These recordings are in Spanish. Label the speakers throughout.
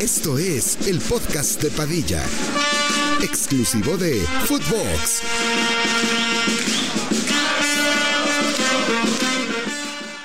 Speaker 1: Esto es el podcast de Padilla, exclusivo de Footbox.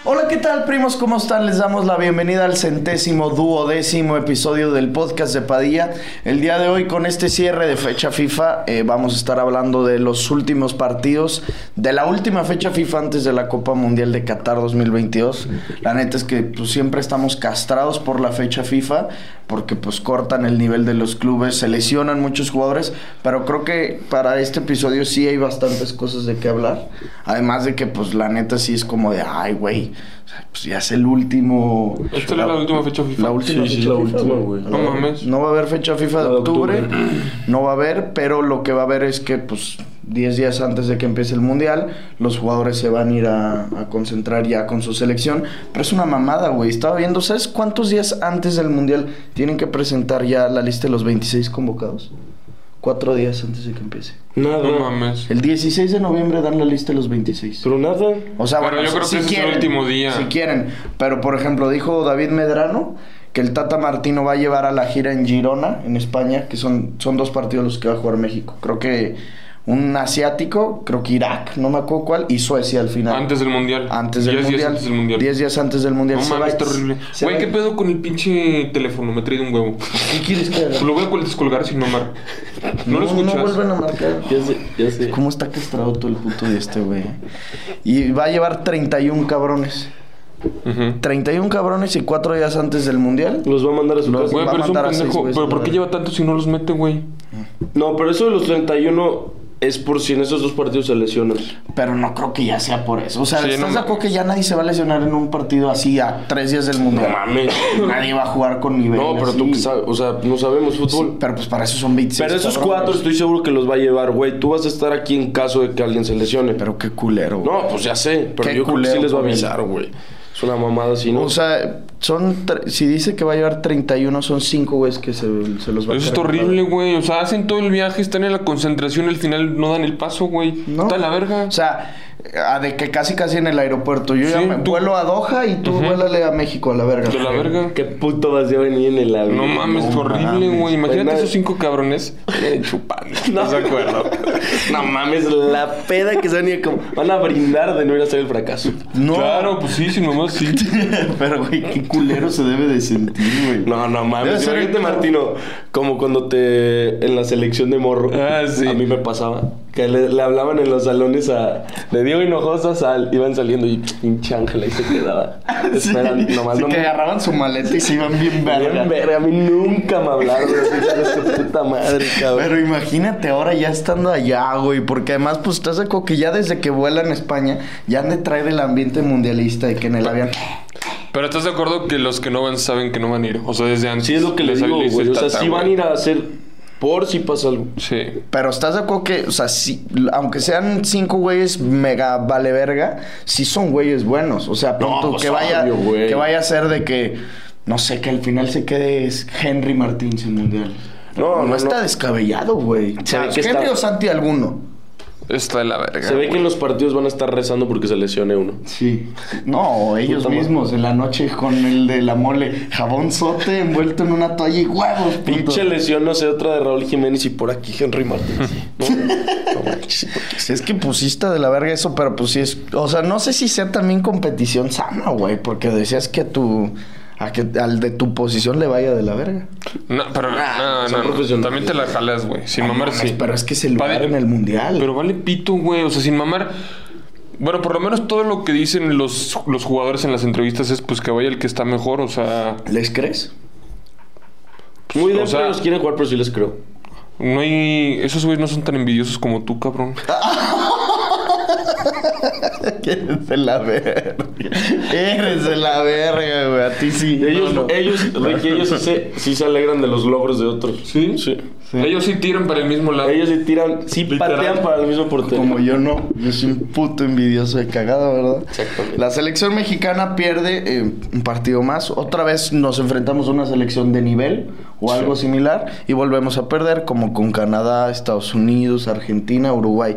Speaker 2: Hola, ¿qué tal, primos? ¿Cómo están? Les damos la bienvenida al centésimo, duodécimo episodio del podcast de Padilla. El día de hoy, con este cierre de fecha FIFA, eh, vamos a estar hablando de los últimos partidos de la última fecha FIFA antes de la Copa Mundial de Qatar 2022. La neta es que pues, siempre estamos castrados por la fecha FIFA, porque pues cortan el nivel de los clubes, se lesionan muchos jugadores, pero creo que para este episodio sí hay bastantes cosas de qué hablar. Además de que pues la neta sí es como de, ay, güey. O sea, pues ya es el último.
Speaker 3: Esta era la última fecha FIFA.
Speaker 2: La última
Speaker 4: Sí, sí,
Speaker 2: fecha
Speaker 4: la
Speaker 2: FIFA,
Speaker 4: última, güey.
Speaker 3: No mames.
Speaker 2: No va a haber fecha FIFA de
Speaker 4: La de
Speaker 2: octubre.
Speaker 4: octubre.
Speaker 2: No va a haber, pero lo que va a haber es que, pues, 10 días antes de que empiece el mundial, los jugadores se van a ir a, a concentrar ya con su selección. Pero es una mamada, güey. Estaba viendo, ¿sabes cuántos días antes del mundial tienen que presentar ya la lista de los 26 convocados? Cuatro días antes de que empiece.
Speaker 4: Nada.
Speaker 3: No mames.
Speaker 2: El 16 de noviembre dan la lista de los 26.
Speaker 4: Pero nada.
Speaker 2: O sea,
Speaker 3: Pero yo creo que ese es el último día.
Speaker 2: Si quieren. Pero, por ejemplo, dijo David Medrano que el Tata Martino va a llevar a la gira en Girona, en España, que son, son dos partidos los que va a jugar México. Creo que un asiático, creo que Irak, no me acuerdo cuál, y Suecia al final.
Speaker 3: Antes del mundial.
Speaker 2: Antes del
Speaker 3: Diez días
Speaker 2: mundial.
Speaker 3: antes del mundial.
Speaker 2: 10 días antes del mundial.
Speaker 3: No
Speaker 2: Se va-
Speaker 3: mames, está horrible.
Speaker 2: se
Speaker 3: Güey,
Speaker 2: va-
Speaker 3: ¿qué pedo con el pinche teléfono? Me trae de un huevo.
Speaker 2: ¿Qué quieres que haga?
Speaker 3: Lo voy a col- descolgar sin mamar. No, lo
Speaker 2: no
Speaker 3: escuchas.
Speaker 2: vuelven a marcar.
Speaker 4: Ya sé, ya sé.
Speaker 2: ¿Cómo está castrado todo el puto de este, güey? Y va a llevar 31 cabrones.
Speaker 3: Ujú.
Speaker 2: 31 cabrones y cuatro días antes del mundial.
Speaker 4: Los va a mandar a su
Speaker 2: Los
Speaker 4: casa.
Speaker 3: Güey,
Speaker 2: va a
Speaker 3: pero es un
Speaker 2: mandar a seis
Speaker 3: pendejo.
Speaker 2: güeyes a
Speaker 3: ¿Pero
Speaker 2: la
Speaker 3: por qué
Speaker 2: verga.
Speaker 3: lleva tanto si no los mete, güey?
Speaker 4: No, pero eso de los 31 es por si en esos dos partidos se lesionan.
Speaker 2: Pero no creo que ya sea por eso. O sea,
Speaker 3: Sí,
Speaker 2: ¿estás
Speaker 3: no
Speaker 2: de
Speaker 3: mames.
Speaker 2: acuerdo que ya nadie se va a lesionar en un partido así a tres días del
Speaker 4: No
Speaker 2: mundial?
Speaker 4: mames.
Speaker 2: nadie va a jugar con nivel.
Speaker 4: No, pero
Speaker 2: así.
Speaker 4: tú que sabes. O sea, no sabemos fútbol.
Speaker 2: Sí, pero pues para eso son 26.
Speaker 4: pero esos
Speaker 2: cabrones.
Speaker 4: cuatro estoy seguro que los va a llevar, güey. Tú vas a estar aquí en caso de que alguien se lesione.
Speaker 2: Pero qué culero. güey.
Speaker 4: No, pues ya sé. Pero
Speaker 2: Qué
Speaker 4: yo creo que
Speaker 2: culero
Speaker 4: sí les va a
Speaker 2: con él.
Speaker 4: avisar, güey. Es una mamada así, ¿no?
Speaker 2: O sea, son. tre- Si dice que va a llevar 31, son cinco güeyes que se, se los va a
Speaker 3: Eso está
Speaker 2: cargar.
Speaker 3: horrible, güey. O sea, hacen todo el viaje, están en la concentración, al final no dan el paso, güey.
Speaker 2: No.
Speaker 3: Está la verga.
Speaker 2: O sea, a de que casi casi en el aeropuerto. Yo ya
Speaker 3: Sí,
Speaker 2: me
Speaker 3: tú-
Speaker 2: vuelo a Doha y tú vuélale a México a la verga.
Speaker 3: de la verga.
Speaker 4: Qué puto vas a venir en el avión.
Speaker 3: No mames,
Speaker 2: No
Speaker 3: es horrible,
Speaker 2: mames.
Speaker 3: güey. Imagínate
Speaker 4: Pues,
Speaker 3: esos cinco cabrones eh, chupando. No se acuerdo.
Speaker 4: No mames, la peda que se van a ir como. Van a brindar de no ir a hacer el fracaso.
Speaker 2: No,
Speaker 3: Claro, pues sí, sin mamá sí.
Speaker 2: pero güey, qué culero se debe de sentir, güey.
Speaker 4: No, no
Speaker 2: Debe
Speaker 4: mames.
Speaker 2: ser
Speaker 4: Imagínate,
Speaker 2: el-
Speaker 4: Martino, como cuando te. En la selección de morro.
Speaker 3: Ah, sí.
Speaker 4: A mí me pasaba. Que le, le hablaban en los salones a. De Diego Hinojosa, sal, iban saliendo y pinche Ángela y se quedaba.
Speaker 2: Ah, Sí,
Speaker 4: Esperan, nomás
Speaker 2: sí,
Speaker 4: no
Speaker 2: que
Speaker 4: me-
Speaker 2: agarraban su maleta y se iban bien verga.
Speaker 4: Bien verga, a mí nunca me hablaron de esa puta madre, cabrón.
Speaker 2: Pero imagínate ahora ya estando allá, güey, porque además pues estás de acuerdo que ya desde que vuela en España ya han de traer el ambiente mundialista de que en el avión
Speaker 3: Pero estás de acuerdo que los que no van saben que no van a ir. O sea, desde antes.
Speaker 4: Sí, es lo que les
Speaker 3: les
Speaker 4: digo,
Speaker 3: avisa
Speaker 4: güey.
Speaker 3: el
Speaker 4: O sea,
Speaker 3: Tata,
Speaker 4: sí van a
Speaker 3: güey.
Speaker 4: ir a hacer. Por si pasa algo.
Speaker 3: Sí.
Speaker 2: Pero estás de acuerdo que, o sea, si, aunque sean cinco güeyes mega vale verga, sí son güeyes buenos. O sea,
Speaker 4: No,
Speaker 2: punto,
Speaker 4: pues,
Speaker 2: que, vaya,
Speaker 4: obvio, güey.
Speaker 2: que vaya a ser de que, no sé, que al final se quede es Henry Martín sin mundial.
Speaker 4: No,
Speaker 2: No,
Speaker 4: no, no.
Speaker 2: está descabellado, güey.
Speaker 4: Se ve
Speaker 2: Ah,
Speaker 4: que
Speaker 2: Henry
Speaker 4: está-
Speaker 2: o Santi alguno.
Speaker 3: Está de la verga.
Speaker 4: Se ve que
Speaker 3: güey.
Speaker 4: en los partidos van a estar rezando porque se lesione uno.
Speaker 2: Sí. No, ellos
Speaker 4: Puta madre.
Speaker 2: mismos en la noche con el de la mole, jabón sote envuelto en una toalla y huevos, puto.
Speaker 4: Pinche lesión, no sé, otra de Raúl Jiménez y por aquí Henry Martínez. No, no manches, ¿por qué?
Speaker 2: Es que pusiste de la verga eso, pero pues sí es. O sea, no sé si sea también competición sana, güey, porque decías que a tu. A que al de tu posición le vaya de la verga.
Speaker 3: No, pero. No,
Speaker 4: Ah, son
Speaker 3: no, no.
Speaker 4: profesionales.
Speaker 3: También te la jalas, güey. Sin
Speaker 2: No
Speaker 3: mamar,
Speaker 2: mames,
Speaker 3: sí.
Speaker 2: Pero es que es el lugar
Speaker 3: Padre-
Speaker 2: en el mundial.
Speaker 3: Pero vale pito, güey. O sea, sin mamar. Bueno, por lo menos todo lo que dicen los, los jugadores en las entrevistas es pues que vaya el que está mejor. O sea,
Speaker 2: ¿Les crees?
Speaker 4: Muy de
Speaker 3: O sea-
Speaker 4: los quieren jugar, pero sí les creo.
Speaker 3: no hay. Esos güeyes no son tan envidiosos como tú, cabrón.
Speaker 2: Eres de la verga. Eres de la verga, güey. A ti sí.
Speaker 4: Ellos,
Speaker 2: No, no.
Speaker 4: ellos, de que ellos sí se, sí se alegran de los logros de otros.
Speaker 3: ¿Sí? Ellos sí tiran para el mismo lado.
Speaker 4: Ellos sí tiran, sí
Speaker 3: Literal.
Speaker 4: patean para el mismo portero.
Speaker 2: Como yo no, yo soy un puto envidioso de cagada, ¿verdad?
Speaker 4: Exactamente.
Speaker 2: La selección mexicana pierde eh, un partido más. Otra vez nos enfrentamos a una selección de nivel o algo similar y volvemos a perder como con Canadá, Estados Unidos, Argentina, Uruguay.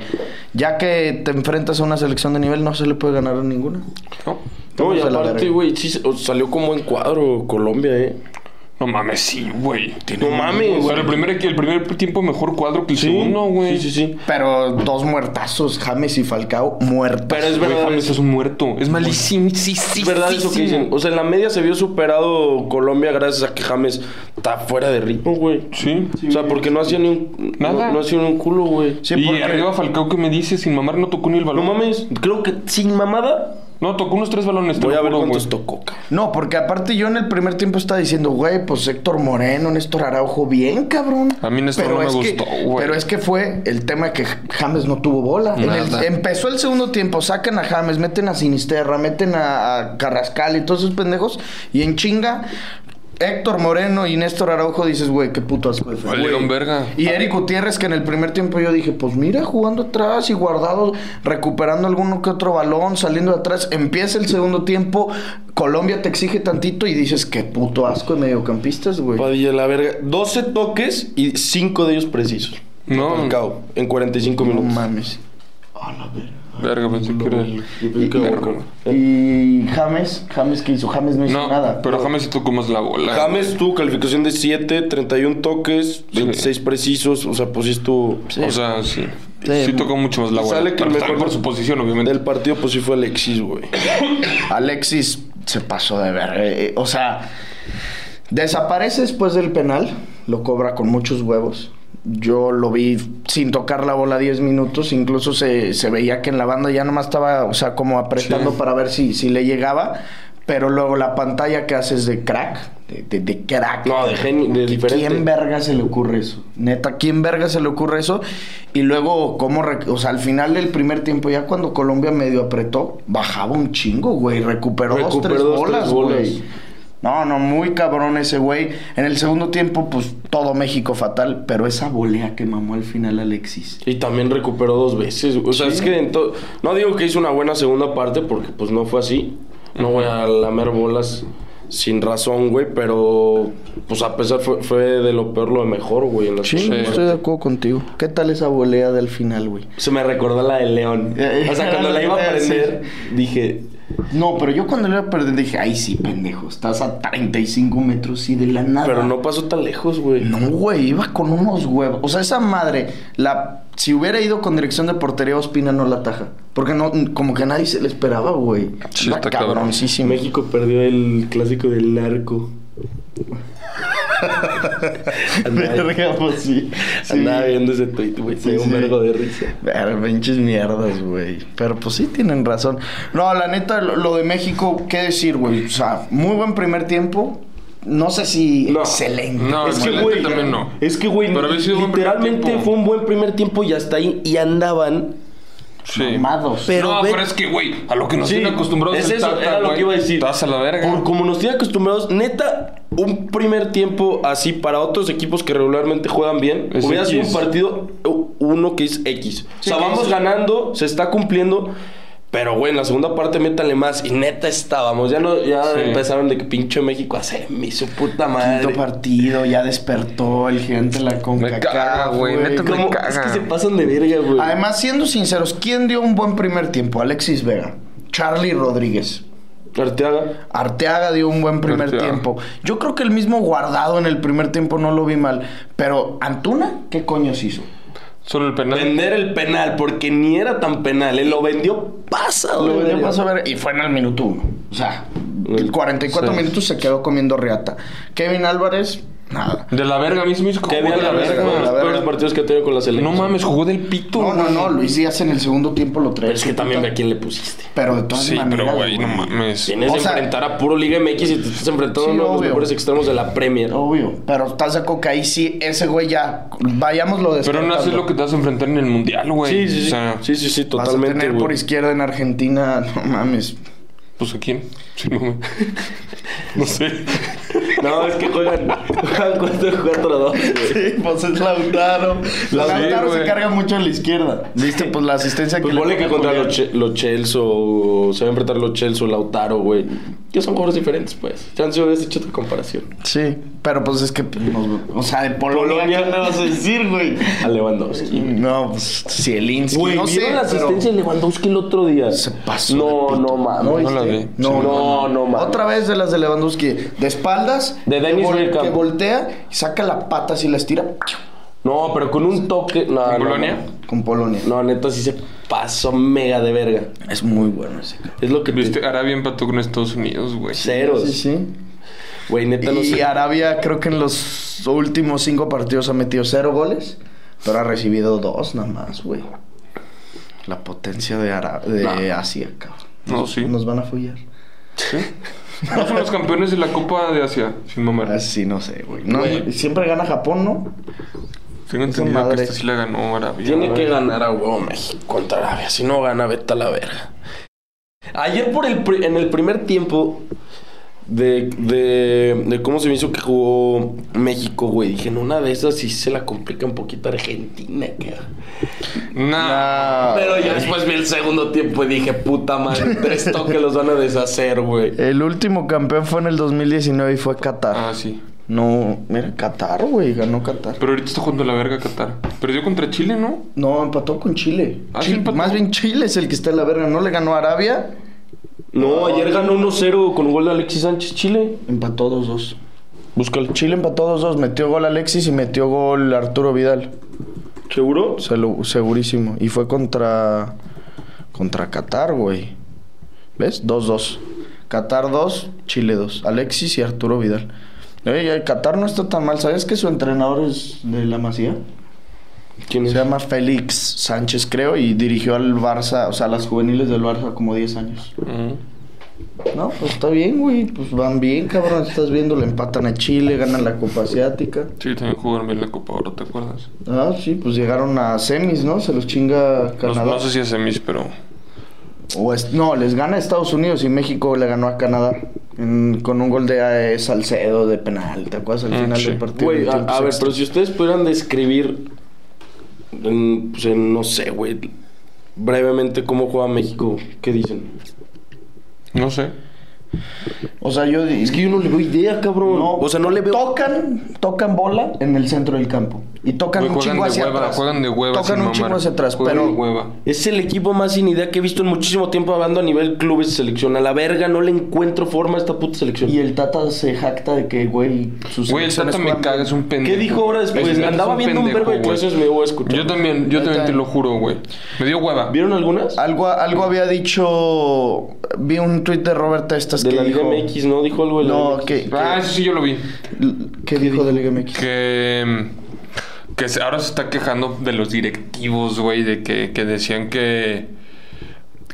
Speaker 2: Ya que te enfrentas a una selección de nivel, no se le puede ganar a ninguna.
Speaker 3: ¿no?
Speaker 4: No, y
Speaker 2: Vamos a la
Speaker 4: aparte,
Speaker 2: verga.
Speaker 4: güey, sí, se- o- salió como en cuadro Colombia, eh.
Speaker 3: No mames, sí, güey.
Speaker 4: No mames, güey.
Speaker 3: Pero el primer, el primer tiempo mejor cuadro que el
Speaker 4: Sí,
Speaker 3: segundo, güey.
Speaker 4: Sí, sí, sí.
Speaker 2: Pero dos muertazos, James y Falcao, muertos.
Speaker 4: Pero es
Speaker 3: Güey,
Speaker 4: verdad.
Speaker 3: James es un muerto. Es malísimo. Sí, sí,
Speaker 4: Es verdad
Speaker 3: sí,
Speaker 4: eso
Speaker 3: sí.
Speaker 4: que dicen. O sea, en la media se vio superado Colombia gracias a que James está fuera de ritmo, güey.
Speaker 3: Sí.
Speaker 4: O sea, porque no hacía ni un...
Speaker 3: Nada.
Speaker 4: No, no hacía ni un culo, güey.
Speaker 2: Sí,
Speaker 3: y
Speaker 2: porque-
Speaker 3: arriba Falcao que me dice, sin mamar no tocó ni el
Speaker 4: No
Speaker 3: balón.
Speaker 4: mames, creo que sin mamada...
Speaker 3: No, tocó unos tres balones. te
Speaker 4: Voy
Speaker 3: lo
Speaker 4: a ver
Speaker 3: juro,
Speaker 4: cuántos
Speaker 3: güey.
Speaker 4: tocó, cabrón.
Speaker 2: No, porque aparte yo en el primer tiempo estaba diciendo, güey, pues Héctor Moreno, Néstor Araujo, bien, cabrón.
Speaker 3: A mí Néstor no me
Speaker 2: es que-
Speaker 3: gustó, güey.
Speaker 2: Pero es que fue el tema que James no tuvo bola. En el-
Speaker 3: Nada.
Speaker 2: empezó el segundo tiempo, sacan a James, meten a Sinisterra, meten a, a Carrascal y todos esos pendejos, y en chinga. Héctor Moreno y Néstor Araujo dices, güey, qué puto asco de fútbol".
Speaker 3: Valieron verga.
Speaker 2: Y Eric Gutiérrez, que en el primer tiempo yo dije, pues mira, jugando atrás y guardado, recuperando alguno que otro balón, saliendo de atrás. Empieza el segundo tiempo, Colombia te exige tantito y dices, qué puto asco de mediocampistas, güey.
Speaker 4: Padilla, la verga. 12 toques y 5 de ellos precisos.
Speaker 3: No.
Speaker 4: Falcao, en 45
Speaker 2: No
Speaker 4: minutos.
Speaker 2: mames.
Speaker 3: Verga, pensé que era el...
Speaker 4: Y-
Speaker 3: Verga.
Speaker 2: Y James, James, ¿qué hizo? James no hizo
Speaker 3: No,
Speaker 2: nada.
Speaker 3: pero James sí tocó más la bola.
Speaker 4: James, tu calificación de 7, 31 toques, 26 precisos. O sea, pues sí estuvo.
Speaker 3: O sea, sí.
Speaker 2: Sí.
Speaker 3: Sí, tocó mucho más la
Speaker 4: Y
Speaker 3: bola.
Speaker 4: sale que
Speaker 3: Pero
Speaker 4: el mejor-
Speaker 3: también por su posición, obviamente.
Speaker 4: Del partido, pues sí fue Alexis, güey.
Speaker 2: Alexis se pasó de ver. eh, eh, o sea, desaparece después del penal, lo cobra con muchos huevos. Yo lo vi sin tocar la bola 10 minutos, incluso se, se veía que en la banda ya nomás estaba, o sea, como apretando
Speaker 3: Sí.
Speaker 2: para ver si, si le llegaba, pero luego la pantalla que haces de crack, de, de- de crack.
Speaker 4: No, de genio, de diferente.
Speaker 2: ¿Quién verga se le ocurre eso? Neta, ¿quién verga se le ocurre eso? Y luego, ¿cómo? rec- O sea, al final del primer tiempo, ya cuando Colombia medio apretó, bajaba un chingo, güey. Recuperó, dos,
Speaker 4: Recuperó
Speaker 2: tres
Speaker 4: dos,
Speaker 2: bolas,
Speaker 4: tres bolas.
Speaker 2: güey. No, no, muy cabrón ese güey. En el segundo tiempo, pues todo México fatal, pero esa volea que mamó al final Alexis.
Speaker 4: Y también recuperó dos veces. güey. O sea, es que en to- no digo que hizo una buena segunda parte porque pues no fue así. No voy a lamer bolas sin razón, güey, pero pues a pesar fue, fue de lo peor lo de mejor, güey. en la segunda parte.
Speaker 2: estoy de acuerdo contigo. ¿Qué tal esa volea del final, güey?
Speaker 4: Se me recordó la de León.
Speaker 2: Eh,
Speaker 4: O sea, cuando la iba a prender, dije,
Speaker 2: No, pero yo cuando le iba a perder dije, ay, sí, pendejo, estás a 35 metros y de la nada.
Speaker 4: "Ah, pero no pasó tan lejos, güey.
Speaker 2: No, güey, iba con unos huevos. O sea, esa madre, la, si hubiera ido con dirección de portería, Ospina no la taja. Porque no, como que a nadie se le esperaba, güey.
Speaker 3: Sí,
Speaker 2: Está
Speaker 3: está cabrón.
Speaker 2: cabroncísimo.
Speaker 4: México perdió el clásico del narco.
Speaker 2: Verga, pues sí. sí.
Speaker 4: Andaba viendo ese tweet, güey. Se
Speaker 2: Sí,
Speaker 4: dio un
Speaker 2: sí.
Speaker 4: vergo de risa.
Speaker 2: Ver, pinches mierdas, güey. Pero pues sí tienen razón. No, la neta, lo, lo de México, ¿qué decir, güey? O sea, muy buen primer tiempo. No sé si
Speaker 4: No.
Speaker 2: excelente.
Speaker 3: No,
Speaker 4: Es que,
Speaker 3: Atlante
Speaker 4: güey,
Speaker 3: también no.
Speaker 4: es que, güey,
Speaker 3: Pero había sido buen primer
Speaker 4: literalmente
Speaker 3: tiempo.
Speaker 4: fue un buen primer tiempo y hasta ahí y andaban.
Speaker 3: Sí.
Speaker 2: Mamados.
Speaker 4: Pero
Speaker 3: no,
Speaker 4: ve-
Speaker 3: pero es que, güey, a lo que nos
Speaker 4: Sí,
Speaker 3: tienen acostumbrados
Speaker 4: es
Speaker 3: el
Speaker 4: eso,
Speaker 3: Tata,
Speaker 4: era lo
Speaker 3: güey,
Speaker 4: que iba a decir.
Speaker 3: Estás a la verga.
Speaker 4: Por como nos tiene acostumbrados, neta, un primer tiempo así para otros equipos que regularmente juegan bien,
Speaker 3: Es
Speaker 4: hubiera sido un
Speaker 3: X.
Speaker 4: partido u- uno que es X.
Speaker 2: Sí,
Speaker 4: o sea,
Speaker 2: que
Speaker 4: vamos
Speaker 2: es-
Speaker 4: ganando, se está cumpliendo. Pero, güey, en la segunda parte métanle más. Y neta estábamos. Ya no, ya
Speaker 3: Sí.
Speaker 4: empezaron de que pinche México hace mi su puta madre.
Speaker 2: Quinto partido, ya despertó el gigante de la
Speaker 3: Me caga,
Speaker 2: CONCACAF,
Speaker 3: güey, neta me
Speaker 4: Como-
Speaker 3: caga.
Speaker 4: es que se pasan de verga, güey.
Speaker 2: Además, siendo sinceros, ¿quién dio un buen primer tiempo? Alexis Vega, Charlie Rodríguez.
Speaker 4: Arteaga.
Speaker 2: Arteaga dio un buen primer
Speaker 3: Arteaga.
Speaker 2: tiempo. Yo creo que el mismo guardado en el primer tiempo no lo vi mal. Pero Antuna, ¿qué coños hizo?
Speaker 3: Solo el penal.
Speaker 4: Vender el penal, porque ni era tan penal. Él lo vendió pasado.
Speaker 2: Lo
Speaker 4: de
Speaker 2: vendió
Speaker 4: verga.
Speaker 2: paso a ver y fue en el minuto uno. O sea,
Speaker 4: Güey,
Speaker 2: 44
Speaker 3: sí.
Speaker 2: minutos se quedó comiendo riata. Kevin Álvarez, nada.
Speaker 3: De la verga, a mí se me hizo que
Speaker 4: Qué
Speaker 3: jugó
Speaker 4: bien
Speaker 3: de la verga.
Speaker 4: Los
Speaker 2: la verga.
Speaker 4: peores partidos que ha tenido con la
Speaker 3: No
Speaker 4: selección.
Speaker 3: mames, jugó del pito.
Speaker 2: No, no,
Speaker 3: güey.
Speaker 2: no. Luis Díaz en el segundo tiempo lo trae.
Speaker 4: Pero es que también ve a quién le pusiste.
Speaker 2: Pero de todas
Speaker 3: Sí,
Speaker 2: maneras.
Speaker 3: pero güey, no mames.
Speaker 4: Tienes
Speaker 2: O
Speaker 4: que
Speaker 2: sea-
Speaker 4: enfrentar a puro Liga MX y te estás enfrentando
Speaker 2: Sí,
Speaker 4: a uno de los
Speaker 2: obvio.
Speaker 4: mejores extremos de la Premier.
Speaker 2: Obvio, pero estás de acuerdo que ahí sí, ese güey ya, vayámoslo de
Speaker 3: Pero no haces lo que te vas a enfrentar en el mundial, güey.
Speaker 4: Sí, sí, sí.
Speaker 3: O sea,
Speaker 4: sí, sí, sí,
Speaker 2: Vas a
Speaker 4: totalmente.
Speaker 2: tener por
Speaker 4: güey.
Speaker 2: izquierda en Argentina, no mames.
Speaker 3: pues a quién. Sí, no, mames. no sé.
Speaker 4: No, es que juegan, juegan 4-4-2. güey.
Speaker 2: pues es Lautaro. Lautaro se
Speaker 3: güey.
Speaker 2: carga mucho a la izquierda. ¿Viste? Pues la asistencia
Speaker 4: Pues ponle que contra los, Che- los Chelsea o se va a enfrentar los Chelsea o Lautaro, güey. Que son jugadores diferentes, pues. Chance hubieras hecho otra comparación.
Speaker 2: Sí, pero pues es que, pues, nos- o sea, de Polonia,
Speaker 4: Polonia.
Speaker 2: ¿qué le vas a decir, güey?
Speaker 4: A Lewandowski.
Speaker 2: No, pues Zielinski,
Speaker 4: Güey,
Speaker 2: no sé,
Speaker 4: ¿vieron la
Speaker 2: pero-
Speaker 4: asistencia de Lewandowski el otro día?
Speaker 2: Se pasó de
Speaker 4: No,
Speaker 2: pito.
Speaker 4: no mames.
Speaker 3: la
Speaker 2: viste?
Speaker 3: vi.
Speaker 2: No,
Speaker 4: No, no mames.
Speaker 2: Otra vez de las de Lewandowski. De espaldas, atrás.
Speaker 4: De
Speaker 2: que
Speaker 4: Dennis
Speaker 2: vol-
Speaker 4: Bergkamp.
Speaker 2: Que voltea y saca la pata y la estira
Speaker 4: No, pero con un toque. Ah, No, no,
Speaker 3: Polonia?
Speaker 2: con Polonia.
Speaker 4: No, No, neta, sí se pasó mega de verga.
Speaker 2: Es muy bueno ese.
Speaker 4: Es lo que te-
Speaker 3: Viste, Arabia empató con Estados Unidos, güey.
Speaker 4: Ceros.
Speaker 2: Sí, sí.
Speaker 4: Güey, neta, no
Speaker 2: Y
Speaker 4: sé.
Speaker 2: Arabia creo que en los últimos cinco partidos ha metido cero goles, pero ha recibido dos nada más, güey. La potencia de, Ara- de
Speaker 4: No.
Speaker 2: Asia, cabrón.
Speaker 3: No, sí.
Speaker 2: Nos van a follar.
Speaker 3: ¿Sí? No son los campeones de la Copa de Asia, sin mamar.
Speaker 2: Así Ah, no sé, güey. No,
Speaker 4: Güey.
Speaker 2: siempre gana Japón, ¿no?
Speaker 3: Tengo
Speaker 2: esa
Speaker 3: entendido que
Speaker 2: madre.
Speaker 3: esta sí la ganó Arabia.
Speaker 4: Tiene que ganar a huevo México contra Arabia. Si no gana, vete a la verga. Ayer por el pri- en el primer tiempo de, de, de cómo se me hizo que jugó México, güey. Dije, en una de esas sí se la complica un poquito Argentina, cabrón.
Speaker 3: Nah.
Speaker 4: Pero ya después vi el segundo tiempo y dije, puta madre, tres toques los van a deshacer, güey.
Speaker 2: El último campeón fue en el 2019 y fue Qatar.
Speaker 3: Ah, sí.
Speaker 2: No, mira, Qatar, güey. Ganó Qatar.
Speaker 3: Pero ahorita está jugando la verga Qatar. Perdió contra Chile, ¿no?
Speaker 2: No, empató con Chile.
Speaker 3: Ah, sí,
Speaker 2: Chile-
Speaker 3: empató.
Speaker 2: más bien Chile es el que está en la verga. No le ganó a Arabia.
Speaker 4: No, ayer ganó 1-0 con un gol de Alexis Sánchez Chile.
Speaker 2: Empató 2-2.
Speaker 4: Búscalo.
Speaker 2: Chile empató 2-2. Metió gol Alexis y metió gol Arturo Vidal.
Speaker 4: ¿Seguro?
Speaker 2: Se lo- segurísimo. Y fue contra. Contra Qatar, güey. ¿Ves? 2-2. Qatar 2, Chile 2. Alexis y Arturo Vidal. Oye, el Qatar no está tan mal. ¿Sabes que su entrenador es de la Masía?
Speaker 4: ¿Quién
Speaker 2: Se
Speaker 4: es?
Speaker 2: llama Félix Sánchez, creo, y dirigió al Barça, o sea, a las juveniles del Barça como 10 años.
Speaker 3: Mm.
Speaker 2: No, pues está bien, güey. Pues van bien, cabrón. Estás viendo, le empatan a Chile, ganan la Copa Asiática.
Speaker 3: Sí, también jugaron bien la Copa ahora, ¿te acuerdas?
Speaker 2: Ah, sí, pues llegaron a semis, ¿no? Se los chinga
Speaker 3: No,
Speaker 2: Canadá.
Speaker 3: no sé si a semis, pero.
Speaker 2: O es- no, les gana a Estados Unidos y México le ganó a Canadá en- con un gol de eh, Salcedo de penal. ¿Te acuerdas al
Speaker 3: Mm,
Speaker 2: final
Speaker 3: sí.
Speaker 2: del partido?
Speaker 4: Güey, a,
Speaker 2: Tiempo
Speaker 4: a ver,
Speaker 2: extra.
Speaker 4: pero si ustedes pudieran describir, en, pues en, no sé, güey, brevemente cómo juega México, ¿qué dicen?
Speaker 3: No sé.
Speaker 2: O sea, yo. Es
Speaker 4: que yo no le veo idea, cabrón. O sea, no le veo-
Speaker 2: Tocan, tocan bola en el centro del campo. Y tocan
Speaker 3: Güey,
Speaker 2: un
Speaker 3: juegan
Speaker 2: chingo
Speaker 3: de
Speaker 2: hacia
Speaker 3: hueva,
Speaker 2: atrás.
Speaker 3: juegan de hueva.
Speaker 2: Tocan
Speaker 3: sin
Speaker 2: un
Speaker 3: mamar.
Speaker 2: chingo hacia atrás,
Speaker 3: Juegan
Speaker 2: pero.
Speaker 3: de hueva.
Speaker 4: Es el equipo más sin idea que he visto en muchísimo tiempo hablando a nivel clubes y selección. A la verga, no le encuentro forma a esta puta selección.
Speaker 2: Y el Tata se jacta de que, güey, sus
Speaker 3: Güey, el
Speaker 2: selecciones
Speaker 3: Tata me
Speaker 2: juegan
Speaker 3: caga,
Speaker 2: bien.
Speaker 3: es un pendejo.
Speaker 4: ¿Qué dijo ahora después?
Speaker 3: Es- es
Speaker 4: Andaba
Speaker 3: un
Speaker 4: viendo un
Speaker 3: pendejo,
Speaker 4: verbo de
Speaker 3: güey.
Speaker 4: clases, me voy a escuchar.
Speaker 3: Yo también, yo también te lo juro, güey. Me dio hueva.
Speaker 4: ¿Vieron algunas?
Speaker 2: Algo,
Speaker 4: Mm.
Speaker 2: algo había dicho. Vi un tuit de Robert Testas
Speaker 4: De
Speaker 2: que
Speaker 4: la Liga
Speaker 2: dijo.
Speaker 4: MX, ¿no? Dijo algo de la
Speaker 2: No,
Speaker 4: Liga
Speaker 2: que.
Speaker 3: Ah,
Speaker 2: que
Speaker 3: eso sí yo lo vi.
Speaker 2: ¿Qué dijo de Liga MX?
Speaker 3: Que. Que se- ahora se está quejando de los directivos, güey, de que, que decían que.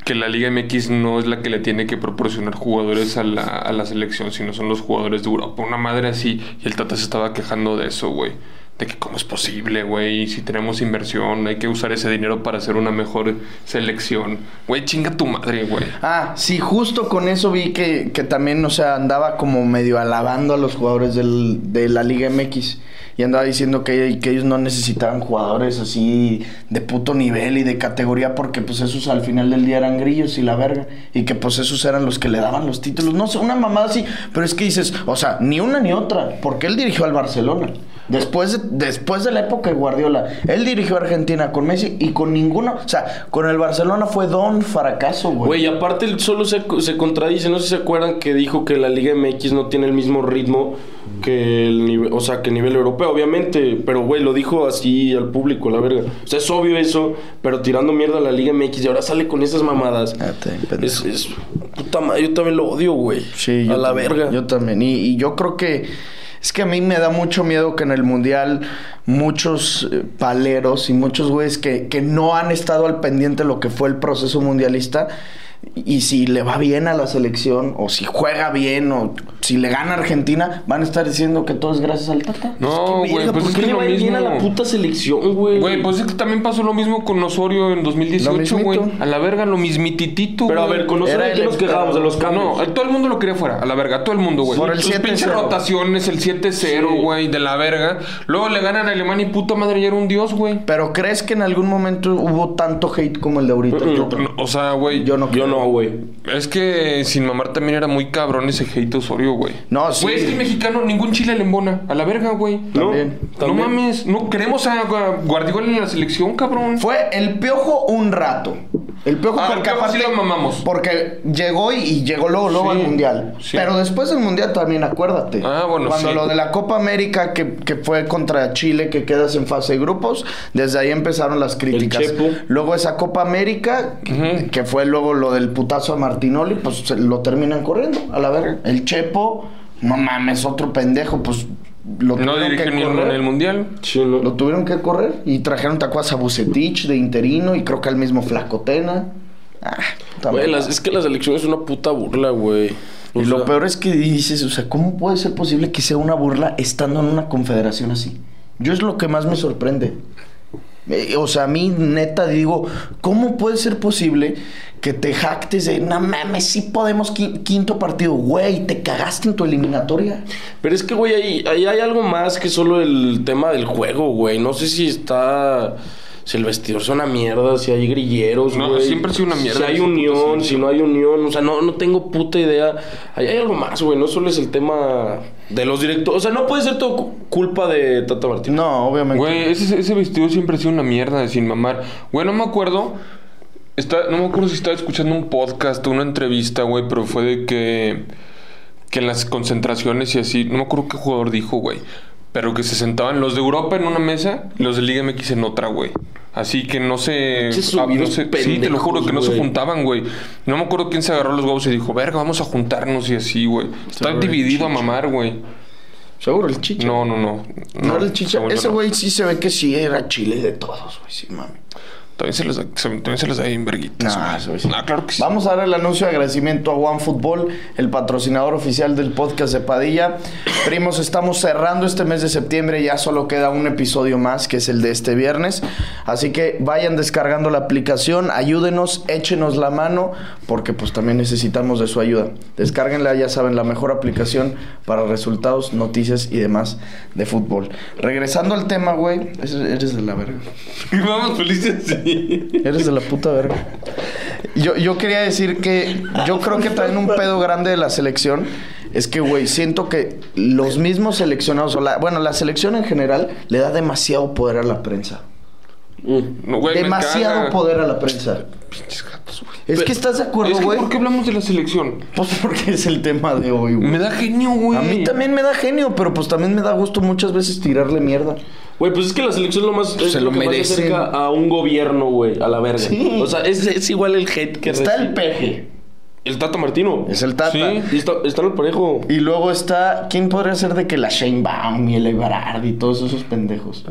Speaker 3: Que la Liga MX no es la que le tiene que proporcionar jugadores a la, a la selección, sino son los jugadores de Europa. Una madre así. Y el Tata se estaba quejando de eso, güey. De que cómo es posible, güey. Si tenemos inversión, hay que usar ese dinero para hacer una mejor selección. Güey, chinga tu madre, güey.
Speaker 2: Ah, sí, justo con eso vi que, que también, o sea, andaba como medio alabando a los jugadores del- de la Liga MX. Y andaba diciendo que, que ellos no necesitaban jugadores así de puto nivel y de categoría porque pues esos al final del día eran grillos y la verga. Y que pues esos eran los que le daban los títulos. No sé, una mamada así. Pero es que dices, o sea, ni una ni otra. Porque él dirigió al Barcelona. Después de, después de la época de Guardiola. Él dirigió a Argentina con Messi y con ninguno. O sea, con el Barcelona fue don fracaso, güey.
Speaker 4: Güey, aparte él solo se, se contradice, no sé si se acuerdan que dijo que la Liga MX no tiene el mismo ritmo que el nivel, o sea, que el nivel europeo, obviamente, pero güey, lo dijo así al público, la verga. O sea, es obvio eso, pero tirando mierda a la Liga MX y ahora sale con esas mamadas.
Speaker 2: Ah, te pendejo.
Speaker 4: Es, es puta madre, yo también lo odio, güey.
Speaker 2: Sí,
Speaker 4: a
Speaker 2: yo
Speaker 4: la
Speaker 2: también,
Speaker 4: verga.
Speaker 2: Yo también. Y, y yo creo que es que a mí me da mucho miedo que en el mundial muchos eh, paleros y muchos güeyes que, que no han estado al pendiente de lo que fue el proceso mundialista. Y si le va bien a la selección, o si juega bien, o si le gana a Argentina, van a estar diciendo que todo es gracias al Tata.
Speaker 3: No, güey,
Speaker 4: Verga,
Speaker 3: pues
Speaker 4: ¿por
Speaker 3: es
Speaker 4: qué
Speaker 3: que
Speaker 4: le
Speaker 3: lo
Speaker 4: va bien
Speaker 3: mismo.
Speaker 4: a la puta selección, güey?
Speaker 3: Güey, pues es que también pasó lo mismo con Osorio en 2018,
Speaker 2: Lo
Speaker 3: güey.
Speaker 2: mismito.
Speaker 3: A la verga, lo mismititito,
Speaker 4: Pero a
Speaker 3: güey.
Speaker 4: ver, con
Speaker 2: Era
Speaker 4: nosotros
Speaker 2: el
Speaker 4: que nos
Speaker 2: emperador.
Speaker 4: quejamos de los cambios.
Speaker 3: No, eh, todo el mundo lo quería fuera, a la verga, todo el mundo, güey.
Speaker 2: Por el
Speaker 3: Sus
Speaker 2: 7-0.
Speaker 3: pinches rotaciones, el 7-0,
Speaker 4: Sí.
Speaker 3: güey, de la verga. Luego le ganan a Alemania y puta madre, ya era un dios, güey.
Speaker 2: Pero ¿crees que en algún momento hubo tanto hate como el de ahorita?
Speaker 3: Mm, No, no, o sea, güey,
Speaker 2: Yo no
Speaker 4: Yo no, güey.
Speaker 3: Es que sin mamar también era muy cabrón ese hate Osorio, güey.
Speaker 2: No, sí.
Speaker 3: Güey, es que el mexicano, ningún chile le embona. A la verga, güey.
Speaker 4: ¿No?
Speaker 2: También,
Speaker 3: No
Speaker 4: También.
Speaker 3: mames, no queremos a a Guardiola en la selección, cabrón.
Speaker 2: Fue el piojo un rato. El piojo
Speaker 3: Ah, el
Speaker 2: porque
Speaker 3: Piojo
Speaker 2: aparte-
Speaker 3: sí lo mamamos.
Speaker 2: Porque llegó y, y llegó luego, luego
Speaker 3: Sí,
Speaker 2: al mundial.
Speaker 3: sí.
Speaker 2: Pero después del mundial también, acuérdate.
Speaker 3: Ah, bueno,
Speaker 2: Cuando
Speaker 3: sí.
Speaker 2: lo de la Copa América que, que fue contra Chile, que quedas en fase de grupos, desde ahí empezaron las críticas.
Speaker 4: Chepo.
Speaker 2: Luego esa Copa América,
Speaker 3: Ujú.
Speaker 2: que fue luego lo del putazo a Martinoli, pues se- lo terminan corriendo. A la verga. El Chepo, no mames, otro pendejo, pues lo
Speaker 3: No
Speaker 2: tuvieron
Speaker 3: dirigió
Speaker 2: que
Speaker 3: ni en
Speaker 2: correr.
Speaker 3: el mundial.
Speaker 4: Sí, no.
Speaker 2: Lo tuvieron que correr y trajeron tacuas a Bucetich de interino y creo que al mismo Flacotena. Ah, puta
Speaker 4: Güey,
Speaker 2: madre.
Speaker 4: las- es que la selección es una puta burla, güey. O
Speaker 2: Y lo
Speaker 4: sea,
Speaker 2: peor es que dices, o sea, ¿cómo puede ser posible que sea una burla estando en una confederación así? Yo es lo que más me sorprende. Eh, o sea, a mí neta digo, ¿cómo puede ser posible que te jactes de, no mames, sí podemos qui- quinto partido, güey, te cagaste en tu eliminatoria?
Speaker 4: Pero es que, güey, ahí, ahí hay algo más que solo el tema del juego, güey. No sé si está. Si el vestidor es una mierda, si hay grilleros,
Speaker 3: No,
Speaker 4: güey.
Speaker 3: siempre ha sido una mierda
Speaker 4: Si hay
Speaker 3: esa puta
Speaker 4: unión,
Speaker 3: selección.
Speaker 4: si no hay unión. O sea, no, no tengo puta idea. Ahí hay algo más, güey. No solo es el tema de los directores. O sea, no puede ser todo cu- culpa de Tata Martino.
Speaker 2: No, obviamente.
Speaker 3: Güey, ese, ese vestido siempre ha sido una mierda, sin mamar. Güey, no me acuerdo. Está, no me acuerdo si estaba escuchando un podcast, una entrevista, güey, pero fue de que. Que en las concentraciones y así. No me acuerdo qué jugador dijo, güey. Pero que se sentaban los de Europa en una mesa, los de Liga MX en otra, güey. Así que no se.
Speaker 4: Pinches
Speaker 3: ah, no
Speaker 4: subidos
Speaker 3: se- sí, te lo juro que no se
Speaker 4: pendejos, güey.
Speaker 3: juntaban, güey. No me acuerdo quién se agarró los huevos y dijo, verga, vamos a juntarnos y así, güey. Está dividido a mamar, güey.
Speaker 2: Seguro el chicha.
Speaker 3: No, no, no.
Speaker 2: No, era el chicha.
Speaker 3: según yo
Speaker 2: Ese
Speaker 3: no.
Speaker 2: güey sí se ve que sí era chile de todos, güey, sí, mami.
Speaker 3: También se les da, se- también se les da bien verguitas.
Speaker 2: Nah,
Speaker 3: güey.
Speaker 2: eso es-
Speaker 3: Nah, claro que sí.
Speaker 2: Vamos a dar el anuncio de agradecimiento a OneFootball, el patrocinador oficial del podcast de Padilla. Primos, estamos cerrando este mes de septiembre, ya solo queda un episodio más, que es el de este viernes. Así que vayan descargando la aplicación, ayúdenos, échenos la mano, porque pues también necesitamos de su ayuda. Descárguenla, ya saben, la mejor aplicación para resultados, noticias y demás de fútbol. Regresando al tema, güey, eres- eres de la verga.
Speaker 3: Vamos felices, sí.
Speaker 2: Eres de la puta verga. Yo, yo quería decir que yo creo que también un pedo grande de la selección es que, güey, siento que los mismos seleccionados, o la- bueno, la selección en general le da demasiado poder a la prensa.
Speaker 4: Mm.
Speaker 3: No, güey, me
Speaker 2: demasiado
Speaker 3: caga.
Speaker 2: poder a la prensa.
Speaker 3: Pinches gatos, güey.
Speaker 2: Es que estás de acuerdo,
Speaker 3: Es que,
Speaker 2: güey.
Speaker 3: ¿por qué hablamos de la selección?
Speaker 2: Pues porque es el tema de hoy, güey.
Speaker 3: Me da genio, güey.
Speaker 2: A mí también me da genio, pero pues también me da gusto muchas veces tirarle mierda.
Speaker 4: Güey, pues es que la selección lo más, es
Speaker 2: Se
Speaker 4: lo
Speaker 2: lo
Speaker 4: que más
Speaker 2: merecen.
Speaker 4: acerca a un gobierno, güey, a la verga.
Speaker 2: Sí.
Speaker 4: O sea, es, es igual el hate que
Speaker 2: Está
Speaker 4: recibe.
Speaker 2: el peje.
Speaker 4: El Tata Martino.
Speaker 2: Es el Tata.
Speaker 3: Sí.
Speaker 4: Y está, está el parejo.
Speaker 2: Y luego está, ¿quién podría ser de que la Shane Baum y el Ebrard y todos esos pendejos?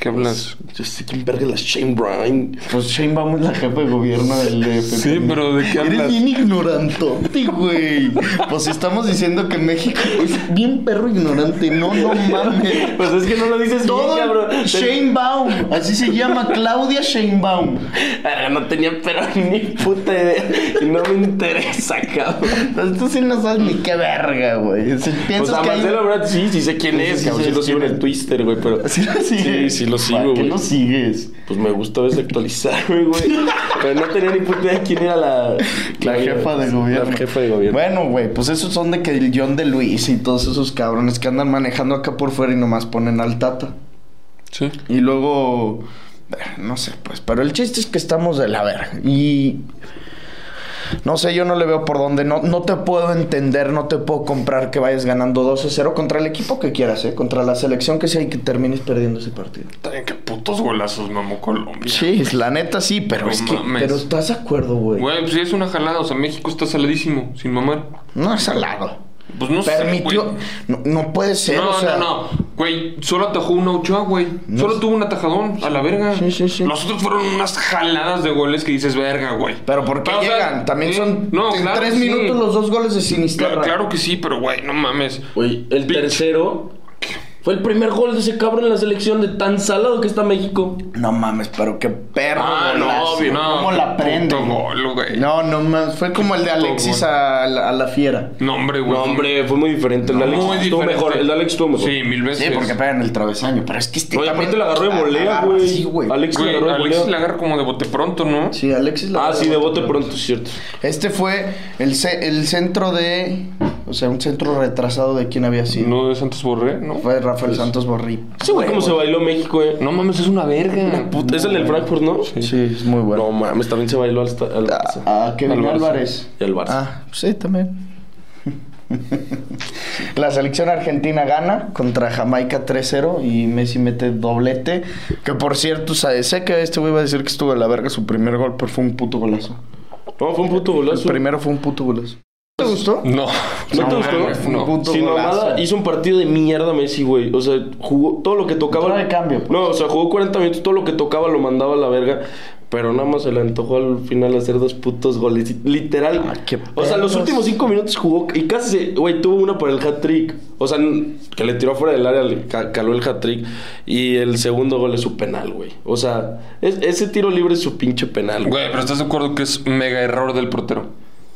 Speaker 3: ¿Qué hablas?
Speaker 4: Yo sé quién verga es la Shane Bryan.
Speaker 2: Pues Shane Baum es la jefa de gobierno del DF.
Speaker 3: Sí, pero ¿de qué
Speaker 2: Eres
Speaker 3: hablas?
Speaker 2: bien ignorantote, güey. Pues estamos diciendo que México es bien perro ignorante. No, no mames.
Speaker 4: Pues es que no lo dices
Speaker 2: Todo
Speaker 4: bien, cabrón.
Speaker 2: Shane Baum. Así se llama Claudia Shane Baum.
Speaker 4: Verga, no tenía pero ni puta idea. Y no me interesa, cabrón.
Speaker 2: Pues Tú sí no sabes ni qué verga, güey. Si
Speaker 4: Pues
Speaker 2: piensas
Speaker 4: a
Speaker 2: que hay-
Speaker 4: Marcelo Ebrard sí, sí sé quién
Speaker 2: Sí,
Speaker 4: es.
Speaker 2: sí,
Speaker 4: Sí,
Speaker 2: cabrón,
Speaker 4: sí,
Speaker 2: sí
Speaker 4: lo
Speaker 2: sé
Speaker 4: sigo en
Speaker 2: quién
Speaker 4: el
Speaker 2: es.
Speaker 4: Twister, güey, pero...
Speaker 2: Sí lo
Speaker 4: Sí,
Speaker 2: sigues.
Speaker 4: sí lo sigo,
Speaker 2: ¿Para qué
Speaker 4: güey.
Speaker 2: lo sigues?
Speaker 4: Pues me gusta desactualizarme, güey. Pero no tenía ni puta idea quién era la...
Speaker 2: La jefa de gobierno.
Speaker 4: La jefa de gobierno.
Speaker 2: Bueno, güey, pues esos son de que el John de Luis y todos esos cabrones que andan manejando acá por fuera y nomás ponen al Tata.
Speaker 3: Sí.
Speaker 2: Y luego. eh, No sé, pues. Pero el chiste es que estamos de la verga. Y. No sé, yo no le veo por dónde. No, no te puedo entender, no te puedo comprar que vayas ganando 12-0 contra el equipo que quieras, ¿eh? Contra la selección que sea y que termines perdiendo ese partido.
Speaker 3: También qué putos golazos mamó Colombia.
Speaker 2: Sí, la neta sí, pero
Speaker 3: No
Speaker 2: es que.
Speaker 3: mames.
Speaker 2: Pero estás de acuerdo, güey.
Speaker 3: Güey, pues sí es una jalada. O sea, México está saladísimo, sin mamar.
Speaker 2: No es salado.
Speaker 3: Pues no sé,
Speaker 2: Permitió.
Speaker 3: güey.
Speaker 2: No, no puede ser,
Speaker 3: No,
Speaker 2: o sea.
Speaker 3: no, no. Güey, solo atajó una Ochoa, güey. solo tuvo un atajadón, a la verga.
Speaker 2: Sí, sí, sí.
Speaker 3: Los otros fueron unas jaladas de goles que dices, verga, güey.
Speaker 2: Pero ¿por qué
Speaker 3: Pero, o sea,
Speaker 2: llegan? También
Speaker 3: sí.
Speaker 2: son.
Speaker 3: No,
Speaker 2: en
Speaker 3: claro
Speaker 2: tres
Speaker 3: que sí.
Speaker 2: minutos los dos goles de
Speaker 3: Claro,
Speaker 2: Sinisterra.
Speaker 3: claro que sí, pero güey, no mames.
Speaker 4: Güey, el tercero Fue el primer gol de ese cabrón en la selección de tan salado que está México.
Speaker 2: No mames, pero qué perro.
Speaker 4: Ah, no,
Speaker 2: golazo.
Speaker 4: obvio,
Speaker 3: no,
Speaker 2: ¿Cómo la
Speaker 3: qué
Speaker 2: prende?
Speaker 3: puto gol, güey.
Speaker 2: No, no mames. Fue como el de
Speaker 3: Puto
Speaker 2: Alexis
Speaker 3: gol.
Speaker 2: a la, a la fiera.
Speaker 3: No, hombre, güey.
Speaker 4: No, hombre, fue muy diferente. El de Alex
Speaker 3: Muy
Speaker 4: estuvo
Speaker 3: diferente.
Speaker 4: mejor. El de Alex estuvo mejor.
Speaker 3: Sí, mil veces.
Speaker 2: Sí, porque pegan el travesaño. Pero es que este.
Speaker 4: No, y
Speaker 2: también-
Speaker 4: aparte la agarró de volea,
Speaker 2: agarra,
Speaker 4: güey.
Speaker 2: Sí, güey.
Speaker 4: Alex
Speaker 3: Güey,
Speaker 4: la agarró de
Speaker 3: Alexis
Speaker 4: volea.
Speaker 3: la agarra como de bote pronto, ¿no?
Speaker 2: Sí, Alexis la
Speaker 4: Ah,
Speaker 2: agarró
Speaker 4: sí, de bote pronto, es cierto.
Speaker 2: Este fue el, ce- el centro de. O sea, un centro retrasado de quién había sido.
Speaker 3: No de Santos Borré, ¿no?
Speaker 2: Fue Rafael
Speaker 4: Pues,
Speaker 2: Santos Borri.
Speaker 4: Ese güey, cómo se bailó México, eh.
Speaker 3: No mames, es una verga.
Speaker 4: Puta, es el del Frankfurt, ¿no?
Speaker 2: Sí, Ah, es muy
Speaker 4: No
Speaker 2: bueno.
Speaker 4: mames, también se bailó al, sta- al Barça.
Speaker 2: a Kevin
Speaker 4: Al Barça.
Speaker 2: Álvarez.
Speaker 4: Y al Barça.
Speaker 2: Ah, sí, también. La selección argentina gana contra Jamaica 3-0 y Messi mete doblete. Que por cierto, o sea, sé que este güey iba a decir que estuvo de la verga su primer gol, pero fue un puto golazo.
Speaker 4: No, fue un puto
Speaker 2: El
Speaker 4: golazo.
Speaker 2: primero fue un puto golazo. ¿Te gustó?
Speaker 3: No.
Speaker 4: ¿No te gustó?
Speaker 3: mames,
Speaker 2: Fue un
Speaker 3: no.
Speaker 2: puto
Speaker 4: Sin
Speaker 2: golazo.
Speaker 4: mamada, hizo un partido de mierda Messi, güey. O sea, jugó todo lo que tocaba.
Speaker 2: Entró de cambio, pues.
Speaker 4: No, o sea, jugó 40 minutos, todo lo que tocaba lo mandaba a la verga. Pero nada más se le antojó al final hacer dos putos goles. Y- Literal.
Speaker 2: Ah, qué
Speaker 4: o sea, los
Speaker 2: perros.
Speaker 4: últimos cinco minutos jugó y casi, se- güey, tuvo una para el hat-trick. O sea, n- que le tiró fuera del área, le ca- caló el hat-trick. Y el segundo gol es su penal, güey. O sea, es- ese tiro libre es su pinche penal, güey.
Speaker 3: Güey, pero estás de acuerdo que es mega error del portero.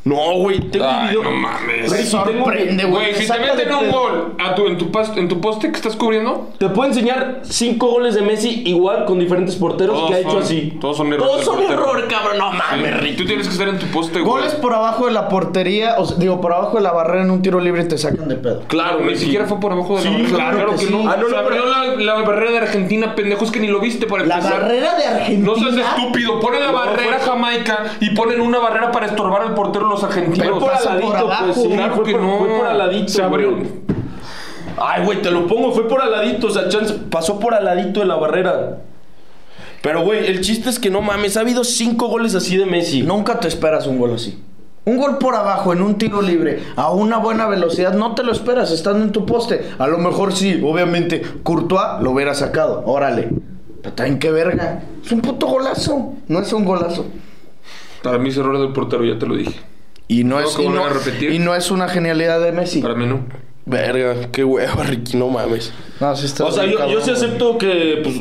Speaker 4: No, güey, tengo un
Speaker 3: Ay,
Speaker 4: video.
Speaker 3: no mames.
Speaker 4: Güey, tengo un-
Speaker 2: Sorprende,
Speaker 3: Güey, si te
Speaker 2: Sácale
Speaker 3: meten
Speaker 2: de-
Speaker 3: un gol a tu, en, tu pas- en tu poste que estás cubriendo,
Speaker 4: Te puedo enseñar cinco goles de Messi igual con diferentes porteros
Speaker 3: Todos
Speaker 4: que ha hecho
Speaker 3: son-
Speaker 4: así.
Speaker 3: todos son errores
Speaker 4: Todos
Speaker 3: del
Speaker 4: son
Speaker 3: portero.
Speaker 4: error, cabrón. No mames,
Speaker 3: y
Speaker 4: Ricky.
Speaker 3: tú tienes que estar en tu poste, güey.
Speaker 2: Goles por abajo de la portería, o sea, digo, por abajo de la barrera en un tiro libre y te sacan de pedo.
Speaker 4: Claro,
Speaker 3: Ni
Speaker 4: Ricky.
Speaker 3: siquiera fue por abajo de la
Speaker 2: Sí,
Speaker 3: barrera.
Speaker 2: claro que sí.
Speaker 3: no.
Speaker 4: Ah, no, no,
Speaker 3: Se abrió la, la barrera de Argentina, pendejos, que ni lo viste para
Speaker 2: La
Speaker 3: empezar.
Speaker 2: barrera de Argentina. pues.
Speaker 3: No seas estúpido, ponen la
Speaker 4: No,
Speaker 3: barrera
Speaker 4: fue-
Speaker 3: Jamaica y ponen una barrera para estorbar al portero los
Speaker 4: Fue
Speaker 3: argentinos.
Speaker 4: por
Speaker 2: pasa
Speaker 4: aladito,
Speaker 2: por abajo.
Speaker 4: pues. sí,
Speaker 3: Claro
Speaker 4: fue
Speaker 3: que
Speaker 4: por-
Speaker 3: no.
Speaker 4: Fue por aladito.
Speaker 3: Se abrió.
Speaker 4: güey. Ay, güey, te lo pongo. Fue por aladito. O sea, chance, pasó por aladito de la barrera. Pero, güey, el chiste es que no mames. Ha habido cinco goles así de Messi.
Speaker 2: Nunca te esperas un gol así. Un gol por abajo en un tiro libre a una buena velocidad no te lo esperas estando en tu poste. A lo mejor sí, obviamente Courtois lo hubiera sacado. Órale. Pero también qué verga. Es un puto golazo. No es un golazo.
Speaker 3: Para mí es error del portero, ya te lo dije.
Speaker 2: Y no,
Speaker 3: Tengo
Speaker 2: es,
Speaker 3: que
Speaker 2: y
Speaker 3: volver
Speaker 2: no-
Speaker 3: a repetir.
Speaker 2: y no es una genialidad de Messi.
Speaker 3: Para mí no.
Speaker 4: Verga, qué hueva, Ricky. No mames.
Speaker 2: No, sí está
Speaker 4: O sea,
Speaker 2: bien
Speaker 4: yo, yo
Speaker 2: cabrón,
Speaker 4: sí
Speaker 2: güey.
Speaker 4: acepto que, pues,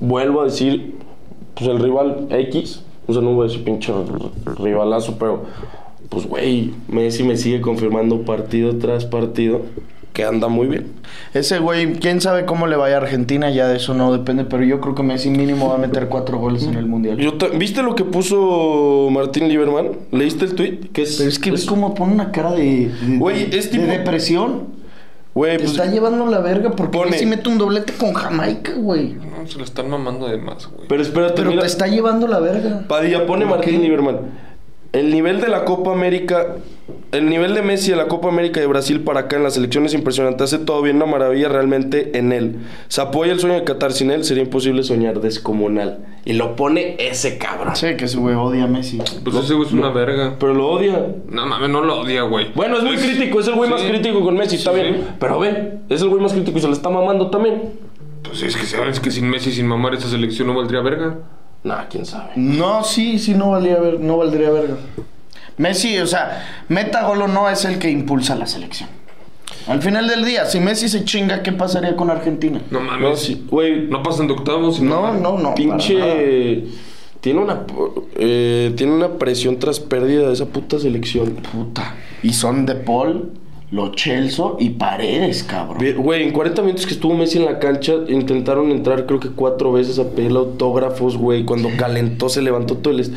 Speaker 4: vuelvo a decir, pues el rival X, o sea, no voy a decir pinche r- rivalazo, pero, pues, güey, Messi me sigue confirmando partido tras partido que anda muy bien.
Speaker 2: Ese güey, quién sabe cómo le vaya a Argentina, ya de eso no depende, pero yo creo que Messi mínimo va a meter cuatro goles en el Mundial.
Speaker 4: Yo ta- ¿Viste lo que puso Martín Lieberman? ¿Leíste el tweet? Que es,
Speaker 2: Pero es que ves cómo pone una cara de, de-
Speaker 4: Güey,
Speaker 2: de-
Speaker 4: es
Speaker 2: de
Speaker 4: tipo-
Speaker 2: depresión.
Speaker 4: Güey,
Speaker 2: Te
Speaker 4: pues,
Speaker 2: está llevando la verga porque
Speaker 4: Pone-
Speaker 2: Messi mete un doblete con Jamaica, güey.
Speaker 3: No, se lo están mamando de más, güey.
Speaker 4: pero espérate,
Speaker 2: Pero pues,
Speaker 4: mira.
Speaker 2: te está llevando la verga.
Speaker 4: Padilla pone
Speaker 2: ¿Por
Speaker 4: Martín
Speaker 2: qué?
Speaker 4: Lieberman. El nivel de la Copa América, el nivel de Messi de la Copa América de Brasil para acá en la selección es impresionante. Hace todo bien, una maravilla realmente en él. Se apoya el sueño de Qatar. Sin él sería imposible soñar descomunal. Y lo pone ese cabrón.
Speaker 2: Sí, que ese güey odia a Messi.
Speaker 3: Pues ese güey es una verga.
Speaker 4: Pero lo odia.
Speaker 3: No mames, no lo odia, güey.
Speaker 4: Bueno, es muy
Speaker 3: Pues,
Speaker 4: crítico, es el güey más
Speaker 3: sí.
Speaker 4: crítico con Messi, está
Speaker 3: Sí,
Speaker 4: bien.
Speaker 3: sí.
Speaker 4: Pero ve, es el güey más crítico y se lo está mamando también.
Speaker 3: Pues es que sabes que sin Messi, sin mamar, esa selección no valdría verga.
Speaker 4: Nah, quién sabe.
Speaker 2: No, sí, sí, no, valía ver, no valdría verga. Messi, o sea, meta gol o no es el que impulsa la selección. Al final del día, si Messi se chinga, ¿qué pasaría con Argentina?
Speaker 3: No mames.
Speaker 4: No, sí, güey,
Speaker 3: No pasan de octavos. sin
Speaker 2: pues, No,
Speaker 3: mamar.
Speaker 2: no, no. para nada.
Speaker 4: pinche. Tiene una, eh, tiene una presión tras pérdida de esa puta selección.
Speaker 2: Puta. Y son de Paul, Lo Celso y Paredes, cabrón.
Speaker 4: Ve- Güey, en 40 minutos que estuvo Messi en la cancha, intentaron entrar creo que cuatro veces a pedirle autógrafos, güey. Cuando calentó, se levantó todo el... est-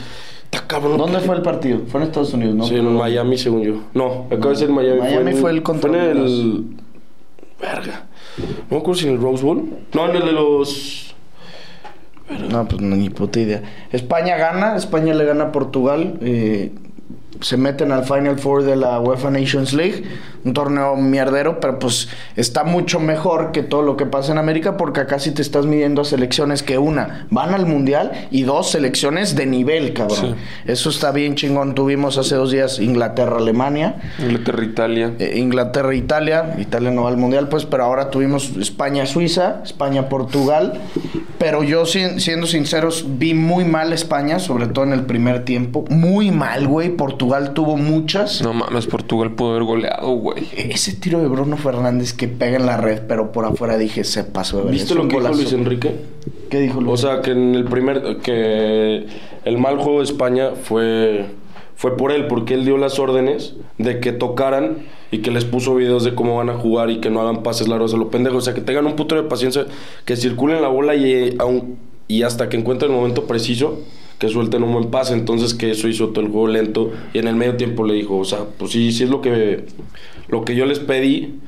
Speaker 4: Está cabrón.
Speaker 2: ¿Dónde fue el partido? Fue en Estados Unidos, ¿no?
Speaker 4: Sí, en Miami, según yo. No, acaba de ser en Miami.
Speaker 2: Ah, Miami
Speaker 4: en-
Speaker 2: fue el contra
Speaker 4: Fue en
Speaker 2: Honduras.
Speaker 4: el... Verga. No me acuerdo si en el Rose Bowl. No, en el de los...
Speaker 2: No, pues no, ni puta idea. España gana, España le gana a Portugal. eh, se meten al Final Four de la UEFA Nations League. Un torneo mierdero, pero pues está mucho mejor que todo lo que pasa en América porque acá sí te estás midiendo a selecciones que una, van al Mundial y dos, selecciones de nivel, cabrón. Eso está bien chingón. Tuvimos hace dos días Inglaterra-Alemania.
Speaker 3: Inglaterra, Italia.
Speaker 2: Eh, Inglaterra, Italia, Italia no va al mundial, pues, pero ahora tuvimos España, Suiza, España, Portugal, pero yo sin- siendo sinceros vi muy mal España, sobre todo en el primer tiempo, muy mal, güey, Portugal tuvo muchas.
Speaker 3: No mames, Portugal pudo haber goleado, güey. güey.
Speaker 2: Ese tiro de Bruno Fernández que pega en la red, pero por afuera dije, se pasó de ver.
Speaker 4: ¿Viste
Speaker 2: Es
Speaker 4: lo
Speaker 2: un
Speaker 4: que dijo
Speaker 2: golazo.
Speaker 4: Luis Enrique?
Speaker 2: ¿Qué dijo Luis?
Speaker 4: O sea, que en el primer. que el mal juego de España fue. fue por él, porque él dio las órdenes de que tocaran y que les puso videos de cómo van a jugar y que no hagan pases largos a los pendejos. O sea, que tengan un puto de paciencia, que circulen la bola y, eh, aun- y hasta que encuentren el momento preciso. Que suelten un buen pase, entonces que eso hizo todo el juego lento. Y en el medio tiempo le dijo: O sea, pues sí, sí es lo que, lo que yo les pedí,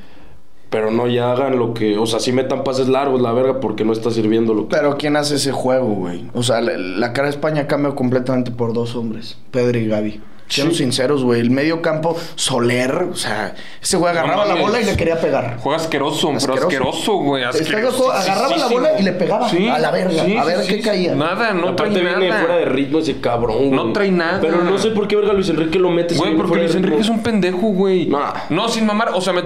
Speaker 4: pero no ya hagan lo que. O sea, sí metan pases largos, la verga, porque no está sirviendo lo que.
Speaker 2: Pero ¿quién hace ese juego, güey? O sea, la, la cara de España cambia completamente por dos hombres, Pedro y Gaby. Siendo
Speaker 4: Sí.
Speaker 2: sinceros, güey, el medio campo, Soler, o sea, ese güey agarraba la
Speaker 3: mames.
Speaker 2: bola y le quería pegar.
Speaker 3: Juega asqueroso, pero
Speaker 2: Asqueroso.
Speaker 3: asqueroso, güey.
Speaker 2: ¿Estás de acuerdo? Agarraba la bola y le pegaba
Speaker 3: Sí,
Speaker 2: a la verga,
Speaker 3: sí,
Speaker 2: a ver
Speaker 3: sí,
Speaker 2: qué
Speaker 3: sí.
Speaker 2: caía.
Speaker 3: Nada, no trae
Speaker 4: Aparte viene
Speaker 3: nada.
Speaker 4: fuera de ritmo ese cabrón.
Speaker 3: No
Speaker 4: güey.
Speaker 3: trae nada.
Speaker 4: Pero no sé por qué verga Luis Enrique lo mete. si
Speaker 3: Güey,
Speaker 4: viene
Speaker 3: porque
Speaker 4: fuera de
Speaker 3: Luis Enrique
Speaker 4: ritmo.
Speaker 3: es un pendejo, güey.
Speaker 4: Nah.
Speaker 3: No, sin mamar, o sea, me-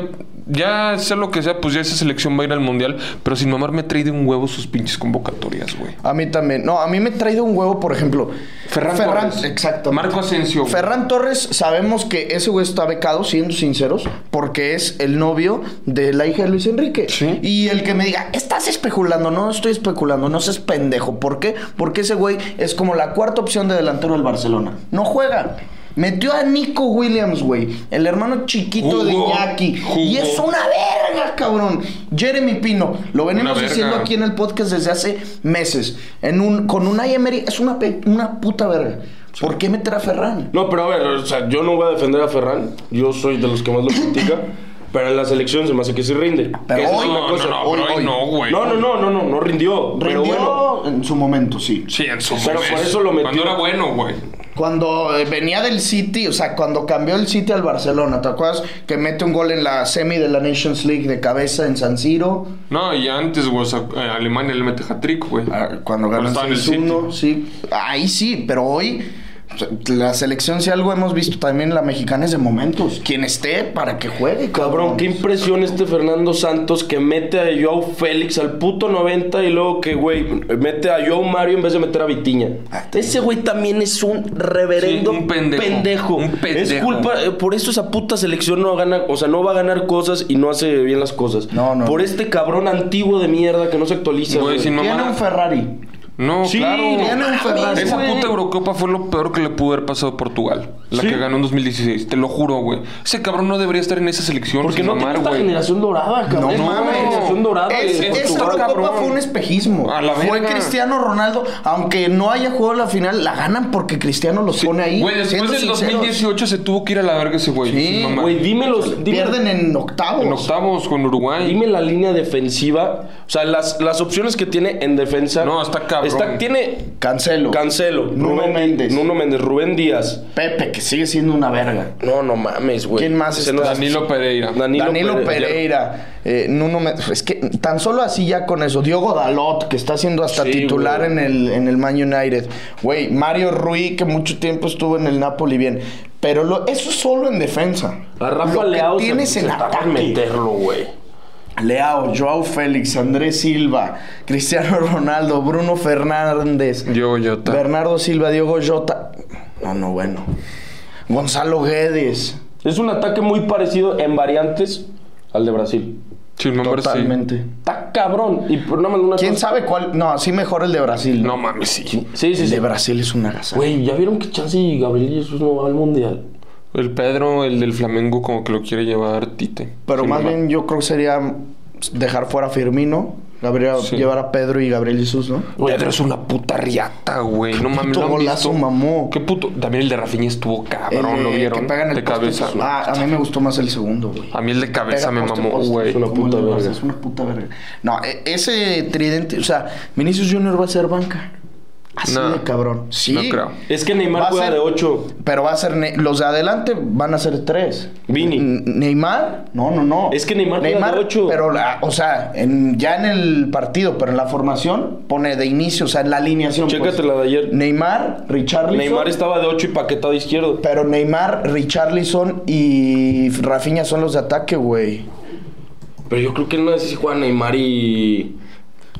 Speaker 3: ya sea lo que sea, pues ya esa selección va a ir al mundial, pero sin mamar me trae de un huevo sus pinches convocatorias, güey.
Speaker 2: A mí también. No, a mí me ha traído un huevo, por ejemplo.
Speaker 3: Ferran Torres.
Speaker 2: Exacto.
Speaker 3: Marco Asensio. güey.
Speaker 2: Ferran Torres, sabemos que ese güey está becado, siendo sinceros, porque es el novio de la hija de Luis Enrique.
Speaker 3: Sí.
Speaker 2: Y el que me diga, estás especulando, no estoy especulando, no seas pendejo. ¿Por qué? Porque ese güey es como la cuarta opción de delantero del Barcelona. No juega. Metió a Nico Williams, güey, el hermano chiquito de
Speaker 3: Jugó.
Speaker 2: Iñaki. Y
Speaker 3: Jugó.
Speaker 2: es una verga, cabrón. Jeremy Pino, lo venimos
Speaker 3: verga.
Speaker 2: diciendo aquí en en el podcast desde hace meses. En un, con un Emery es una, pe- una puta verga. ¿Por qué meter a Ferran?
Speaker 4: No, pero a ver, o sea, yo no voy a defender a Ferran. Yo soy de los que más lo critica. pero en la selección se me hace que sí rinde.
Speaker 2: Pero
Speaker 4: Que esa es
Speaker 2: hoy-
Speaker 4: una
Speaker 3: No,
Speaker 4: cosa.
Speaker 3: no, no,
Speaker 2: hoy-
Speaker 3: pero
Speaker 2: hoy.
Speaker 3: hoy no, güey.
Speaker 4: no, no, no, no, no, no rindió. Pero
Speaker 2: Rindió
Speaker 4: bueno.
Speaker 2: en su momento, sí.
Speaker 3: Sí, en su
Speaker 4: Pero
Speaker 3: momento.
Speaker 4: por eso lo metió.
Speaker 3: Cuando era bueno, güey.
Speaker 2: Cuando eh, venía del City, o sea, cuando cambió el City al Barcelona, ¿te acuerdas? Que mete un gol en la semi de la Nations League de cabeza en San Siro.
Speaker 3: No, y antes, güey, o sea, eh, Alemania le mete hat-trick, güey.
Speaker 2: Ah, Cuando
Speaker 3: Cuando
Speaker 2: ganan
Speaker 3: estaba en el
Speaker 2: 6-1, sí. Ahí sí, pero hoy o sea, la selección, si algo hemos visto también, la mexicana es de momentos. Quien esté para que juegue,
Speaker 4: Cabrón, qué impresión este Fernando Santos que mete a Joao Félix al puto 90 y luego que, güey, mete a Joao Mario en vez de meter a Vitiña.
Speaker 2: Ah,
Speaker 4: Ese güey también es un reverendo
Speaker 3: Sí, un pendejo. Un pendejo.
Speaker 4: Es culpa, eh, por eso esa puta selección no gana, o sea, no va a ganar cosas y no hace bien las cosas.
Speaker 2: No, no.
Speaker 4: Por este cabrón antiguo de mierda que no se actualiza.
Speaker 3: Güey, sin
Speaker 2: Tiene
Speaker 3: mamar.
Speaker 2: un Ferrari.
Speaker 3: No,
Speaker 4: Sí,
Speaker 3: claro.
Speaker 2: tiene un Ferrari,
Speaker 3: Esa
Speaker 2: güey.
Speaker 3: puta Eurocopa fue lo peor que le pudo haber pasado a Portugal. La
Speaker 4: Sí.
Speaker 3: que ganó en 2016. Te lo juro, güey. Ese cabrón no debería estar en esa selección.
Speaker 4: Porque
Speaker 3: sin
Speaker 4: no
Speaker 3: mamar,
Speaker 4: tiene esta
Speaker 3: güey.
Speaker 4: generación dorada, cabrón.
Speaker 2: No
Speaker 4: Es una
Speaker 2: mames.
Speaker 4: generación dorada.
Speaker 2: Es-
Speaker 4: de
Speaker 2: esa
Speaker 4: Portugal.
Speaker 2: Eurocopa
Speaker 3: cabrón.
Speaker 2: fue un espejismo.
Speaker 3: A la
Speaker 2: fue
Speaker 3: verga.
Speaker 2: Cristiano Ronaldo, aunque no haya jugado la final, la ganan porque Cristiano los pone ahí.
Speaker 3: Güey, después
Speaker 2: siendo
Speaker 3: del
Speaker 2: sinceros.
Speaker 3: 2018 se tuvo que ir a la verga ese güey.
Speaker 2: Sí,
Speaker 3: sin mamar.
Speaker 4: Güey, dímelos. dime-
Speaker 2: Pierden en octavos.
Speaker 3: En octavos con Uruguay.
Speaker 4: Dime la línea defensiva. O sea, las, las opciones que tiene en defensa.
Speaker 3: No, está cabrón.
Speaker 4: tiene
Speaker 2: Cancelo.
Speaker 4: Cancelo,
Speaker 2: Nuno
Speaker 4: Rubén
Speaker 2: Méndez.
Speaker 4: Nuno Méndez, Rubén Díaz.
Speaker 2: Pepe, que sigue siendo una verga.
Speaker 4: No, no mames, güey.
Speaker 2: ¿Quién más
Speaker 4: Se
Speaker 2: está?
Speaker 3: Danilo Pereira.
Speaker 4: Danilo,
Speaker 2: Danilo,
Speaker 4: Pereira.
Speaker 2: Pereira, eh, Nuno Me- es que tan solo así ya con eso, Diogo Dalot, que está siendo hasta
Speaker 4: Sí,
Speaker 2: titular
Speaker 4: güey.
Speaker 2: en el, en el Man United, güey, Mario Rui, que mucho tiempo estuvo en el Napoli bien, pero lo, eso solo en defensa.
Speaker 4: A Rafa
Speaker 2: Lo que
Speaker 4: Leao se-
Speaker 2: tienes
Speaker 4: se
Speaker 2: en
Speaker 4: tarda en
Speaker 2: ataque.
Speaker 4: meterlo, güey.
Speaker 2: Leao, Joao Félix, Andrés Silva, Cristiano Ronaldo, Bruno Fernández,
Speaker 3: Diogo Jota.
Speaker 2: Bernardo Silva, Diogo Jota, no, no, bueno, Gonzalo Guedes.
Speaker 4: Es un ataque muy parecido en variantes al de Brasil.
Speaker 3: Sin mamar, sí.
Speaker 2: Totalmente.
Speaker 4: Está cabrón. Y por nada más una
Speaker 2: ¿Quién
Speaker 4: cosa-
Speaker 2: sabe cuál? No, sí mejor el de Brasil.
Speaker 3: No mames, sí.
Speaker 4: Sí, sí,
Speaker 2: El
Speaker 4: sí.
Speaker 2: de Brasil es una gasa.
Speaker 4: Güey, ¿ya vieron que Chance y Gabriel Jesús no va al mundial?
Speaker 3: El Pedro, el del Flamengo, como que lo quiere llevar Tite.
Speaker 2: Pero
Speaker 3: Sin
Speaker 2: más
Speaker 3: mamar.
Speaker 2: bien yo creo que sería dejar fuera a Firmino, Gabriel,
Speaker 3: Sí.
Speaker 2: llevar a Pedro y Gabriel Jesús, ¿no?
Speaker 4: Güey,
Speaker 3: Pedro es una puta riata, güey. No mames,
Speaker 2: puto
Speaker 3: ¿lo han
Speaker 2: golazo,
Speaker 3: visto?
Speaker 2: mamó.
Speaker 3: Qué puto. También el de Rafinha estuvo
Speaker 2: El,
Speaker 3: cabrón, Ah, lo
Speaker 2: eh,
Speaker 3: vieron.
Speaker 2: que pegan el
Speaker 3: de
Speaker 2: poste,
Speaker 3: cabeza.
Speaker 2: pues, Ah, a mí me gustó más el segundo, güey.
Speaker 3: A mí el de cabeza
Speaker 2: Pega
Speaker 3: me
Speaker 2: poste,
Speaker 3: mamó,
Speaker 2: poste,
Speaker 3: güey.
Speaker 2: Es una
Speaker 4: ¿Cómo
Speaker 2: puta
Speaker 4: le vas?
Speaker 2: verga.
Speaker 4: Es
Speaker 2: Es una puta verga. No, e- ese tridente, o sea, Vinicius Junior va a ser banca. Así
Speaker 3: No.
Speaker 2: de cabrón. Sí.
Speaker 3: No creo.
Speaker 4: Es que
Speaker 2: Va a
Speaker 4: Neymar juega
Speaker 2: ser-
Speaker 4: de 8.
Speaker 2: Pero va a ser. Ne- los de adelante van a ser tres.
Speaker 4: Vini.
Speaker 2: N- Neymar. No, no, no.
Speaker 4: Es que Neymar juega de ocho.
Speaker 2: Pero, la- o sea, en- ya en el partido, pero en la formación, pone de inicio, o sea, en la alineación.
Speaker 4: Chécate
Speaker 2: pues.
Speaker 4: la de ayer.
Speaker 2: Neymar, Richarlison.
Speaker 4: Neymar estaba de 8 y paquetado izquierdo.
Speaker 2: Pero Neymar, Richarlison y Rafinha son los de ataque, güey.
Speaker 4: Pero yo creo que no sé si juega Neymar y.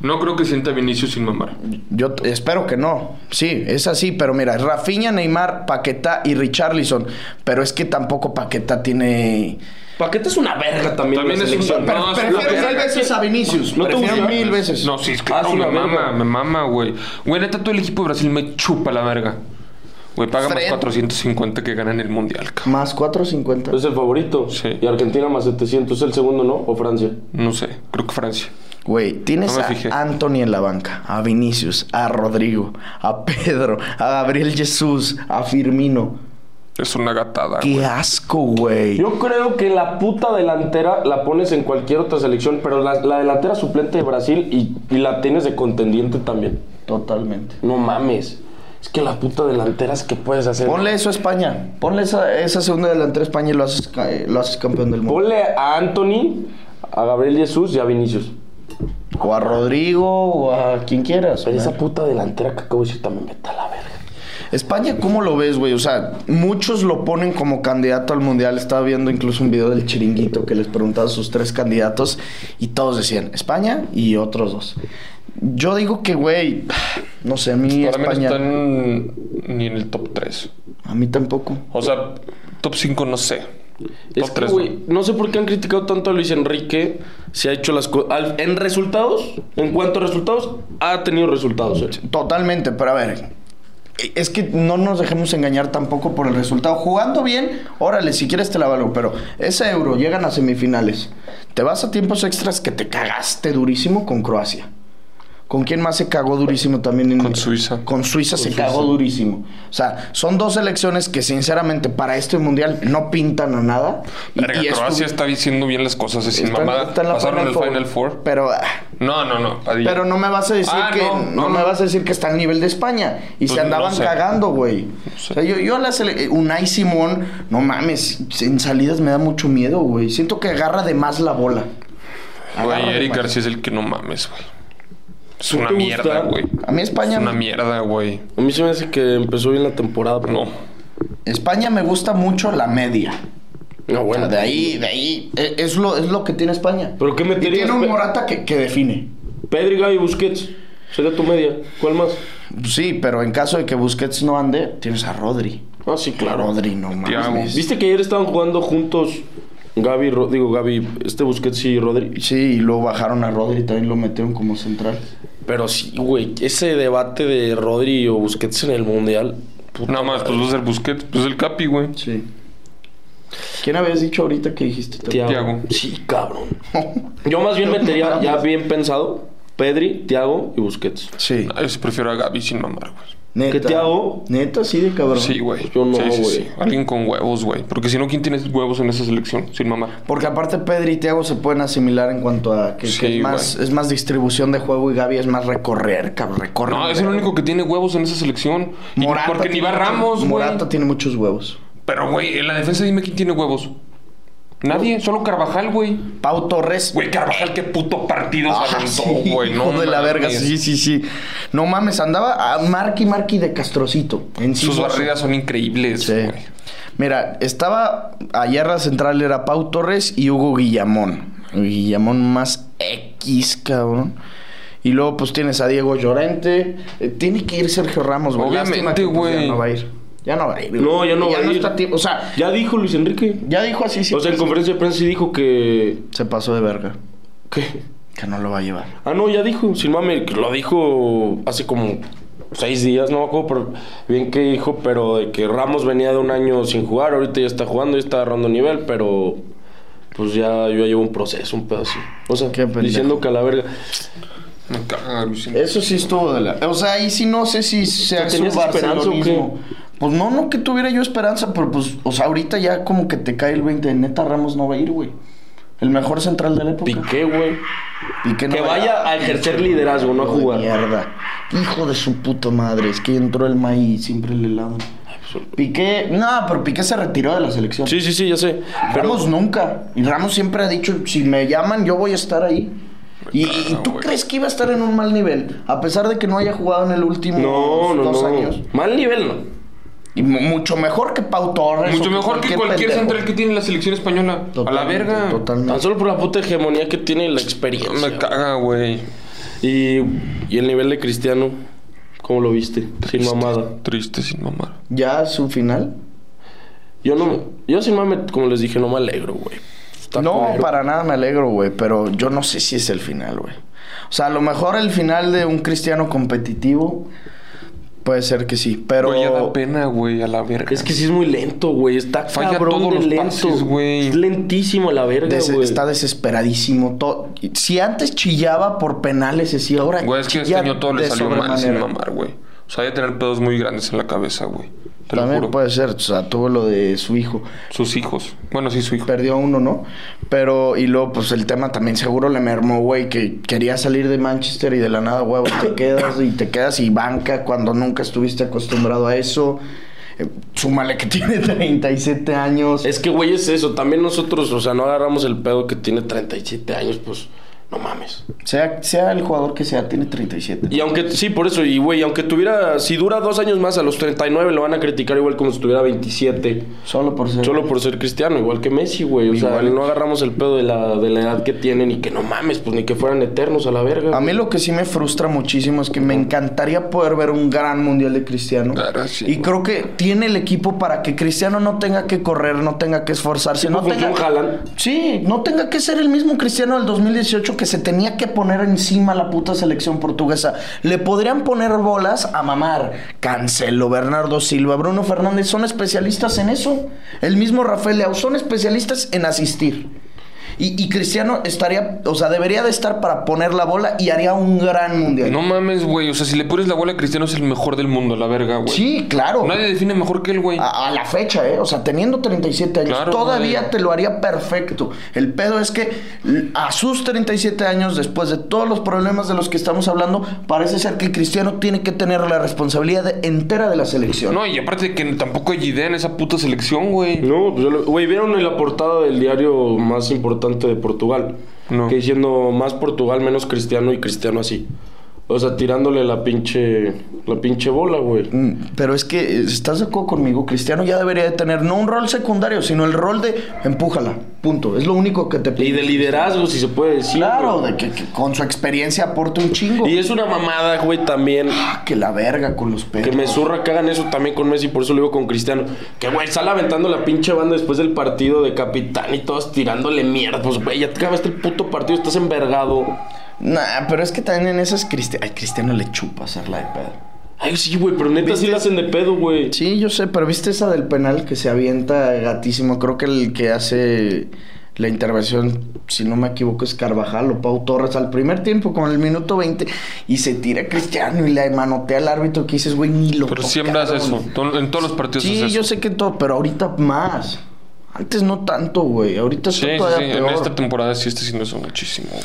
Speaker 3: No creo que sienta Vinicius sin mamar.
Speaker 2: Yo t- espero que no. Sí, es así, pero mira, Rafinha, Neymar, Paquetá y Richarlison. Pero es que tampoco Paquetá tiene
Speaker 4: Paquete es una verga también.
Speaker 3: También
Speaker 4: en
Speaker 3: es
Speaker 4: la
Speaker 3: un-
Speaker 4: selección.
Speaker 3: Pero- No,
Speaker 2: Prefiero
Speaker 3: es una
Speaker 2: mil
Speaker 3: verga.
Speaker 2: veces a Vinicius.
Speaker 4: No te
Speaker 2: Prefiero
Speaker 4: gusta.
Speaker 2: mil veces.
Speaker 3: No, sí, claro,
Speaker 4: Ah, es
Speaker 3: me
Speaker 4: una verga.
Speaker 3: mama, me mama, güey. Güey, neta, todo el equipo de Brasil me chupa la verga. Güey, paga
Speaker 2: Fred.
Speaker 3: más 450 que ganan el Mundial, cabrón.
Speaker 2: Más 450.
Speaker 3: Pues,
Speaker 4: Es el favorito.
Speaker 3: Sí.
Speaker 4: Y Argentina más 700. ¿Es el segundo, no? ¿O Francia?
Speaker 3: No sé, creo que Francia.
Speaker 2: Güey, tienes
Speaker 3: No me fijé.
Speaker 2: a Anthony en la banca, a Vinicius, a Rodrigo, a Pedro, a Gabriel Jesús, a Firmino.
Speaker 3: Es una gatada, Ah, güey.
Speaker 2: Qué asco, güey.
Speaker 4: Yo creo que la puta delantera la pones en cualquier otra selección, pero la, la delantera suplente de Brasil y, y la tienes de contendiente también.
Speaker 2: Totalmente.
Speaker 4: No mames. Es que la puta delantera es que puedes hacer.
Speaker 2: Ponle eso a España. Ponle esa, esa segunda delantera a España y lo haces, ca- eh, lo haces campeón del mundo.
Speaker 4: Ponle a Anthony, a Gabriel Jesús y a Vinicius.
Speaker 2: O a Rodrigo o a quien quieras.
Speaker 4: Pero
Speaker 2: güey.
Speaker 4: esa puta delantera que acabo de decir también meta la verga.
Speaker 2: España, ¿cómo lo ves, güey? O sea, muchos lo ponen como candidato al mundial. Estaba viendo incluso un video del chiringuito que les preguntaba a sus tres candidatos y todos decían España y otros dos. Yo digo que, güey, no sé, a mí
Speaker 3: Para mí no
Speaker 2: España.
Speaker 3: están ni en el top 3.
Speaker 2: A mí tampoco.
Speaker 3: O sea, top 5 no sé.
Speaker 4: Es
Speaker 3: Top
Speaker 4: que,
Speaker 3: 3
Speaker 4: güey, no sé por qué han criticado tanto a Luis Enrique. Se ha hecho las cosas. En resultados, en cuanto a resultados, ha tenido resultados. eh. él.
Speaker 2: Totalmente, pero a ver. Es que no nos dejemos engañar tampoco por el resultado. Jugando bien, órale, si quieres te la valgo, pero ese euro llegan a semifinales. Te vas a tiempos extras que te cagaste durísimo con Croacia. ¿Con quién más se cagó durísimo también? en-
Speaker 3: Con Suiza.
Speaker 2: Con Suiza se cagó durísimo. O sea, son dos elecciones que sinceramente para este mundial no pintan a nada.
Speaker 3: Verga,
Speaker 2: estu-
Speaker 3: Croacia está diciendo bien las cosas, es sin
Speaker 2: están-
Speaker 3: mamada.
Speaker 2: están en la
Speaker 3: Pasaron el Final Four.
Speaker 2: Pero... ah,
Speaker 3: No, no, no, Padilla.
Speaker 2: Pero no me vas a decir
Speaker 3: Ah,
Speaker 2: que
Speaker 3: no,
Speaker 2: no,
Speaker 3: no,
Speaker 2: me
Speaker 3: no.
Speaker 2: vas a decir que está al nivel de España y se
Speaker 3: Pues
Speaker 2: andaban
Speaker 3: no sé.
Speaker 2: cagando, güey. O
Speaker 3: sé.
Speaker 2: sea, yo yo la sele- eh, Unai Simón, no mames, en salidas me da mucho miedo, güey. Siento que agarra de más la bola. Agarra
Speaker 3: Güey,
Speaker 2: de
Speaker 3: Eric
Speaker 2: más.
Speaker 3: García es el que no mames, güey. Es
Speaker 4: ¿No
Speaker 3: una
Speaker 4: te gusta?
Speaker 3: mierda, güey.
Speaker 2: A mí
Speaker 3: Es
Speaker 2: España
Speaker 3: una mierda, güey.
Speaker 4: A mí se me hace que empezó bien la temporada. pero-
Speaker 3: No.
Speaker 2: España me gusta mucho la media.
Speaker 4: No,
Speaker 2: O sea,
Speaker 4: bueno.
Speaker 2: de ahí, de ahí e- es lo es lo que tiene España.
Speaker 4: ¿Pero qué
Speaker 2: y
Speaker 4: meterías?
Speaker 2: tiene un
Speaker 4: Pe-
Speaker 2: Morata que, que define.
Speaker 4: Pedri, Gaby, Busquets. Sería tu media. ¿Cuál más?
Speaker 2: Sí, pero en caso de que Busquets no ande, tienes a Rodri.
Speaker 4: Ah, sí, claro.
Speaker 2: Rodri, no
Speaker 3: Thiago.
Speaker 2: mames.
Speaker 4: ¿Viste que ayer estaban jugando juntos Gaby, Ro- digo Gaby, este Busquets y Rodri?
Speaker 2: Sí, y luego bajaron a Rodri y también lo metieron como central.
Speaker 4: Pero sí, güey, ese debate de Rodri o Busquets en el Mundial. puta
Speaker 3: Nada más,
Speaker 4: madre.
Speaker 3: pues va a ser Busquets. Pues el Capi, güey.
Speaker 2: Sí. ¿Quién habías dicho ahorita que dijiste?
Speaker 4: Thiago.
Speaker 3: Thiago.
Speaker 4: Sí, cabrón. Yo más bien metería, ya bien pensado, Pedri, Thiago y Busquets.
Speaker 2: sí.
Speaker 3: Ah, Yo sí prefiero a Gaby sin mamar, güey.
Speaker 2: Neta.
Speaker 4: ¿Qué te hago?
Speaker 2: Neta, sí, de cabrón.
Speaker 3: Sí, güey.
Speaker 4: Yo no,
Speaker 3: Sí, sí,
Speaker 4: güey.
Speaker 3: sí. Alguien con huevos, güey. Porque si no, ¿quién tiene huevos en esa selección? Sin mamar.
Speaker 2: Porque aparte Pedri y Thiago se pueden asimilar en cuanto a que, que
Speaker 3: Sí,
Speaker 2: es, más,
Speaker 3: güey.
Speaker 2: es más distribución de juego y Gaby es más recorrer, cabrón, recorrer.
Speaker 3: No, es el único que tiene huevos en esa selección. Y
Speaker 2: Morata
Speaker 3: porque ni
Speaker 2: tiene
Speaker 3: va
Speaker 2: mucho-
Speaker 3: Ramos, güey.
Speaker 2: Morata tiene muchos huevos.
Speaker 3: Pero, güey, en la defensa dime quién tiene huevos. Nadie, solo Carvajal, güey.
Speaker 2: Pau Torres.
Speaker 3: Güey, Carvajal, qué puto partido
Speaker 2: Ah,
Speaker 3: se aventó,
Speaker 2: sí,
Speaker 3: güey. No
Speaker 2: hijo de la
Speaker 3: mames.
Speaker 2: verga, sí, sí, sí. No mames, andaba a Marky Marky de Castrocito. En
Speaker 3: Sus
Speaker 2: Siboso.
Speaker 3: barridas son increíbles,
Speaker 2: Sí.
Speaker 3: güey.
Speaker 2: Mira, estaba ayer la central era Pau Torres y Hugo Guillamón. Guillamón más X, cabrón. Y luego pues tienes a Diego Llorente. Eh, tiene que ir Sergio Ramos, güey.
Speaker 3: Obviamente,
Speaker 2: Lástima que, pues,
Speaker 3: güey.
Speaker 2: Ya no va a ir. Ya no va a ir. güey.
Speaker 4: No, ya no va a ir.
Speaker 2: está tiempo. O sea,
Speaker 4: Ya dijo Luis Enrique.
Speaker 2: ya dijo así. sí,
Speaker 4: o sea, en
Speaker 2: pues,
Speaker 4: conferencia de prensa sí dijo que.
Speaker 2: Se pasó de verga.
Speaker 4: ¿Qué?
Speaker 2: Que no lo va a llevar.
Speaker 4: Ah, no, ya dijo, sin mame, que lo dijo hace como seis días, no me acuerdo por- bien qué dijo, pero de que Ramos venía de un año sin jugar, ahorita ya está jugando, ya está agarrando nivel, pero pues ya yo ya llevo un proceso, un pedo así. O sea,
Speaker 2: Qué pendejo.
Speaker 4: diciendo que a la verga.
Speaker 3: Me caga, Luis Enrique.
Speaker 2: Eso sí estuvo de la. O sea, ahí sí no sé si sea su
Speaker 4: ¿Tenías esperanza o qué?
Speaker 2: barcelonismo. Pues no, no que tuviera yo esperanza, pero pues, o sea, ahorita ya como que te cae el 20 de neta Ramos no va a ir, güey. El mejor central de la época.
Speaker 4: Piqué, güey.
Speaker 2: Piqué no
Speaker 4: Que
Speaker 2: va a ir.
Speaker 4: vaya a ejercer liderazgo, no a
Speaker 2: Hijo de
Speaker 4: jugar.
Speaker 2: Mierda. Hijo de su puta madre. Es que entró el maíz siempre le helado.
Speaker 4: pues,
Speaker 2: Piqué. No, pero Piqué se retiró de la selección.
Speaker 4: Sí, sí, sí, ya sé. Pero
Speaker 2: Ramos nunca. Y Ramos siempre ha dicho, si me llaman, yo voy a estar ahí. ¿Y, y tú
Speaker 3: Pues güey.
Speaker 2: crees que iba a estar en un mal nivel? A pesar de que no haya jugado en el último
Speaker 4: no, no,
Speaker 2: pues, dos
Speaker 4: no.
Speaker 2: años.
Speaker 4: Mal nivel, no.
Speaker 2: Y mu- mucho mejor que Pau Torres. o
Speaker 3: Mucho mejor que cualquier
Speaker 2: Eh, pendejo.
Speaker 3: central que tiene la selección española. a la
Speaker 2: Totalmente,
Speaker 3: verga.
Speaker 4: Tan
Speaker 2: Totalmente.
Speaker 4: solo por la puta hegemonía que tiene y la experiencia.
Speaker 3: Me caga, güey.
Speaker 4: Y, y el nivel de Cristiano, ¿cómo lo viste? Sin
Speaker 3: Triste,
Speaker 4: mamada.
Speaker 3: Triste sin mamar.
Speaker 2: Ya su final.
Speaker 4: Yo no, yo sin mame, como les dije, no me alegro, güey. Está
Speaker 2: no,
Speaker 4: culero.
Speaker 2: para nada me alegro, güey, pero yo no sé si es el final, güey. O sea, a lo mejor el final de un cristiano competitivo puede ser que sí, pero...
Speaker 3: Güey, ya da pena, güey, a la verga.
Speaker 4: Es que sí es muy lento, güey. Está
Speaker 3: Falla
Speaker 4: cabrón
Speaker 3: todos
Speaker 4: de
Speaker 3: los
Speaker 4: lento.
Speaker 3: pases, güey.
Speaker 4: Es lentísimo la verga,
Speaker 2: Des-
Speaker 4: güey.
Speaker 2: está desesperadísimo. to- Si antes chillaba por penales, así ahora.
Speaker 3: Güey, es que este
Speaker 2: chilla
Speaker 3: año todo le
Speaker 2: de
Speaker 3: salió mal sin
Speaker 2: sobremanera.
Speaker 3: mamar, güey. O sea, ya tener pedos muy grandes en la cabeza, güey. Te lo
Speaker 2: También
Speaker 3: juro.
Speaker 2: puede ser, o sea, tuvo lo de su hijo.
Speaker 3: Sus hijos. Bueno, sí, su hijo.
Speaker 2: Perdió uno, ¿no? Pero, y luego, pues el tema también seguro le mermó, güey, que quería salir de Manchester y de la nada, güey, te quedas y te quedas y banca cuando nunca estuviste acostumbrado a eso. Eh, súmale que tiene 37 años.
Speaker 4: Es que, güey, es eso. También nosotros, o sea, no agarramos el pedo que tiene 37 años, pues, no mames.
Speaker 2: Sea, sea el jugador que sea, tiene 37.
Speaker 4: Y aunque, sí, por eso, y güey, aunque tuviera, si dura dos años más, a los 39 lo van a criticar igual como si tuviera 27.
Speaker 2: Solo por ser.
Speaker 4: Solo por ser cristiano, igual que Messi, güey. O sea,
Speaker 3: Igual.
Speaker 4: no agarramos el pedo de la, de la edad que tienen y que no mames, pues ni que fueran eternos a la verga.
Speaker 2: A mí lo que sí me frustra muchísimo es que me encantaría poder ver un gran mundial de Cristiano.
Speaker 3: Claro, sí.
Speaker 2: Y creo que tiene el equipo para que Cristiano no tenga que correr, no tenga que esforzarse, no tenga...
Speaker 4: Jalan.
Speaker 2: Sí, no tenga que ser el mismo Cristiano del 2018 que se tenía que poner encima la puta selección portuguesa. Le podrían poner bolas a mamar. Cancelo, Bernardo Silva, Bruno Fernández son especialistas en eso. El mismo Rafael Leao son especialistas en asistir. Y, y Cristiano estaría, o sea, debería de estar para poner la bola y haría un gran mundial.
Speaker 3: No mames, güey. O sea, si le pones la bola a Cristiano es el mejor del mundo, la verga, güey.
Speaker 2: sí, claro.
Speaker 3: Nadie define mejor que él, güey.
Speaker 2: A, a la fecha, ¿eh? O sea, teniendo 37 años,
Speaker 3: Claro,
Speaker 2: todavía
Speaker 3: güey.
Speaker 2: te lo haría perfecto. El pedo es que l- a sus 37 años, después de todos los problemas de los que estamos hablando, parece ser que Cristiano tiene que tener la responsabilidad de- entera de la selección.
Speaker 3: No, y aparte de que tampoco hay idea en esa puta selección, güey.
Speaker 4: No, pues yo lo- güey, ¿vieron en la portada del diario más importante de Portugal?
Speaker 3: No.
Speaker 4: Que diciendo más Portugal, menos cristiano y cristiano así. O sea, tirándole la pinche, la pinche bola, güey.
Speaker 2: Mm, Pero es que, eh, ¿estás de acuerdo conmigo? Cristiano ya debería de tener no un rol secundario, sino el rol de empújala. Punto. Es lo único que te pide.
Speaker 4: Y de liderazgo, si se puede decir.
Speaker 2: Claro,
Speaker 4: güey.
Speaker 2: de que, que con su experiencia aporte un chingo.
Speaker 4: Y es una mamada, güey, también.
Speaker 2: Ah, que la verga con los pedos.
Speaker 4: Que me zurra que hagan eso también con Messi, por eso lo digo con Cristiano. Que, güey, sale aventando la pinche banda después del partido de capitán y todos tirándole mierda. Pues, güey, ya te acabaste el puto partido, estás envergado.
Speaker 2: Nah, pero es que también en esas Cristiano. Ay, Cristiano le chupa hacerla de pedo.
Speaker 4: Ay, sí, güey, pero neta sí la hacen de pedo, güey.
Speaker 2: Sí, yo sé, pero viste esa del penal que se avienta gatísimo. Creo que el que hace la intervención, si no me equivoco, es Carvajal o Pau Torres al primer tiempo, con el minuto 20, y se tira Cristiano y le manotea al árbitro que dices, güey, ni lo
Speaker 4: pues,
Speaker 3: Pero siempre hace
Speaker 2: tocaron.
Speaker 3: eso. To- En todos los partidos
Speaker 2: Sí,
Speaker 3: hace eso.
Speaker 2: yo sé que todo, pero ahorita más. Antes no tanto, güey. Ahorita
Speaker 3: Sí,
Speaker 2: está
Speaker 3: sí,
Speaker 2: todavía
Speaker 3: sí. En este
Speaker 2: peor.
Speaker 3: esta temporada sí está haciendo eso muchísimo, güey.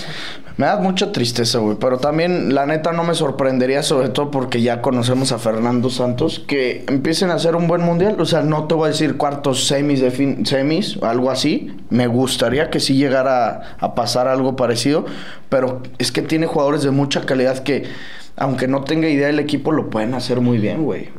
Speaker 2: Me da mucha tristeza, güey. Pero también, la neta, no me sorprendería, sobre todo porque ya conocemos a Fernando Santos, que empiecen a hacer un buen mundial. O sea, no te voy a decir cuartos, semis, de fin- semis, o algo así. Me gustaría que sí llegara a, a pasar algo parecido. Pero es que tiene jugadores de mucha calidad que, aunque no tenga idea del equipo, lo pueden hacer muy bien, güey.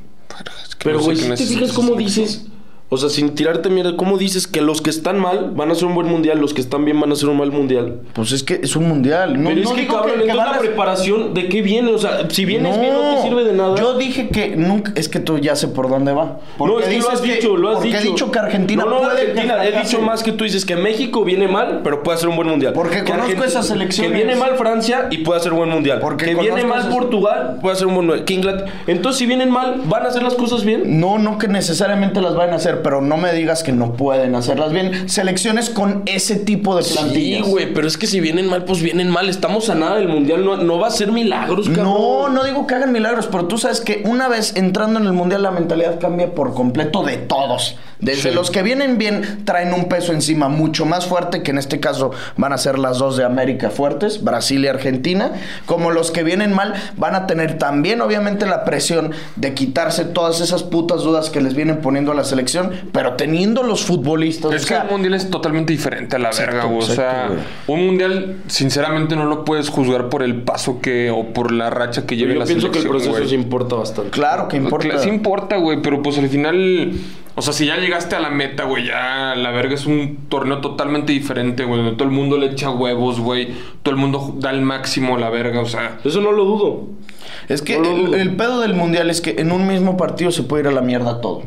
Speaker 3: Es que
Speaker 4: Pero,
Speaker 3: no sé
Speaker 4: güey,
Speaker 3: qué
Speaker 4: si te
Speaker 3: necesitas
Speaker 4: fijas cómo
Speaker 3: hacer.
Speaker 4: dices, o sea, sin tirarte mierda, cómo dices que los que están mal van a hacer un buen mundial, los que están bien van a hacer un mal mundial.
Speaker 2: Pues es que es un mundial. No,
Speaker 4: Pero
Speaker 2: no
Speaker 4: es que,
Speaker 2: digo
Speaker 4: cabrón, entonces
Speaker 2: van
Speaker 4: la
Speaker 2: a-
Speaker 4: preparación, ¿de qué viene? O sea, si vienes
Speaker 2: No,
Speaker 4: bien no te sirve de nada.
Speaker 2: Yo dije que nunca. Es que tú ya sé por dónde va.
Speaker 4: no, es que lo
Speaker 2: dices
Speaker 4: has dicho, lo has
Speaker 2: porque
Speaker 4: dicho.
Speaker 2: he dicho que Argentina
Speaker 4: no, no,
Speaker 2: puede. que
Speaker 4: Argentina, he
Speaker 2: fracase.
Speaker 4: dicho más que tú dices que México viene mal, pero puede hacer un buen mundial.
Speaker 2: Porque
Speaker 4: Que
Speaker 2: conozco
Speaker 4: Argen-
Speaker 2: esas selecciones.
Speaker 4: Que viene mal Francia y puede hacer buen mundial.
Speaker 2: Porque
Speaker 4: que viene
Speaker 2: conozco
Speaker 4: mal
Speaker 2: esas-
Speaker 4: Portugal, puede hacer un buen mundial. Que Inglaterra... Entonces, si vienen mal, ¿van a hacer las cosas bien?
Speaker 2: No, no que necesariamente las van a hacer, pero no me digas que no pueden hacerlas bien. Selecciones con ese tipo de
Speaker 4: Sí,
Speaker 2: plantillas.
Speaker 4: güey, pero es que si vienen mal, pues vienen mal. Estamos a nada del mundial. No, no va a ser milagros, cabrón.
Speaker 2: No, no digo que hagan milagros, pero tú sabes que una vez entrando en el mundial la mentalidad cambia por completo de todos. Desde
Speaker 3: Sí.
Speaker 2: los que vienen bien traen un peso encima mucho más fuerte, que en este caso van a ser las dos de América fuertes, Brasil y Argentina, como los que vienen mal van a tener también obviamente la presión de quitarse todas esas putas dudas que les vienen poniendo a la selección, pero teniendo los futbolistas,
Speaker 3: Es
Speaker 2: o
Speaker 3: que
Speaker 2: sea,
Speaker 3: un mundial es totalmente diferente a la
Speaker 2: Exacto,
Speaker 3: verga, güey. O sea,
Speaker 2: exacto,
Speaker 3: un mundial, sinceramente, no lo puedes juzgar por el paso que o por la racha que lleve
Speaker 4: Yo
Speaker 3: la
Speaker 4: pienso
Speaker 3: selección.
Speaker 4: que el proceso
Speaker 3: güey.
Speaker 4: sí importa bastante.
Speaker 2: claro que importa.
Speaker 3: Cla- Sí importa, güey, pero pues al final, o sea, si ya llegaste a la meta, güey, ya la verga es un torneo totalmente diferente, güey, donde todo el mundo le echa huevos, güey, todo el mundo da el máximo a la verga, o sea,
Speaker 4: Eso no lo dudo.
Speaker 2: Es que
Speaker 4: No lo
Speaker 2: el,
Speaker 4: dudo.
Speaker 2: el pedo del mundial es que en un mismo partido se puede ir a la mierda todo.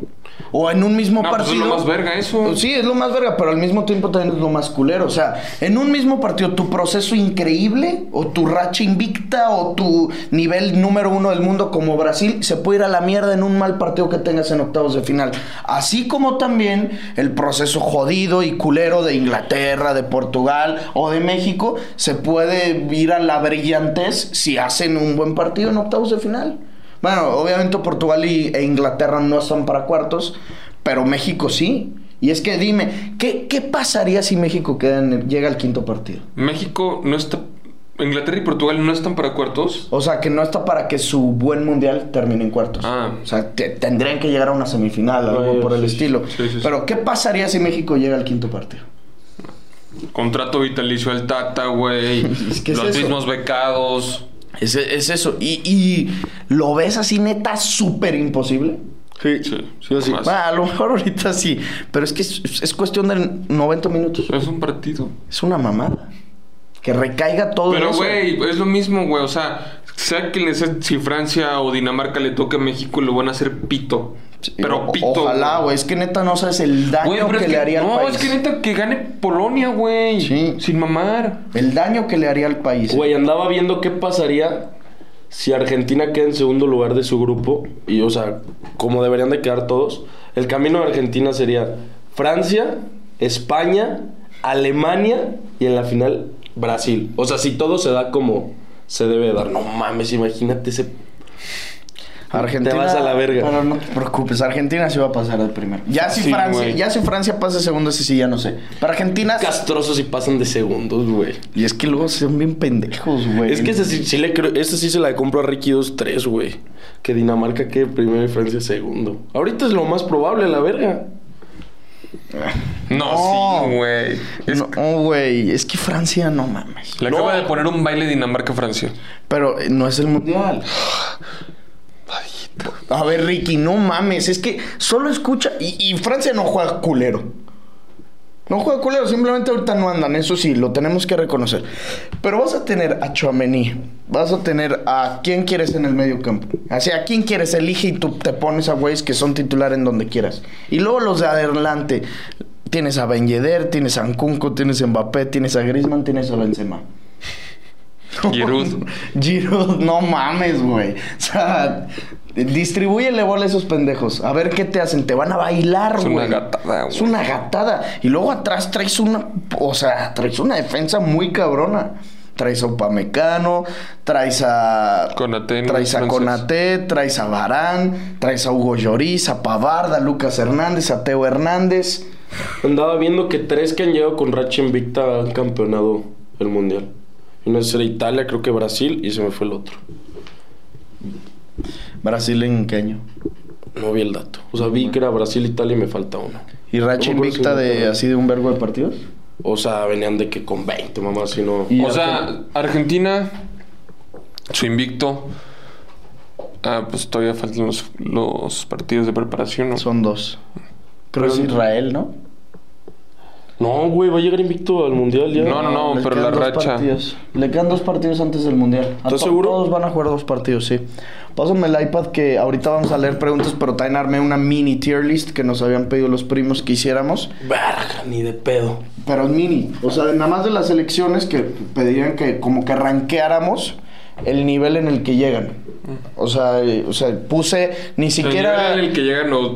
Speaker 2: O en un mismo
Speaker 3: No, pues
Speaker 2: partido.
Speaker 3: es lo más verga eso.
Speaker 2: Pues, Sí, es lo más verga, pero al mismo tiempo también es lo más culero. O sea, en un mismo partido, tu proceso increíble, o tu racha invicta, o tu nivel número uno del mundo como Brasil, se puede ir a la mierda en un mal partido que tengas en octavos de final. Así como también el proceso jodido y culero de Inglaterra, de Portugal o de México, se puede ir a la brillantez si hacen un buen partido en octavos de final. Bueno, obviamente Portugal y- e Inglaterra no son para cuartos, pero México sí. Y es que dime, ¿qué, qué pasaría si México queda en el- llega al quinto partido?
Speaker 3: México no está. Inglaterra y Portugal no están para cuartos.
Speaker 2: O sea, que no está para que su buen mundial termine en cuartos.
Speaker 3: Ah.
Speaker 2: O sea, te- tendrían que llegar a una semifinal, algo
Speaker 4: Ay,
Speaker 2: por
Speaker 4: sí,
Speaker 2: el
Speaker 4: sí,
Speaker 2: estilo.
Speaker 3: sí, sí, sí.
Speaker 2: Pero, ¿qué pasaría si México llega al quinto partido?
Speaker 3: Contrato vitalicio al Tata, güey.
Speaker 2: Es que es
Speaker 3: Los
Speaker 2: eso.
Speaker 3: mismos becados.
Speaker 2: Es, es eso. Y, y lo ves así, neta, súper imposible.
Speaker 4: Sí,
Speaker 3: Sí,
Speaker 4: sí, así.
Speaker 3: más.
Speaker 2: Ah, a lo mejor ahorita sí, pero es que es, es cuestión de 90 minutos.
Speaker 3: Es un partido.
Speaker 2: Es una mamada. Que recaiga todo en
Speaker 3: Pero,
Speaker 2: eso.
Speaker 3: güey, es lo mismo, güey. O sea, sea que les- si Francia o Dinamarca le toque a México, lo van a hacer pito.
Speaker 2: Sí,
Speaker 3: Pero
Speaker 2: o-
Speaker 3: pito.
Speaker 2: Ojalá, güey. Es que neta no sabes el daño
Speaker 3: Güey, pero
Speaker 2: que
Speaker 3: es
Speaker 2: le haría
Speaker 3: no,
Speaker 2: al país.
Speaker 3: es que neta que gane Polonia, güey.
Speaker 2: Sí.
Speaker 3: Sin mamar.
Speaker 2: El daño que le haría al país.
Speaker 4: Güey, andaba viendo qué pasaría si Argentina queda en segundo lugar de su grupo. Y, o sea, como deberían de quedar todos. El camino de Argentina sería Francia, España, Alemania y en la final Brasil. O sea, si todo se da como se debe dar. No mames, imagínate ese...
Speaker 2: Argentina.
Speaker 4: Te vas a la verga.
Speaker 2: Pero no te preocupes, Argentina sí va a pasar al primero. Ya si
Speaker 3: Sí,
Speaker 2: Francia,
Speaker 3: güey.
Speaker 2: ya si Francia pasa segundo, ese sí ya no sé. Pero Argentina.
Speaker 4: Castrosos y pasan de segundos, güey.
Speaker 2: Y es que luego son bien pendejos, güey.
Speaker 4: Es que ese sí, sí le creo- ese sí se la compro a Ricky 2-3, güey. Que Dinamarca quede primero y Francia segundo. Ahorita es lo más probable, la verga.
Speaker 3: No,
Speaker 2: No.
Speaker 3: sí, güey. Es-
Speaker 2: No, güey. Es que Francia no mames.
Speaker 3: Le acaba de poner un baile Dinamarca-Francia.
Speaker 2: Pero eh, no es el mundial. A ver, Ricky, no mames. Es que solo escucha. Y, y Francia no juega culero. No juega culero, simplemente ahorita no andan. Eso sí, lo tenemos que reconocer. Pero vas a tener a Chouameni. Vas a tener a quién quieres en el medio campo. Así, a quién quieres, elige y tú te pones a güeyes que son titular en donde quieras. Y luego los de adelante. Tienes a Ben Yedder, tienes a Ancunco, tienes a Mbappé, tienes a Griezmann, tienes a Benzema.
Speaker 3: Giroud.
Speaker 2: Giroud, no mames, güey. O sea, distribúyele bola a esos pendejos. A ver qué te hacen. Te van a bailar,
Speaker 3: Es
Speaker 2: güey.
Speaker 3: una gatada, güey.
Speaker 2: Es una gatada. Y luego atrás traes una. O sea, traes una defensa muy cabrona. Traes a Upamecano, traes a.
Speaker 3: Konaté, ¿no?
Speaker 2: Traes a
Speaker 3: Francés.
Speaker 2: Conate, traes a Barán, traes a Hugo Lloris, a Pavarda, a Lucas Hernández, a Teo Hernández.
Speaker 4: Andaba viendo que tres que han llegado con racha invicta han campeonado el mundial. Uno es era Italia, creo que Brasil, y se me fue el otro.
Speaker 2: Brasil en qué año?
Speaker 4: No vi el dato. O sea, vi que era Brasil, Italia y me falta uno.
Speaker 2: Y racha
Speaker 4: No me acuerdo
Speaker 2: invicta
Speaker 4: si
Speaker 2: de
Speaker 4: no-
Speaker 2: así de un vergo de partidos.
Speaker 4: O sea, venían de que con 20, mamá, si no.
Speaker 2: Y
Speaker 3: O sea,
Speaker 2: Argentina.
Speaker 3: Argentina, su invicto. Ah, pues todavía faltan los, los partidos de preparación. ¿no?
Speaker 2: Son dos. Creo que es Israel, ¿no?
Speaker 4: No, güey, va a llegar invicto al mundial ya.
Speaker 3: No, no, no.
Speaker 2: Le
Speaker 3: pero
Speaker 2: quedan
Speaker 3: la
Speaker 2: dos
Speaker 3: racha.
Speaker 2: partidos. Le quedan dos partidos antes del mundial. A
Speaker 4: ¿Estás
Speaker 2: to-
Speaker 4: seguro?
Speaker 2: Todos van a jugar dos partidos, sí. Pásame el iPad que ahorita vamos a leer preguntas, pero también armé una mini tier list que nos habían pedido los primos que hiciéramos.
Speaker 4: Verga, ni de pedo.
Speaker 2: Pero es mini. O sea, nada más de las elecciones que pedían que como que ranqueáramos el nivel en el que llegan. O sea, eh, o sea puse ni
Speaker 3: El
Speaker 2: siquiera...
Speaker 3: nivel en el que llegan los-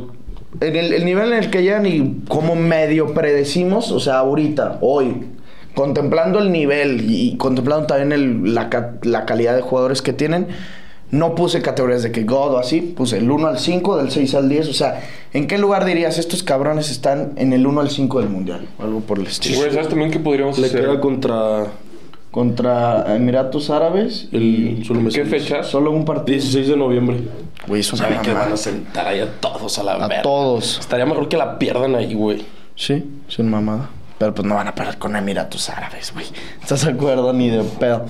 Speaker 2: En el, el nivel en el que llegan y como medio predecimos, o sea, ahorita, hoy, contemplando el nivel y, y contemplando también el- la, ca- la calidad de jugadores que tienen, no puse categorías de que God o así, puse el 1 al 5, del 6 al 10, o sea, ¿en qué lugar dirías estos cabrones están en el 1 al 5 del Mundial? O algo por el estilo.
Speaker 3: Güey, ¿sabes también que podríamos
Speaker 4: Le
Speaker 3: hacer?
Speaker 4: queda contra
Speaker 2: Contra Emiratos Árabes
Speaker 4: el
Speaker 2: y
Speaker 4: solo
Speaker 3: ¿Qué fecha?
Speaker 2: solo un partido.
Speaker 4: 16 de noviembre.
Speaker 2: Güey, eso es
Speaker 4: Ya
Speaker 2: una
Speaker 4: vi que van
Speaker 2: mamada.
Speaker 4: a sentar ahí a todos a la verga.
Speaker 2: Pues A todos.
Speaker 4: Estaría mejor que la pierdan ahí, güey.
Speaker 2: Sí, sin mamada. Pero pues no van a parar con Emiratos Árabes, güey. ¿Estás de acuerdo? Ni de pedo.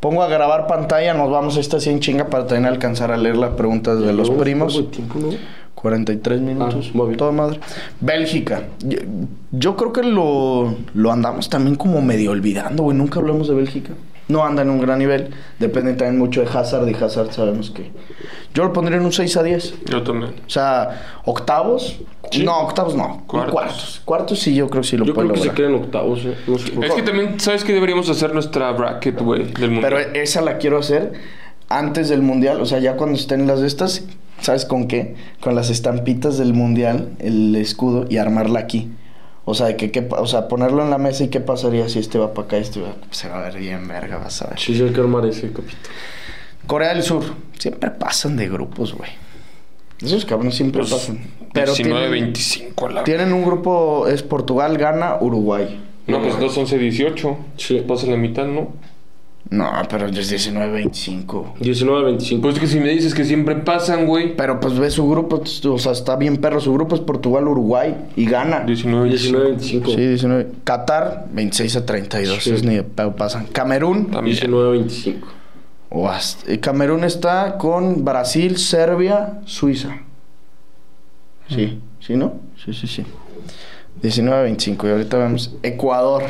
Speaker 2: Pongo a grabar pantalla, nos vamos a esta 100 chinga para también alcanzar a leer las preguntas de los primos. 43 minutos.
Speaker 4: Ah, muy bien.
Speaker 2: Toda madre. Bélgica. Yo, yo creo que lo, lo andamos también como medio olvidando, güey. Nunca hablamos de Bélgica. no anda en un gran nivel. Depende también mucho de Hazard y Hazard sabemos que... Yo lo pondría en un 6 a 10.
Speaker 3: Yo también.
Speaker 2: O sea, octavos.
Speaker 4: Sí.
Speaker 2: No, octavos no.
Speaker 3: Cuartos.
Speaker 2: Cuartos. Cuartos, sí, yo creo que sí lo
Speaker 4: Yo
Speaker 2: puede
Speaker 4: creo que se
Speaker 2: lograr.
Speaker 4: queda en octavos, eh. No sé por
Speaker 3: Es
Speaker 4: qué.
Speaker 3: que también, ¿sabes qué deberíamos hacer nuestra bracket, güey? Del mundo.
Speaker 4: eh,
Speaker 3: Pues,
Speaker 2: Pero e- esa la quiero hacer antes del mundial. O sea, ya cuando estén las de estas, ¿sabes con qué? Con las estampitas del mundial, el escudo, y armarla aquí. O sea, de que, qué pa- o sea, ponerlo en la mesa y qué pasaría si este va para acá y este va. Se va a ver bien, verga, vas a ver.
Speaker 4: Sí, sí, hay que armar ese capítulo.
Speaker 2: Corea del Sur. Siempre pasan de grupos, güey. Esos cabrones siempre
Speaker 3: Pues,
Speaker 2: pasan. Pero
Speaker 3: 19,
Speaker 2: tienen-
Speaker 3: 25 a la...
Speaker 2: Tienen un grupo, es Portugal, Ghana, Uruguay.
Speaker 3: No, pues 2, 11, 18.
Speaker 4: Sí.
Speaker 3: Pasa la mitad, ¿no?
Speaker 2: No, pero es 19-25.
Speaker 4: 19 25.
Speaker 3: Pues que si me dices que siempre pasan, güey.
Speaker 2: Pero pues ve su grupo, t- o sea, está bien perro. Su grupo es Portugal, Uruguay y Ghana.
Speaker 3: 19,
Speaker 4: 19
Speaker 3: 19.
Speaker 4: 25.
Speaker 2: Sí, 19. Qatar, 26 a 32.
Speaker 4: Sí.
Speaker 2: Es ni de pedo pasan. Camerún.
Speaker 3: También.
Speaker 4: 19 25.
Speaker 2: o hasta- eh, Camerún está con Brasil, Serbia, Suiza. Sí, sí, ¿no? Sí, sí, sí. 19-25. Y ahorita vemos Ecuador.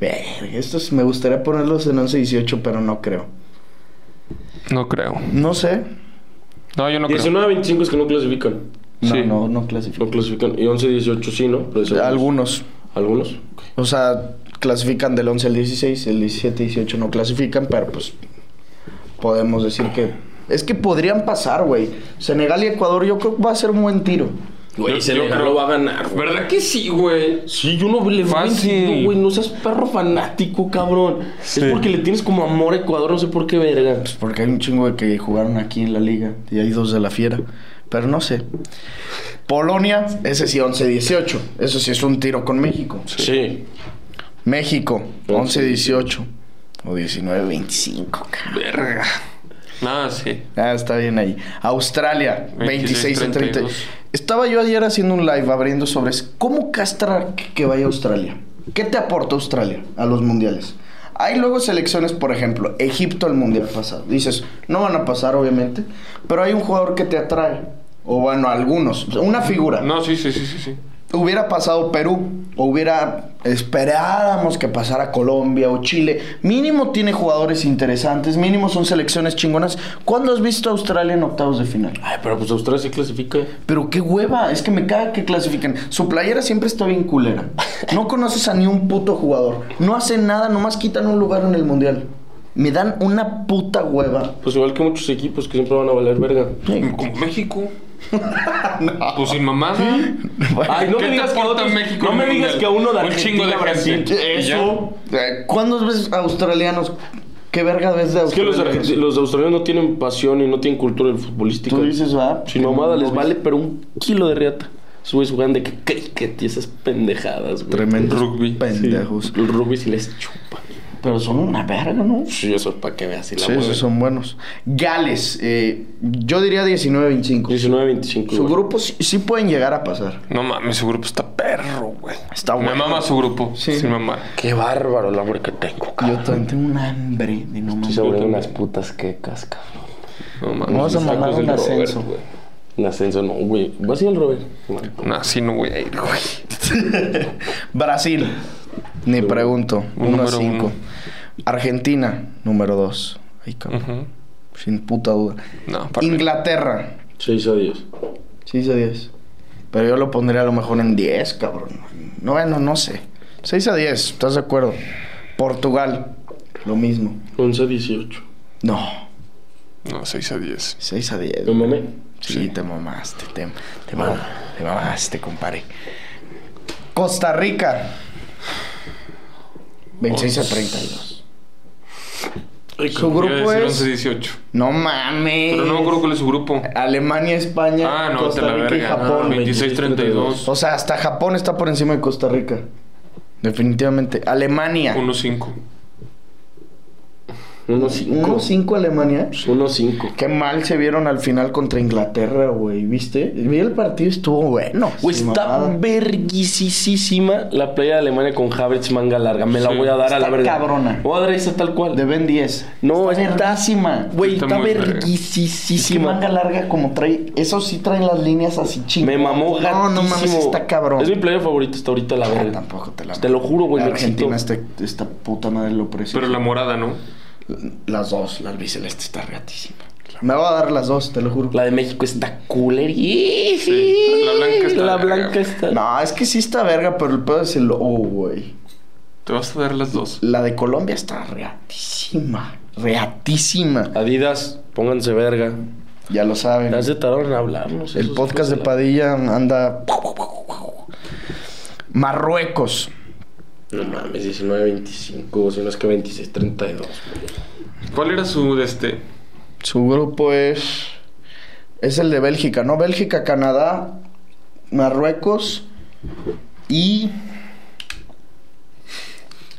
Speaker 2: Verga, estos me gustaría ponerlos en 11-18, pero no creo.
Speaker 3: No creo.
Speaker 2: No sé.
Speaker 3: No, yo no creo.
Speaker 4: 19 25 es que no clasifican.
Speaker 2: No,
Speaker 3: Sí.
Speaker 2: no, no clasifico.
Speaker 4: No clasifican. Y 11 18 sí, ¿no? Pero eso-
Speaker 2: Algunos.
Speaker 4: Algunos. Ok.
Speaker 2: O sea, clasifican del 11 al 16, el 17 y 18 no clasifican, pero pues podemos decir que... Es que podrían pasar, güey. Senegal y Ecuador yo creo que va a ser un buen tiro.
Speaker 3: Yo-
Speaker 4: Güey, Senegal
Speaker 3: yo-
Speaker 4: lo va a ganar. güey.
Speaker 3: ¿Verdad que sí, güey?
Speaker 4: Sí, yo no le veo
Speaker 3: Fácil.
Speaker 4: sentido, güey. No seas perro fanático, cabrón.
Speaker 3: Sí.
Speaker 4: Es porque le tienes como amor a Ecuador, no sé por qué verga.
Speaker 2: Pues porque hay un chingo de que jugaron aquí en la liga y hay dos de la fiera. Pero no sé. Polonia, ese sí 11-18. Eso sí es un tiro con México.
Speaker 4: Sí.
Speaker 2: México, 11-18. O 19-25, cabrón.
Speaker 3: Verga. Nada, sí.
Speaker 2: Ah, está bien ahí. Australia, 26 en 30.
Speaker 3: 32.
Speaker 2: Estaba yo ayer haciendo un live abriendo sobre eso. cómo castrar que que vaya a Australia. ¿Qué te aporta Australia a los mundiales? Hay luego selecciones, por ejemplo, Egipto al mundial pasado. Dices, no van a pasar, obviamente, pero hay un jugador que te atrae. O bueno, algunos. O sea, Una figura
Speaker 3: No, sí, sí, sí, sí, sí.
Speaker 2: hubiera pasado Perú o hubiera esperábamos que pasara Colombia o Chile, mínimo tiene jugadores interesantes, mínimo son selecciones chingonas. ¿Cuándo has visto a Australia en octavos de final?
Speaker 4: Ay, pero pues Australia sí clasifica.
Speaker 2: Pero qué hueva, es que me caga que clasifiquen. Su playera siempre está bien culera. No conoces a ni un puto jugador. No hacen nada, nomás quitan un lugar en el mundial. Me dan una puta hueva.
Speaker 4: Pues igual que muchos equipos que siempre van a valer verga.
Speaker 3: Como México. Pues sin mamada.
Speaker 4: Ay, no
Speaker 3: ¿Qué
Speaker 4: me
Speaker 3: te
Speaker 4: digas que
Speaker 3: aporta
Speaker 4: otros-
Speaker 3: México
Speaker 4: No
Speaker 3: en
Speaker 4: me
Speaker 3: el
Speaker 4: digas
Speaker 3: mundial?
Speaker 4: que a uno de
Speaker 3: Un chingo de
Speaker 4: Argentina, Brasil.
Speaker 3: gente. ¿Y ya?
Speaker 2: Eso. eh, ¿Cuándo ves australianos? ¿Qué verga ves de
Speaker 4: Es que
Speaker 2: australianos?
Speaker 4: los, argent- los australianos no tienen pasión y no tienen cultura futbolística.
Speaker 2: Tú dices, "Ah, pues, va.
Speaker 4: Sin mamada les vale, pero un kilo de riata. Esos güeyes juegan de que cricket y esas pendejadas, güey.
Speaker 2: Tremendos
Speaker 3: Rugby.
Speaker 4: Sí.
Speaker 2: pendejos.
Speaker 4: El rugby sí les chupa.
Speaker 2: Pero son una verga, ¿no?
Speaker 4: Sí, eso es para que veas. y la
Speaker 2: Sí, sí,
Speaker 4: mueven.
Speaker 2: son buenos. Gales, eh, yo diría 19-25.
Speaker 4: 19-25.
Speaker 2: Su
Speaker 4: igual.
Speaker 2: grupo sí, sí pueden llegar a pasar.
Speaker 3: No mames, su grupo está perro, güey.
Speaker 2: Está
Speaker 3: Me
Speaker 2: Ah, bueno.
Speaker 3: mama su grupo.
Speaker 2: Sí.
Speaker 3: Sin mamar.
Speaker 4: Qué bárbaro el hambre que tengo, cabrón.
Speaker 2: Yo también tengo un hambre de no mames.
Speaker 4: Estoy sobre unas putas quecas, cabrón.
Speaker 3: No mames.
Speaker 2: Vamos a
Speaker 3: Los
Speaker 2: mamar
Speaker 3: tacos
Speaker 2: un
Speaker 3: del
Speaker 2: ascenso.
Speaker 3: Robert,
Speaker 4: En ascenso no, güey. ¿Vas a ir al Robert?
Speaker 3: güey. No, así no voy a ir, güey.
Speaker 2: Brasil, ni pregunto. 1
Speaker 3: Un
Speaker 2: a
Speaker 3: número
Speaker 2: 5.
Speaker 3: uno.
Speaker 2: Argentina, número 2. Ay, cabrón.
Speaker 3: Ujú.
Speaker 2: Sin puta duda.
Speaker 3: No, para
Speaker 2: Inglaterra,
Speaker 4: 6 a 10.
Speaker 2: 6 a 10. Pero yo lo pondría a lo mejor en 10, cabrón. No, bueno, no sé. 6 a 10, ¿estás de acuerdo? Portugal, lo mismo.
Speaker 4: 11 a 18.
Speaker 2: No,
Speaker 3: No, 6 a 10.
Speaker 2: 6 a 10.
Speaker 4: ¿Lo mamé?
Speaker 2: Sí, te mamaste, te, te, mam- te mamaste, compadre. Costa Rica. 26 a 32. Su grupo
Speaker 3: Iba a decir
Speaker 2: es...
Speaker 3: 11 18.
Speaker 2: No mames.
Speaker 3: Pero no me acuerdo cuál es su grupo.
Speaker 2: Alemania, España,
Speaker 3: Ah, no, te
Speaker 2: Eh, Costa
Speaker 3: la
Speaker 2: Rica y
Speaker 3: verga.
Speaker 2: Japón.
Speaker 3: 26 32.
Speaker 2: O sea, hasta Japón está por encima de Costa Rica. Definitivamente. Alemania.
Speaker 3: 1 5.
Speaker 4: 1-5.
Speaker 2: 1-5 Alemania.
Speaker 4: 1-5.
Speaker 2: Qué mal se vieron al final contra Inglaterra, güey. ¿Viste? Vi el partido, estuvo bueno.
Speaker 4: Güey,
Speaker 2: sin
Speaker 4: está
Speaker 2: mamada.
Speaker 4: verguisísima la playa de Alemania con Havertz manga larga. Me la
Speaker 3: Sí.
Speaker 4: voy a dar a
Speaker 2: Está
Speaker 4: la verga.
Speaker 2: cabrona.
Speaker 4: Voy a dar esa tal cual.
Speaker 2: De Ben 10.
Speaker 4: No,
Speaker 2: está
Speaker 4: está-
Speaker 2: verdásima.
Speaker 4: Güey,
Speaker 3: Está
Speaker 4: está,
Speaker 3: muy verga.
Speaker 2: Es que
Speaker 4: verguisísima.
Speaker 2: manga larga como trae. Eso sí traen las líneas así chingadas.
Speaker 4: Me mamó gatísimo.
Speaker 2: No, no mames, está cabrón.
Speaker 4: Es mi playa favorito hasta ahorita la
Speaker 2: Ah,
Speaker 4: verga.
Speaker 2: tampoco te la
Speaker 4: Te lo juro, güey,
Speaker 2: La
Speaker 4: me excitó.
Speaker 2: Argentina, este- esta puta madre lo precisa.
Speaker 3: Pero la morada, ¿no?
Speaker 2: Las dos, la albiceleste está gatísima. Me va a dar las dos, te lo juro.
Speaker 4: La de México está cooler.
Speaker 3: Sí, la blanca está
Speaker 4: La
Speaker 3: verga,
Speaker 4: blanca
Speaker 3: güey.
Speaker 4: está.
Speaker 2: No, es que sí está verga, pero el pedo es el lobo, güey.
Speaker 3: Te vas a dar las dos.
Speaker 2: La de Colombia está reatísima. Reatísima.
Speaker 4: Adidas, pónganse verga.
Speaker 2: Ya lo saben.
Speaker 4: Ya se tardaron en hablarnos.
Speaker 2: El
Speaker 4: esos
Speaker 2: podcast
Speaker 4: hijos
Speaker 2: de
Speaker 4: la-
Speaker 2: Padilla anda. Marruecos.
Speaker 4: No mames, 19, 25. Si no es que 26, 32.
Speaker 3: ¿Cuál era su de este?
Speaker 2: Su grupo es. Es el de Bélgica, ¿no? Bélgica, Canadá, Marruecos y.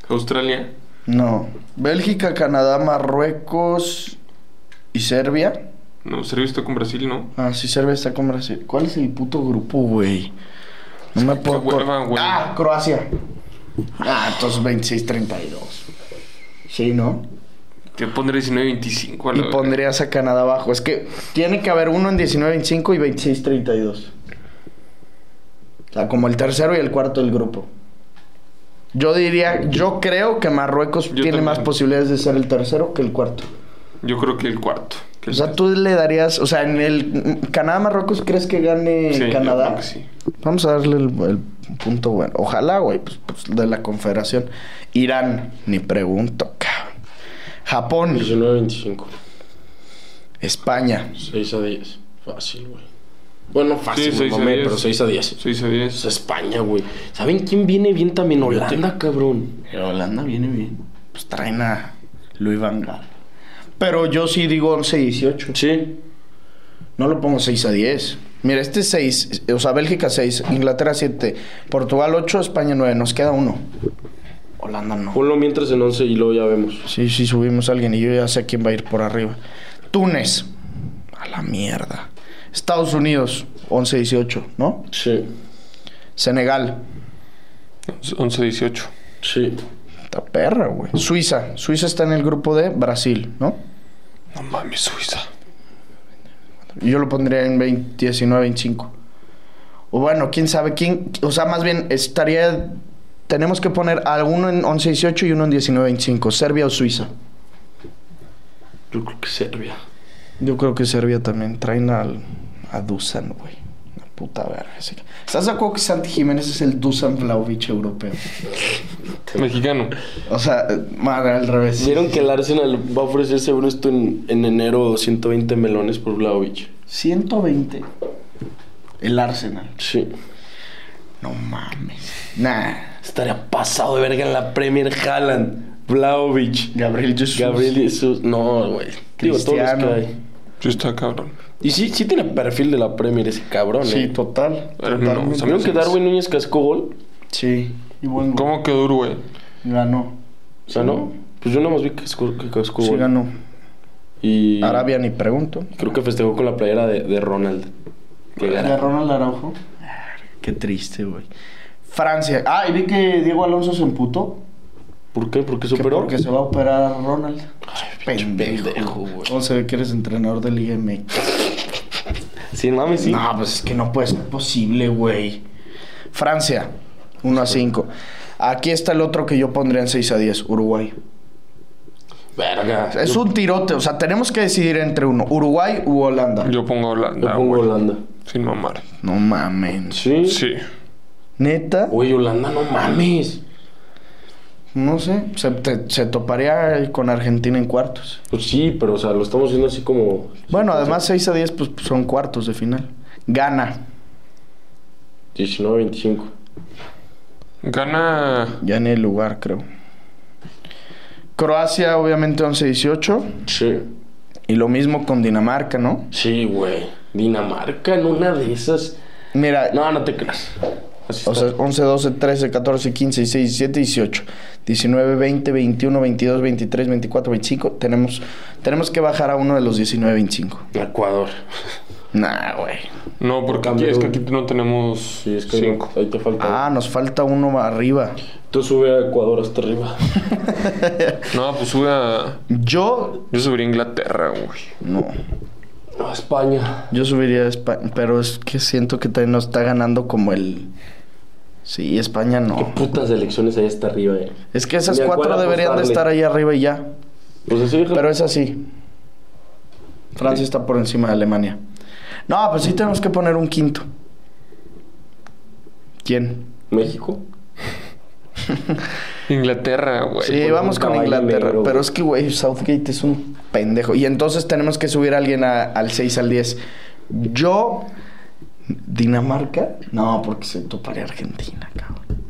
Speaker 3: Australia.
Speaker 2: No. Bélgica, Canadá, Marruecos y Serbia.
Speaker 3: No, Serbia está con Brasil, ¿no?
Speaker 2: Ah, sí, Serbia está con Brasil. ¿Cuál es el puto grupo, güey? No me puedo. acor-
Speaker 3: hueva, güey.
Speaker 2: Ah, Croacia. Ah, entonces 26-32. Sí, ¿no?
Speaker 3: Te pondré 19-25 a la
Speaker 2: Y
Speaker 3: verga.
Speaker 2: pondrías a Canadá abajo. Es que tiene que haber uno en 19-25 y 26-32. O sea, como el tercero y el cuarto del grupo. Yo diría, yo creo que Marruecos
Speaker 3: Yo
Speaker 2: tiene
Speaker 3: también.
Speaker 2: más posibilidades de ser el tercero que el cuarto.
Speaker 3: Yo creo que el cuarto. Que
Speaker 2: O
Speaker 3: el-
Speaker 2: sea, tú le darías, o sea, en el Canadá-Marruecos, ¿crees que gane
Speaker 3: Sí, yo
Speaker 2: Canadá?
Speaker 3: creo que sí.
Speaker 2: Vamos a darle el, el punto bueno. Ojalá, güey, pues, pues, de la confederación. Irán, ni pregunto, cabrón. Japón,
Speaker 4: 19, 25.
Speaker 2: España,
Speaker 4: 6 a 10. Fácil, güey. Bueno, fácil,
Speaker 3: Sí,
Speaker 4: me
Speaker 3: seis a
Speaker 4: mamé,
Speaker 3: diez.
Speaker 4: pero 6 a 10.
Speaker 3: 6 a
Speaker 4: Es
Speaker 3: 10.
Speaker 4: España, güey. ¿Saben quién viene bien también? Holanda, cabrón.
Speaker 2: Pero Holanda viene bien. Pues traen a Luis Van Gaal. Pero yo sí digo 11-18.
Speaker 4: Sí.
Speaker 2: No lo pongo 6 a 10. Mira, este es 6, o sea, Bélgica 6, Inglaterra 7, Portugal 8, España 9. Nos queda uno. Holanda no.
Speaker 4: Ponlo mientras en 11 y luego ya vemos.
Speaker 2: Sí, sí, subimos a alguien y yo ya sé quién va a ir por arriba. Túnez. A la mierda. Estados Unidos 11-18, ¿no?
Speaker 4: Sí.
Speaker 2: Senegal.
Speaker 3: 11-18.
Speaker 4: Sí.
Speaker 2: Está perra, güey. Suiza. Suiza está en el grupo de Brasil, ¿no?
Speaker 3: No mames, Suiza.
Speaker 2: Yo lo pondría en 20, 19, 25. O bueno, quién sabe quién. O sea, más bien estaría. Tenemos que poner a uno en 11, 18 y uno en 19, 25. Serbia o Suiza.
Speaker 4: Yo creo que Serbia.
Speaker 2: Yo creo que Serbia también. Traen al, a Dusan, güey. Una puta verga. ese ca- ¿Estás de acuerdo que Santi Jiménez es el Dusan Vlaovic europeo?
Speaker 3: Mexicano.
Speaker 2: O sea, madre, al revés.
Speaker 4: Vieron que el Arsenal va a ofrecerse bruto en, en enero 120 melones por Vlaovic.
Speaker 2: 120. El Arsenal.
Speaker 4: Sí.
Speaker 2: No mames. Nah.
Speaker 4: Estaría pasado de verga en la Premier Haaland. Vlaovic.
Speaker 2: Gabriel Jesús.
Speaker 4: Gabriel Jesus. No, güey. Digo, todos los que
Speaker 2: Cristiano.
Speaker 4: hay.
Speaker 3: Yo está cabrón.
Speaker 4: Y sí, sí tiene perfil de la Premier ese cabrón,
Speaker 2: Sí,
Speaker 4: eh.
Speaker 2: total.
Speaker 3: Pero no,
Speaker 2: totalmente.
Speaker 3: o sea,
Speaker 4: ¿Vieron que Darwin Núñez cascó gol?
Speaker 2: Sí. Y buen gol.
Speaker 3: ¿Cómo quedó Uruguay?
Speaker 2: Ganó.
Speaker 4: O sea, ¿no? Pues yo nada más vi que cascó, que cascó
Speaker 2: Sí,
Speaker 4: gol.
Speaker 2: ganó.
Speaker 4: Y
Speaker 2: Arabia ni pregunto.
Speaker 4: creo que festejó con la playera de, de Ronald. Que
Speaker 2: De
Speaker 4: gana.
Speaker 2: Ronald Araujo. Ah, Qué triste, güey. Francia. Ah, y vi que Diego Alonso se emputó.
Speaker 4: ¿Por qué? ¿Por qué
Speaker 2: Que
Speaker 4: superó?
Speaker 2: porque se va a operar Ronald.
Speaker 4: pendejo, güey.
Speaker 2: ¿Cómo se ve que eres entrenador del IMX?
Speaker 4: Sí, mames, sí.
Speaker 2: No, pues es que no puede ser posible, güey. Francia, 1 a 5. Aquí está el otro que yo pondría en 6 a 10, Uruguay.
Speaker 4: Verga.
Speaker 2: Es un tirote, o sea, tenemos que decidir entre uno, Uruguay u Holanda.
Speaker 3: Yo pongo
Speaker 4: Yo
Speaker 3: Holanda,
Speaker 4: pongo
Speaker 3: güey.
Speaker 4: Holanda.
Speaker 3: Sin mamar.
Speaker 2: No mamen.
Speaker 4: Ah, Sí.
Speaker 3: Sí.
Speaker 2: Neta,
Speaker 4: Güey, Holanda, no mames.
Speaker 2: no sé, se, te- se toparía con Argentina en cuartos.
Speaker 4: Pues sí, pero o sea, lo estamos viendo así como.
Speaker 2: Bueno, además 6 a 10 pues son cuartos de final. Gana.
Speaker 4: 19, 25.
Speaker 3: Gana.
Speaker 2: Ya en el lugar, creo. Croacia, obviamente 11-18.
Speaker 4: Sí.
Speaker 2: Y lo mismo con Dinamarca, ¿no?
Speaker 4: Sí, güey. Dinamarca en una de esas.
Speaker 2: Mira,
Speaker 4: No, no te creas. Así
Speaker 2: O
Speaker 4: está.
Speaker 2: sea, 11, 12, 13, 14, 15, 16, 17, 18, 19, 20, 21, 22, 23, 24, 25. Tenemos, tenemos que bajar a uno de los 19, 25.
Speaker 4: Ecuador.
Speaker 2: Nah, güey.
Speaker 3: No, porque aquí,
Speaker 4: Camerún.
Speaker 3: es que aquí no tenemos
Speaker 4: Sí, es que
Speaker 3: cinco.
Speaker 4: ahí te falta.
Speaker 2: Ah, nos falta uno más arriba.
Speaker 4: Tú sube a Ecuador hasta arriba.
Speaker 3: No, pues sube a...
Speaker 2: Yo,
Speaker 3: Yo subiría a Inglaterra, güey.
Speaker 2: no.
Speaker 4: A España.
Speaker 2: Yo subiría a España, pero es que siento que también nos está ganando como el... Sí, España
Speaker 4: Qué
Speaker 2: no.
Speaker 4: putas elecciones hay hasta arriba, eh.
Speaker 2: Es que esas
Speaker 4: Ni a cuál
Speaker 2: cuatro deberían de
Speaker 4: apostarle.
Speaker 2: estar ahí arriba y ya.
Speaker 4: Pues así, hija.
Speaker 2: Pero es así. Francia
Speaker 4: Sí.
Speaker 2: está por encima de Alemania. No, pues sí tenemos que poner un quinto. ¿Quién?
Speaker 4: México.
Speaker 3: Inglaterra, güey.
Speaker 2: Sí,
Speaker 4: un
Speaker 2: vamos con
Speaker 4: caballo
Speaker 2: Inglaterra.
Speaker 4: negro,
Speaker 2: pero
Speaker 4: güey.
Speaker 2: es que, güey, Southgate es un pendejo. Y entonces tenemos que subir a alguien a- al 6, al 10. Yo, Dinamarca. No, porque se toparía Argentina, cabrón.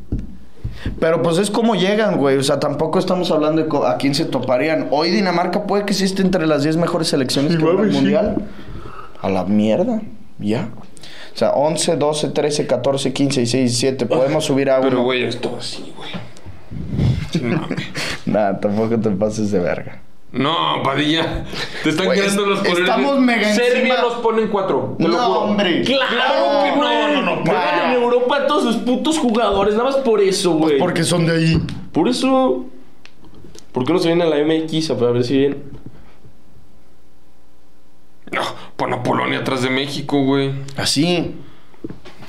Speaker 2: Pero pues es como llegan, güey. O sea, tampoco estamos hablando de co- a quién se toparían. Hoy Dinamarca puede que sí esté entre las 10 mejores selecciones
Speaker 3: Sí,
Speaker 2: que hubo en el
Speaker 3: mames, sí.
Speaker 2: mundial. A la mierda. Ya. O sea, 11, 12, 13, 14, 15, 16, 17. Podemos subir a uno.
Speaker 3: Pero, güey, es todo así, güey. Sin mame.
Speaker 2: Nah, tampoco te pases de verga.
Speaker 3: No, Padilla. Te están
Speaker 2: Güey,
Speaker 3: quedando los
Speaker 2: es-
Speaker 3: colores.
Speaker 2: estamos mega
Speaker 3: Serbia
Speaker 2: encima.
Speaker 3: los pone en cuatro. Te lo
Speaker 2: No,
Speaker 3: juro.
Speaker 2: hombre.
Speaker 3: Claro, que no.
Speaker 4: güey.
Speaker 3: No, no, no.
Speaker 4: Juegan
Speaker 2: para. Pues
Speaker 4: en Europa todos sus putos jugadores, nada más por eso, güey.
Speaker 2: Porque son de ahí.
Speaker 4: Por eso. ¿Por qué no se viene a la MX a ver si bien?
Speaker 3: No, pon a Polonia atrás de México, güey.
Speaker 2: Así.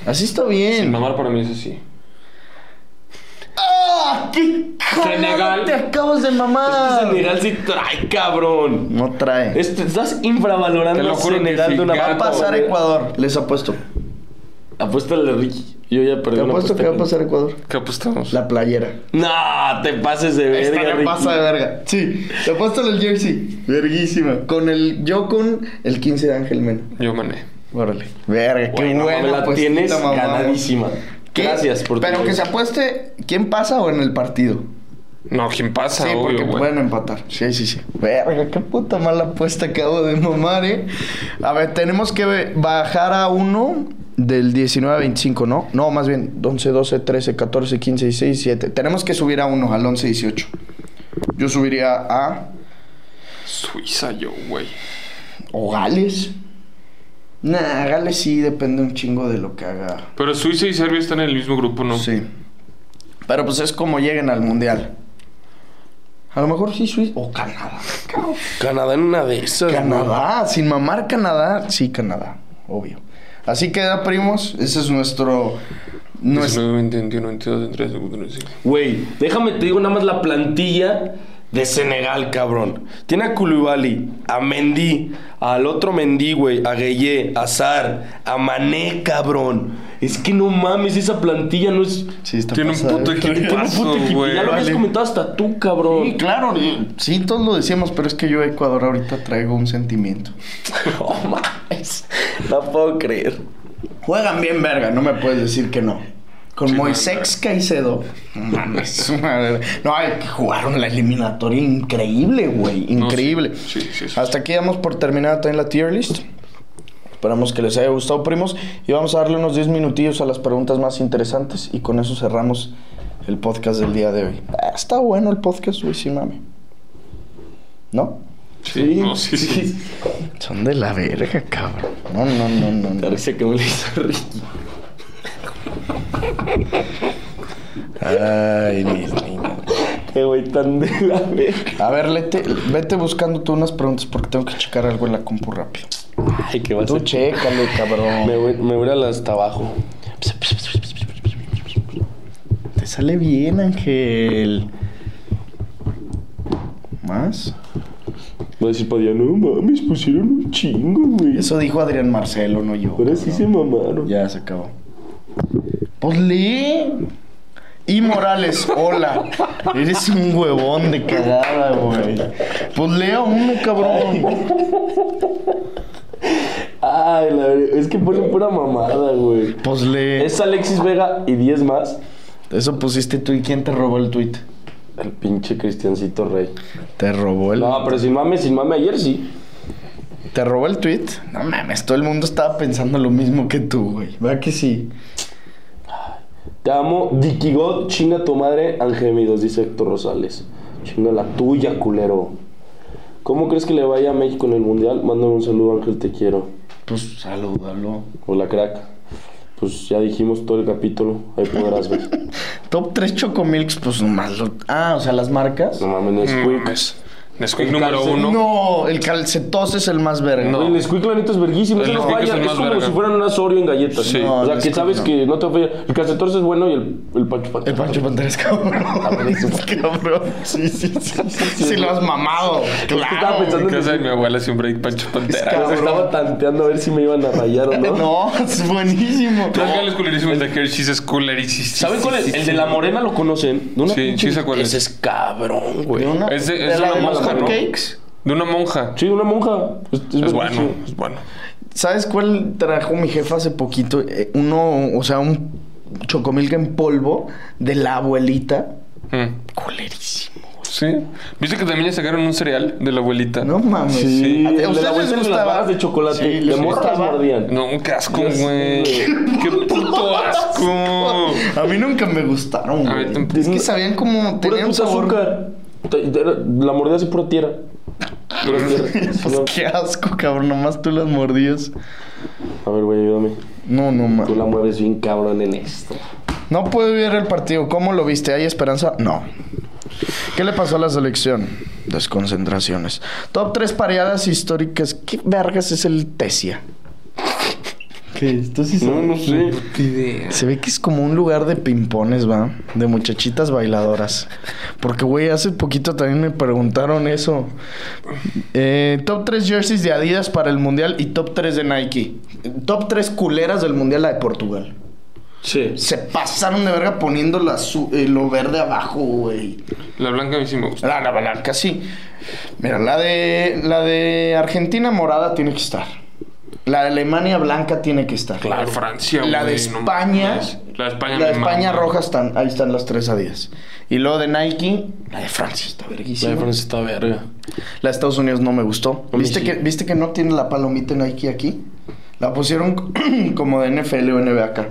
Speaker 2: Así está bien.
Speaker 3: Mamar para mí es así.
Speaker 2: ¡Ah! ¡Qué jalada
Speaker 4: Senegal. Este
Speaker 2: te acabas de mamar!
Speaker 4: Senegal sí trae, cabrón.
Speaker 2: No trae.
Speaker 4: Este, estás infravalorando
Speaker 3: Te lo
Speaker 4: a
Speaker 3: juro que
Speaker 4: Senegal
Speaker 3: sí,
Speaker 4: de una
Speaker 3: va
Speaker 2: Va a
Speaker 3: gato,
Speaker 2: pasar
Speaker 4: güey.
Speaker 2: Ecuador, les apuesto.
Speaker 4: Apuéstale a Ricky. Yo ya perdí.
Speaker 2: Te
Speaker 4: una
Speaker 2: apuesto
Speaker 4: apuesta
Speaker 2: que va a
Speaker 4: con-
Speaker 2: pasar Ecuador.
Speaker 3: ¿Qué apostamos?
Speaker 2: La playera.
Speaker 4: No, te pases de verga.
Speaker 2: Esta me
Speaker 4: Ricky.
Speaker 2: pasa de verga. Sí, te apuesto en el jersey. Verguísima. Con el. Yo con el 15 de Ángel Mena.
Speaker 3: Yo mané.
Speaker 2: Órale. Verga, qué
Speaker 4: Bueno,
Speaker 2: buena
Speaker 4: me la
Speaker 2: apuestita,
Speaker 4: tienes
Speaker 2: mamá.
Speaker 4: ganadísima.
Speaker 2: ¿Qué?
Speaker 4: Gracias por tu-
Speaker 2: Pero que se apueste, ¿quién pasa o en el partido?
Speaker 3: No, ¿quién pasa,
Speaker 2: Sí, porque
Speaker 3: obvio, güey?
Speaker 2: pueden empatar. Sí, sí, sí. Verga, qué puta mala apuesta acabo de mamar, eh. A ver, tenemos que ve- bajar a uno del 19 a 25, ¿no? No, más bien 11, 12, 13, 14, 15, 16, 17. Tenemos que subir a uno, al 11, 18. Yo subiría a
Speaker 3: Suiza, yo, güey.
Speaker 2: o Gales. Nah, Gales sí depende un chingo de lo que haga.
Speaker 3: Pero Suiza y Serbia están en el mismo grupo, ¿no?
Speaker 2: Sí. Pero pues es como lleguen al mundial. A lo mejor sí Suiza o Canadá. cabrón.
Speaker 4: Canadá en una de esas.
Speaker 2: Canadá, sin mamar Canadá, sí Canadá, obvio. Así queda, primos, ese es nuestro... nuestro
Speaker 3: 19, 20, 21, 22, 23, 25.
Speaker 4: Güey, déjame te digo nada más la plantilla de Senegal, cabrón. Tiene a Koulibaly, a Mendy, al otro Mendy, güey, a Gueye, a Sar, a Mané, cabrón. Es que no mames, esa plantilla no es...
Speaker 2: Sí, está
Speaker 3: Tiene un
Speaker 2: pasada
Speaker 3: puto
Speaker 2: de-
Speaker 3: equipo.
Speaker 4: Tiene un puto
Speaker 3: Paso,
Speaker 4: equipo,
Speaker 3: güey.
Speaker 4: Ya lo habías
Speaker 2: Vale.
Speaker 4: comentado hasta tú, cabrón.
Speaker 2: Sí, claro, eh, sí, todos lo decíamos, pero es que yo a Ecuador ahorita traigo un sentimiento.
Speaker 4: No mames. No puedo creer.
Speaker 2: Juegan bien verga, no me puedes decir que no. Con
Speaker 3: Sí,
Speaker 2: Moisés Caicedo. Mames, madre. No, ay, que jugaron la eliminatoria increíble, güey.
Speaker 3: No,
Speaker 2: Increíble.
Speaker 3: sí, sí, sí, sí.
Speaker 2: Hasta aquí vamos por terminada también la tier list. Esperamos que les haya gustado, primos. Y vamos a darle unos 10 minutillos a las preguntas más interesantes. Y con eso cerramos el podcast del día de hoy. Ah, Está bueno el podcast, güey, sí, mami. ¿No?
Speaker 3: Sí, no, sí, sí.
Speaker 2: Son de la verga, cabrón. No, no, no, no. no.
Speaker 4: La risa que me le hizo a Ricky.
Speaker 2: Ay, mis niños.
Speaker 4: Qué güey tan de la verga.
Speaker 2: A ver, lete- vete buscando tú unas preguntas porque tengo que checar algo en la compu rápido.
Speaker 4: Ay, qué va a
Speaker 2: Tú
Speaker 4: ser.
Speaker 2: chécale,
Speaker 4: Me
Speaker 2: cabrón.
Speaker 4: voy, me voy a ir hasta abajo.
Speaker 2: Te sale bien, Ángel. ¿Más?
Speaker 4: Va a decir Padilla, no mames, pusieron un chingo, güey.
Speaker 2: Eso dijo Adrián Marcelo, no yo.
Speaker 4: Ahora sí se
Speaker 2: cabrón.
Speaker 4: mamaron.
Speaker 2: Ya se acabó. Pues lee. Y Morales, hola. Eres un huevón de cagada, güey. Pues lea uno, cabrón.
Speaker 4: Ay, la verdad, es que ponen pura mamada, güey.
Speaker 2: Pues lee.
Speaker 4: Es Alexis Vega y 10 más.
Speaker 2: Eso pusiste tú y quién te robó el tweet.
Speaker 4: El pinche Cristiancito Rey.
Speaker 2: Te robó el.
Speaker 4: No, pero sin mame, sin mame, ayer sí.
Speaker 2: ¿Te robó el tweet? No mames, todo el mundo estaba pensando lo mismo que tú, güey. ¿Verdad que sí?
Speaker 4: Te amo, Dicky God, chinga tu madre, Angemidos, dice Héctor Rosales. Chinga la tuya, culero. ¿Cómo crees que le vaya a México en el Mundial? Mándame un saludo, Ángel, te quiero.
Speaker 2: Pues salúdalo.
Speaker 4: Hola, crack. Pues ya dijimos todo el capítulo, ahí podrás ver.
Speaker 2: Top 3 Chocomilks, pues nomás. lo- Ah, o sea, las marcas.
Speaker 4: No mames,
Speaker 2: Mm.
Speaker 4: Nesquik.
Speaker 3: Mames. Nesquik
Speaker 4: El
Speaker 3: número
Speaker 4: calcetín.
Speaker 3: uno.
Speaker 2: No, el calcetos es el más verga.
Speaker 3: No.
Speaker 4: Oye, El Nesquik, la neta, es verguísimo.
Speaker 3: El
Speaker 4: se nos
Speaker 3: Nesquik es
Speaker 4: falla.
Speaker 3: el
Speaker 4: Es,
Speaker 3: más
Speaker 4: como
Speaker 3: verga.
Speaker 4: si fueran un Asorio en galletas.
Speaker 3: Sí.
Speaker 2: No,
Speaker 4: o sea,
Speaker 2: el
Speaker 4: que
Speaker 2: Nesquik
Speaker 4: sabes
Speaker 2: no.
Speaker 4: que no te falla. El Cacetorce es bueno y el, el Pancho Pancho.
Speaker 2: El Pancho Panteras, cabrón. cabrón. Sí, sí, Ah, sí. Sí, lo has mamado.
Speaker 4: estaba
Speaker 2: Claro.
Speaker 3: En
Speaker 4: pensando-
Speaker 3: casa de mi abuela siempre hay Pancho Pantera.
Speaker 4: Los estaba tanteando a ver si me iban a rayar o no.
Speaker 2: No, es buenísimo.
Speaker 3: Los gales culerísimos de Hershey's es culerísimo.
Speaker 4: ¿Saben cuál es? el de la morena lo conocen. ¿De una
Speaker 3: Sí,
Speaker 4: pinche-
Speaker 3: sí sé cuál es.
Speaker 4: Ese es cabrón, güey.
Speaker 2: De una-
Speaker 3: Es de-
Speaker 2: de
Speaker 3: es
Speaker 2: la
Speaker 3: una
Speaker 2: de los
Speaker 3: mosca, ¿no?
Speaker 2: hotcakes.
Speaker 3: De una monja.
Speaker 4: Sí, de una monja. Es, es
Speaker 3: Es
Speaker 4: verguísimo.
Speaker 3: bueno, es bueno.
Speaker 2: ¿Sabes cuál trajo mi jefa hace poquito? Eh, uno, o sea, un chocomilca en polvo de la abuelita.
Speaker 3: Mm.
Speaker 2: Culerísimo.
Speaker 3: Sí. ¿Viste que también ya sacaron un cereal de la abuelita?
Speaker 2: No mames.
Speaker 4: Sí,
Speaker 2: ¿A
Speaker 4: el
Speaker 2: ti-
Speaker 4: de
Speaker 2: a
Speaker 4: la
Speaker 2: ustedes
Speaker 4: bolsa
Speaker 2: les
Speaker 4: de las
Speaker 2: gustaba?
Speaker 4: barras de chocolate.
Speaker 2: Sí,
Speaker 4: de
Speaker 2: les
Speaker 4: morras
Speaker 2: gustaba.
Speaker 4: mordían.
Speaker 3: No, qué asco,
Speaker 4: Dios
Speaker 3: güey. Qué puto asco.
Speaker 2: A mí nunca me gustaron,
Speaker 3: A mí
Speaker 2: güey.
Speaker 3: tampoco.
Speaker 2: Es que sabían como
Speaker 4: Pura
Speaker 2: tenían un
Speaker 4: puta
Speaker 2: sabor.
Speaker 4: azúcar. Te- te- La mordida así pura tierra. Pura
Speaker 3: Mm.
Speaker 4: tierra. Sí,
Speaker 2: Pues
Speaker 4: no.
Speaker 2: qué asco, cabrón. Nomás tú las mordías.
Speaker 4: A ver, güey, ayúdame.
Speaker 2: No, no
Speaker 4: Tú
Speaker 2: mames.
Speaker 4: la mueves bien cabrón en esto.
Speaker 2: No pude ver el partido. ¿Cómo lo viste? ¿Hay esperanza? No. ¿Qué le pasó a la selección? Desconcentraciones. Top 3 pareadas históricas. ¿Qué vergas es el Tesia? ¿Qué? Esto sí
Speaker 4: No, no sé.
Speaker 2: Se ve que es como un lugar de pimpones, va. De muchachitas bailadoras. Porque, güey, hace poquito también me preguntaron eso. Eh, top 3 jerseys de Adidas para el mundial y top 3 de Nike. Top 3 culeras del mundial, la de Portugal.
Speaker 4: Sí.
Speaker 2: Se pasaron de verga poniendo la azu- eh, lo verde abajo, güey.
Speaker 3: La blanca a mí sí me gusta.
Speaker 2: La, la blanca, sí. Mira, la de, la de Argentina morada tiene que estar. La de Alemania blanca tiene que estar.
Speaker 3: La de Francia,
Speaker 2: La de
Speaker 3: güey, no
Speaker 2: España.
Speaker 3: mames. la de España.
Speaker 2: La de
Speaker 3: me
Speaker 2: España
Speaker 3: mama.
Speaker 2: roja están, ahí están las tres a 10. Y luego de Nike, la de Francia está
Speaker 4: La
Speaker 2: verguísima. La de,
Speaker 4: diferencia está verga.
Speaker 2: Estados Unidos no me gustó.
Speaker 4: A mí
Speaker 2: ¿Viste,
Speaker 4: sí.
Speaker 2: que, ¿Viste que no tiene la palomita Nike aquí? La pusieron como de NFL o NBA acá.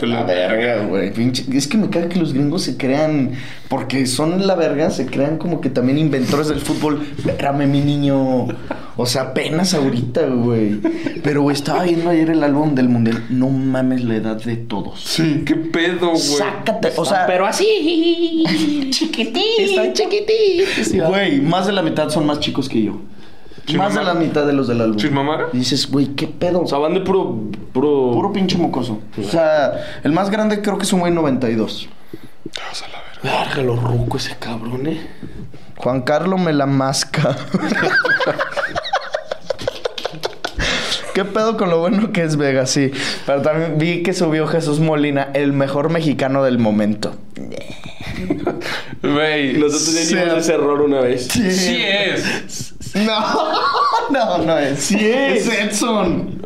Speaker 3: De la
Speaker 2: verga, güey. pinche- Es que me caga que los gringos se crean, porque son la verga, se crean como que también inventores del fútbol. Espérame, mi niño. O sea, apenas ahorita, güey. Pero güey, estaba viendo ayer el álbum del mundial. No mames la edad de todos.
Speaker 3: Sí, qué pedo, güey.
Speaker 2: Sácate, o sea,
Speaker 5: Pero así, chiquitín.
Speaker 2: Están
Speaker 5: chiquititos.
Speaker 2: güey, más de la mitad son más chicos que yo.
Speaker 3: Sin
Speaker 2: más de
Speaker 3: mamar.
Speaker 2: la mitad de los del álbum.
Speaker 3: ¿Sin mamar?
Speaker 2: Y dices, güey, qué pedo.
Speaker 4: O sea, van de puro. Puro.
Speaker 2: Puro pinche mocoso. O sea, el más grande creo que es un güey 92.
Speaker 4: Verga, lo ruco ese cabrón, eh.
Speaker 2: Juan Carlos Melamasca. ¿Qué pedo con lo bueno que es Vegas? Sí. Pero también vi que subió Jesús Molina, el mejor mexicano del momento.
Speaker 3: Güey.
Speaker 4: Nosotros ya
Speaker 2: Sí.
Speaker 4: hicimos ese error una vez.
Speaker 3: Sí es.
Speaker 2: No, no, no es. Sí
Speaker 4: es.
Speaker 2: Es Edson.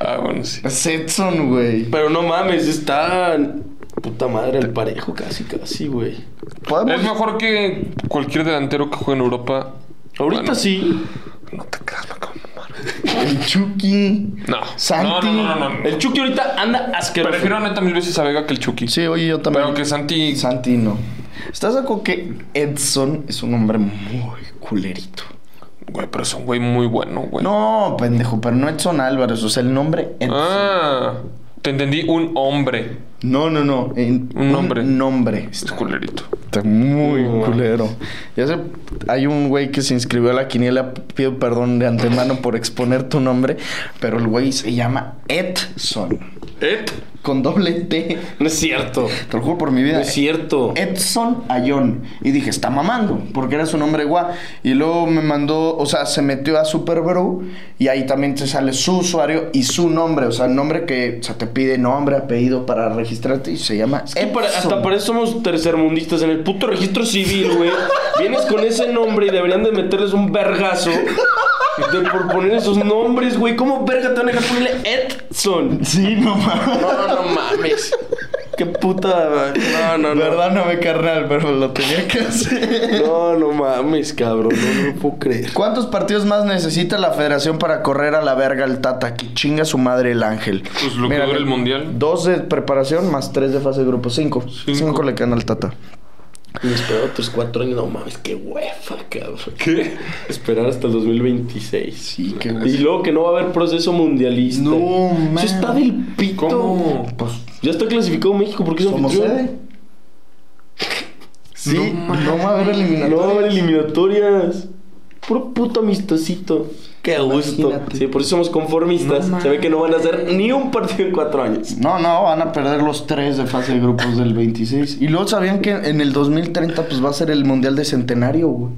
Speaker 3: Ah, bueno, sí.
Speaker 2: Es Edson, güey.
Speaker 4: Pero no mames, está. Puta madre, el parejo casi, casi, güey.
Speaker 3: Es
Speaker 2: Podemos.
Speaker 3: mejor que cualquier delantero que juegue en Europa.
Speaker 4: Ahorita
Speaker 3: Bueno,
Speaker 4: sí.
Speaker 3: No te creas, me acabo de mamar.
Speaker 2: El Chucky.
Speaker 3: No.
Speaker 2: Santi.
Speaker 3: No, no, no, no, no.
Speaker 4: El Chucky ahorita anda asqueroso.
Speaker 3: Prefiero neta mil veces a Vega que el Chucky.
Speaker 2: Sí, oye, yo también.
Speaker 3: Pero que Santi.
Speaker 2: Santi no. ¿Estás de acuerdo que Edson es un hombre muy culerito?
Speaker 3: Güey, pero es un güey muy bueno, güey.
Speaker 2: No, pendejo, pero no Edson Álvarez. O sea, el nombre Edson.
Speaker 3: Ah. Te entendí un hombre.
Speaker 2: No, no, no. en-
Speaker 3: Un nombre.
Speaker 2: nombre.
Speaker 3: Es culerito.
Speaker 2: Está muy culero. Ya sé, hay un güey que se inscribió a la quiniela. Pido perdón de antemano por exponer tu nombre. Pero el güey se llama Edson.
Speaker 4: ¿Eh?
Speaker 2: Con doble T.
Speaker 4: No es cierto.
Speaker 2: Te lo juro por mi vida.
Speaker 4: No es cierto.
Speaker 2: Edson Ayón. Y dije, está mamando, porque era su nombre guá. Y luego me mandó, o sea, se metió a Super Bro y ahí también te sale su usuario y su nombre. O sea, el nombre que, o sea, te pide nombre, apellido para registrarte y se llama
Speaker 4: Es que para-
Speaker 2: Edson.
Speaker 4: hasta para eso somos tercermundistas en el puto registro civil, güey. Vienes con ese nombre y deberían de meterles un vergazo de por poner esos nombres, güey. ¿Cómo verga te van a dejar ponerle Edson?
Speaker 2: Sí, no mames.
Speaker 4: No, no, no mames.
Speaker 2: Qué puta.
Speaker 4: No, no, no.
Speaker 2: Perdóname, carnal, pero lo tenía que hacer.
Speaker 4: No, no mames, cabrón. No, no lo puedo creer.
Speaker 2: ¿Cuántos partidos más necesita la federación para correr a la verga el Tata? Que chinga su madre el Ángel.
Speaker 3: Pues lo que
Speaker 2: Mira,
Speaker 3: dura el Mundial.
Speaker 2: Dos de preparación más tres de fase de grupo. Cinco. Cinco,
Speaker 3: Cinco.
Speaker 2: le quedan al Tata.
Speaker 4: Me espero otros cuatro años. No mames, qué huefa, cabrón. ¿Qué? Esperar hasta el 2026. Sí,
Speaker 2: qué
Speaker 4: Y luego que no va a haber proceso mundialista.
Speaker 2: No, man.
Speaker 4: Eso está del pito.
Speaker 3: ¿Cómo?
Speaker 2: Pues,
Speaker 4: Ya está clasificado México porque es
Speaker 2: ¿somos
Speaker 4: anfitrión.
Speaker 2: sede? Sí, no, va a haber eliminatoria.
Speaker 4: No va a haber eliminatorias. Puro puto amistosito. Qué a gusto.
Speaker 2: Imagínate.
Speaker 4: Sí, por eso somos conformistas. Se ve que no van a hacer ni un partido en cuatro años.
Speaker 2: No, no, van a perder los tres de fase de grupos del 26. Y luego sabían que en el 2030 pues va a ser el Mundial de Centenario, güey.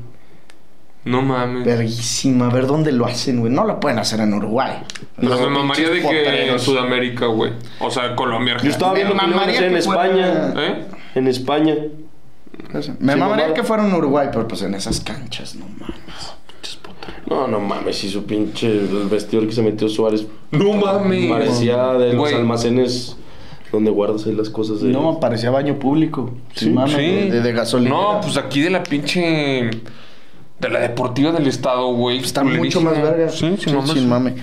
Speaker 3: No mames.
Speaker 2: Verguísima, a ver dónde lo hacen, güey. No lo pueden hacer en Uruguay.
Speaker 3: No, Pues me mamaría de que en
Speaker 2: Potreros.
Speaker 3: Sudamérica, güey. O sea, Colombia,
Speaker 4: Yo estaba
Speaker 2: Me
Speaker 4: viendo que lo iban a
Speaker 2: mamaría
Speaker 4: hacer en
Speaker 2: que fuera-
Speaker 4: España.
Speaker 3: ¿Eh?
Speaker 4: En España.
Speaker 2: Me
Speaker 4: Sí,
Speaker 2: mamaría
Speaker 4: mamá.
Speaker 2: que fuera en Uruguay, pero pues en esas canchas, no mames.
Speaker 4: No, no mames, y su pinche el vestidor que se metió Suárez
Speaker 3: No mames.
Speaker 4: parecía de los
Speaker 3: Güey.
Speaker 4: almacenes donde guardas ahí las cosas de.
Speaker 2: No, me parecía baño público. Sí,
Speaker 3: Sí.
Speaker 2: De, de- de gasolina.
Speaker 3: No, pues aquí de la pinche. De la deportiva del estado, güey.
Speaker 2: Está mucho más verga.
Speaker 3: Sí, sin mames.
Speaker 2: sin mame.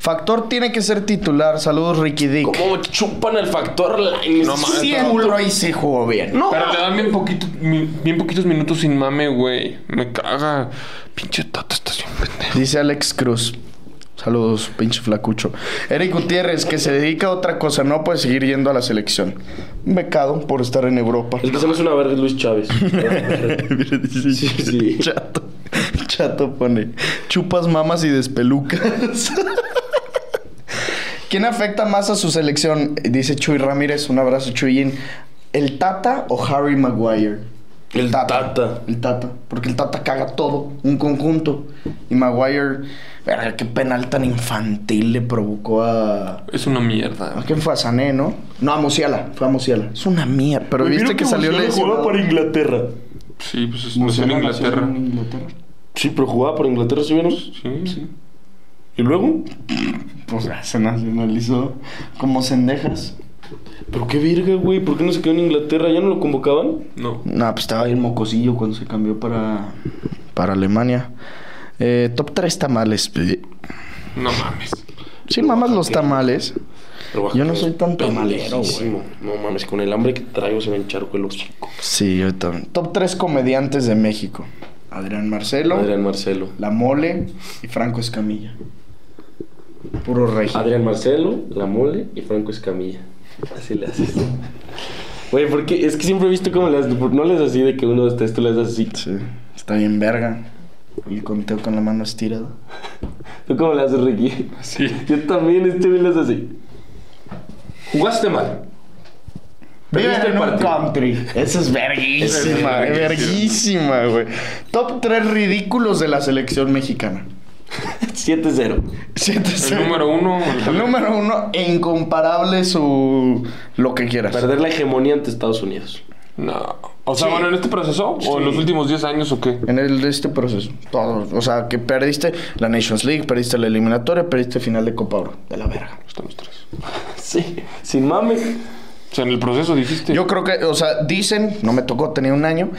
Speaker 2: Factor tiene que ser titular. Saludos, Ricky Dick.
Speaker 4: ¿Cómo chupan el factor line?
Speaker 3: No mames.
Speaker 2: Sí, el culo ahí sí jugó bien.
Speaker 4: No.
Speaker 3: Pero le dan bien, poquito, mi- bien poquitos minutos sin mame, güey. Me caga. Pinche tata, estás bien pendejo.
Speaker 2: Dice Alex Cruz. Saludos, pinche flacucho. Eric Gutiérrez, que se dedica a otra cosa, no puede seguir yendo a la selección. Un Becado por estar en Europa.
Speaker 4: El que se me hace una verga es Luis Chávez.
Speaker 2: Mira, dice,
Speaker 4: Sí, sí.
Speaker 2: Chato. Chato pone. Chupas mamas y despelucas. ¿Quién afecta más a su selección? Dice Chuy Ramírez. Un abrazo, Chuyín. ¿El Tata o Harry Maguire?
Speaker 4: El Tata.
Speaker 2: El Tata. Porque el Tata caga todo, un conjunto. Y Maguire, verga, qué penal tan infantil le provocó a.
Speaker 3: Es una mierda.
Speaker 2: ¿A
Speaker 3: güey.
Speaker 2: quién fue? A Sané, ¿no? No, a Musiala. Fue a Musiala. Es una mierda. Pero viste que, salió
Speaker 4: el
Speaker 2: lesionado.
Speaker 4: jugaba para Inglaterra.
Speaker 3: Sí, pues es nació en Inglaterra.
Speaker 4: Sí, pero jugaba para Inglaterra, ¿sí vieron?
Speaker 3: Sí, sí.
Speaker 4: ¿Y luego?
Speaker 2: Pues ya se nacionalizó como cendejas.
Speaker 4: ¿Pero qué verga, güey? ¿Por qué no se quedó en Inglaterra? ¿Ya no lo convocaban?
Speaker 3: No.
Speaker 2: No, pues estaba bien mocosillo cuando se cambió para, para Alemania. Eh, top 3 tamales.
Speaker 3: No mames.
Speaker 2: Sin mamas los tamales.
Speaker 4: Pero
Speaker 2: Yo no
Speaker 4: Oaxaca
Speaker 2: soy
Speaker 4: es
Speaker 2: tan tamalero,
Speaker 4: pendejísimo. No mames, con el hambre que traigo se me encharcó el hocico.
Speaker 2: Sí, yo también. Top 3 comediantes de México. Adrián Marcelo,
Speaker 4: Adrián Marcelo.
Speaker 2: La Mole y Franco Escamilla. Puro rey.
Speaker 4: Adrián Marcelo, La Mole y Franco Escamilla. Así le haces. Güey, porque es que siempre he visto como las... No les así de que uno de estos les hace así.
Speaker 2: Sí, está bien verga. El conteo con la mano estirada.
Speaker 4: ¿Tú cómo le haces, Ricky?
Speaker 3: Sí.
Speaker 4: Yo también, este güey le hace así. Jugaste mal.
Speaker 2: Viven
Speaker 4: Perdiste
Speaker 2: en
Speaker 4: el
Speaker 2: un
Speaker 4: partido.
Speaker 2: country. Esa es verguísima,
Speaker 3: Esa es
Speaker 2: verguísima, güey. Top 3 ridículos de la selección mexicana.
Speaker 4: 7-0.
Speaker 2: Siete,
Speaker 3: El
Speaker 2: cero.
Speaker 3: número uno.
Speaker 2: El número uno, e incomparable su... Lo que quieras.
Speaker 4: Perder la hegemonía ante Estados Unidos.
Speaker 3: No. O sea, bueno, en este proceso o en los últimos 10 años o qué.
Speaker 2: En el, este proceso, todo. O sea, que perdiste la Nations League, perdiste la eliminatoria, perdiste final de Copa Oro. De la verga.
Speaker 3: Están los tres.
Speaker 4: Sí, sin mames.
Speaker 3: O sea, en el proceso dijiste.
Speaker 2: Yo creo que, o sea, dicen, no me tocó, tenía un año,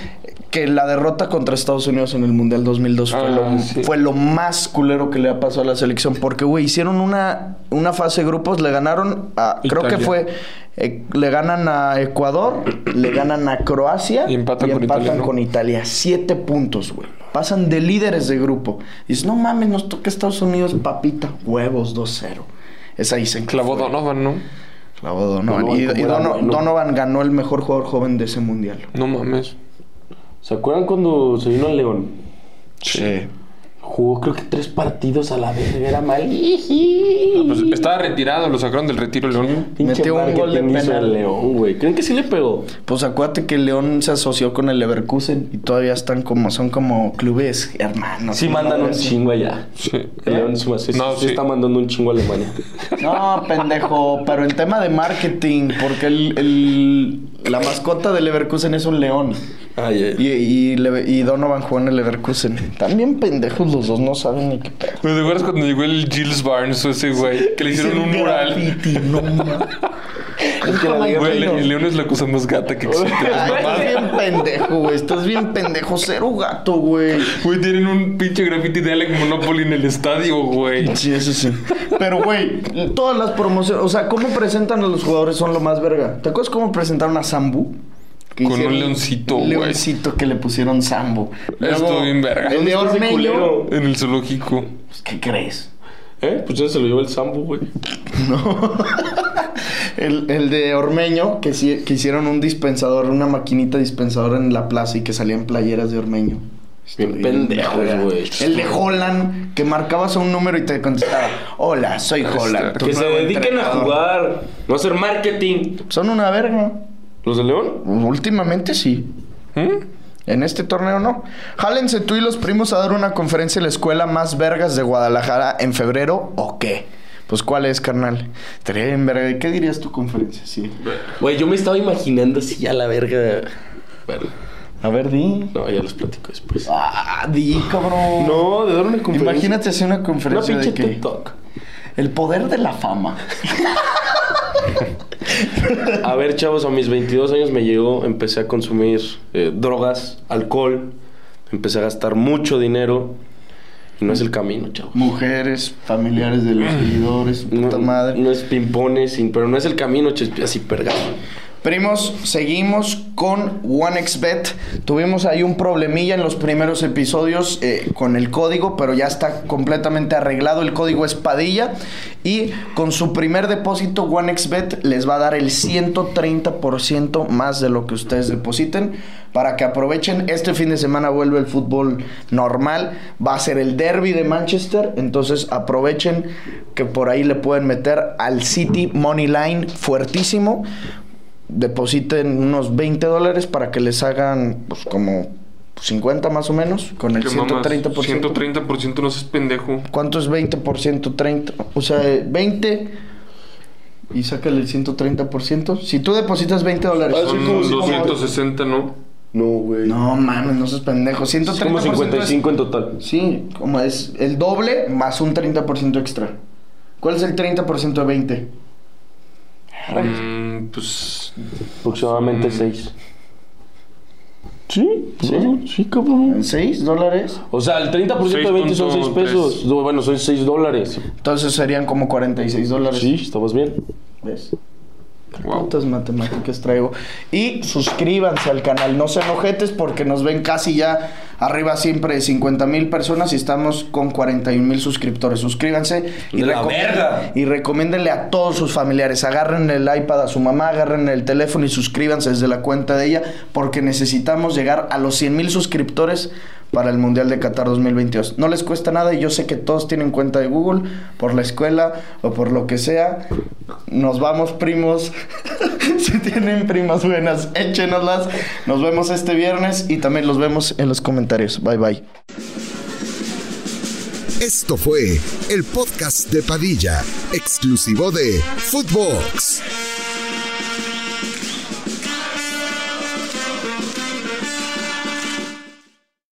Speaker 2: que la derrota contra Estados Unidos en el Mundial 2002 fue,
Speaker 3: Ah,
Speaker 2: lo,
Speaker 3: sí.
Speaker 2: fue lo más culero que le ha pasado a la selección. Porque, güey, hicieron una, una fase de grupos, le ganaron a, creo que
Speaker 3: Italia.
Speaker 2: fue, eh, le ganan a Ecuador, le ganan a Croacia
Speaker 3: Y empatan con
Speaker 2: empatan
Speaker 3: Italia, ¿no?
Speaker 2: con Italia. Siete puntos, güey. Pasan de líderes de grupo. Dices, no mames, nos toca Estados Unidos, papita, huevos 2-0. Es ahí se
Speaker 3: Clavó
Speaker 2: fue.
Speaker 3: Donovan, ¿no?
Speaker 2: Clavó Donovan.
Speaker 4: Donovan,
Speaker 2: y
Speaker 4: como
Speaker 2: y
Speaker 4: era
Speaker 2: Dono-
Speaker 4: bueno.
Speaker 2: Donovan ganó el mejor jugador joven de ese mundial.
Speaker 3: No mames.
Speaker 4: ¿Se acuerdan cuando se vino al León?
Speaker 2: Sí.
Speaker 4: Jugó creo que tres partidos a la vez. Era mal.
Speaker 3: Pues estaba retirado, lo sacaron del retiro León.
Speaker 2: Metió un gol de penal.
Speaker 4: al León, güey. ¿Creen que sí le pegó?
Speaker 2: Pues acuérdate que León se asoció con el Leverkusen y todavía están como, son como clubes hermanos.
Speaker 4: Sí
Speaker 2: ¿no?
Speaker 4: mandan un
Speaker 2: Sí.
Speaker 4: chingo allá.
Speaker 3: Sí.
Speaker 4: El León suma, sí, sí,
Speaker 3: No,
Speaker 4: sí
Speaker 3: sí.
Speaker 4: está mandando un chingo a Alemania.
Speaker 2: No, pendejo, pero el tema de marketing, porque el, el- la mascota del Leverkusen es un león.
Speaker 4: Ay, ay.
Speaker 2: Y, y, Leve- y Donovan jugó en el Leverkusen. También pendejos los dos, no saben ni qué pedo.
Speaker 3: ¿Te acuerdas cuando llegó el Gilles Barnes o ese güey? Que le hicieron un mural.
Speaker 2: Graffiti, no, ma.
Speaker 4: Es que la liga
Speaker 3: Güey,
Speaker 4: mexicana-
Speaker 3: Le- León es la cosa más gata que existe.
Speaker 2: Ay, Estás bien pendejo, güey. Estás bien pendejo. Cero gato, güey.
Speaker 3: Güey, tienen un pinche graffiti de Alec Monopoly en el estadio, güey.
Speaker 2: Sí, eso sí. Pero, güey, todas las promociones. O sea, cómo presentan a los jugadores son lo más verga. ¿Te acuerdas cómo presentaron a Sambu? Que
Speaker 3: Con un
Speaker 2: hicieron-
Speaker 3: leoncito, güey.
Speaker 2: Leoncito que le pusieron Sambu. Luego,
Speaker 3: Estuvo bien verga.
Speaker 2: El de
Speaker 4: ¿Dónde está ese
Speaker 2: Ormeño.
Speaker 4: culero?
Speaker 3: En el zoológico.
Speaker 2: Pues, ¿Qué crees?
Speaker 4: ¿Eh? Pues ya se lo llevó el Sambo, güey.
Speaker 2: No. El, el de Ormeño, que, sí- que hicieron un dispensador, una maquinita dispensadora en la plaza y que salían playeras de Ormeño.
Speaker 4: Bien pendejos,
Speaker 2: verga.
Speaker 4: güey.
Speaker 2: El de Holland, que marcabas un número y te contestaba: Hola, soy Holland. tu
Speaker 4: Este, Que se
Speaker 2: nuevo
Speaker 4: dediquen a
Speaker 2: entrenador".
Speaker 4: jugar, no a hacer marketing.
Speaker 2: Son una verga.
Speaker 4: ¿Los de León?
Speaker 2: Últimamente sí.
Speaker 3: ¿Mm?
Speaker 2: En este torneo no. Jálense tú y los primos a dar una conferencia en la escuela más vergas de Guadalajara en febrero o qué. Pues cuál es, carnal. Estaría bien verga. ¿Qué dirías tu conferencia? Sí.
Speaker 4: Güey, yo me estaba imaginando así ya la verga. Bueno,
Speaker 2: A ver, di.
Speaker 4: no, ya les platico después.
Speaker 2: Ah, di, cabrón.
Speaker 4: No, de dar una conferencia.
Speaker 2: Imagínate hacer una
Speaker 4: Una
Speaker 2: conferencia
Speaker 4: pinche
Speaker 2: de que...
Speaker 4: TikTok.
Speaker 2: El poder de la fama.
Speaker 4: A ver, chavos, a mis 22 años me llegó, empecé a consumir eh, drogas, alcohol, empecé a gastar mucho dinero. Y no es el camino, chavos.
Speaker 2: Mujeres, familiares de los seguidores, puta
Speaker 4: Mm. no,
Speaker 2: madre.
Speaker 4: No es pimpones, sin- pero no es el camino, ches- así pergado.
Speaker 2: Primos, seguimos con OneXBet. Tuvimos ahí un problemilla en los primeros episodios eh, con el código, pero ya está completamente arreglado. El código es Padilla. Y con su primer depósito, OneXBet les va a dar el 130% más de lo que ustedes depositen para que aprovechen. Este fin de semana vuelve el fútbol normal. Va a ser el derby de Manchester. Entonces aprovechen que por ahí le pueden meter al City Money Line fuertísimo depositen unos 20 dólares para que les hagan pues como 50 más o menos con el
Speaker 3: Que mamas,
Speaker 2: 130%.
Speaker 3: 130% no seas pendejo.
Speaker 2: ¿Cuánto es 20%? 30. O sea, eh, 20 y sácale el 130%. Si tú depositas 20 dólares.
Speaker 4: Ah, sí,
Speaker 3: Son
Speaker 4: como- como-
Speaker 3: 260, ¿no?
Speaker 4: No, güey.
Speaker 2: No mames, no seas pendejo. 130%
Speaker 4: es como
Speaker 2: es-
Speaker 4: 55 en total.
Speaker 2: sí, como es el doble más un 30% extra. ¿Cuál es el 30% de 20?
Speaker 3: Mm, pues.
Speaker 4: Aproximadamente
Speaker 3: Mm.
Speaker 4: 6. ¿Sí? ¿Sí? Sí, cabrón.
Speaker 2: ¿6 dólares?
Speaker 4: O sea, el 30% de 20 son 6 pesos.
Speaker 3: 6.3.
Speaker 4: No, Bueno, son 6 dólares.
Speaker 2: Entonces serían como 46 dólares.
Speaker 4: Sí, estabas bien.
Speaker 2: ¿Ves?
Speaker 3: Wow.
Speaker 2: Putas matemáticas traigo. Y suscríbanse al canal. No sean ojetes porque nos ven casi ya arriba siempre de 50 mil personas y estamos con 41 mil suscriptores. Suscríbanse y,
Speaker 4: De la
Speaker 2: recom-
Speaker 4: verga.
Speaker 2: y recomiéndenle a todos sus familiares. Agarren el iPad a su mamá, agarren el teléfono y suscríbanse desde la cuenta de ella porque necesitamos llegar a los 100 mil suscriptores para el Mundial de Qatar 2022. No les cuesta nada y yo sé que todos tienen cuenta de Google por la escuela o por lo que sea. Nos vamos, primos. si tienen primas buenas, échenoslas. Nos vemos este viernes y también los vemos en los comentarios. Bye bye.
Speaker 1: Esto fue el podcast de Padilla, exclusivo de Footbox.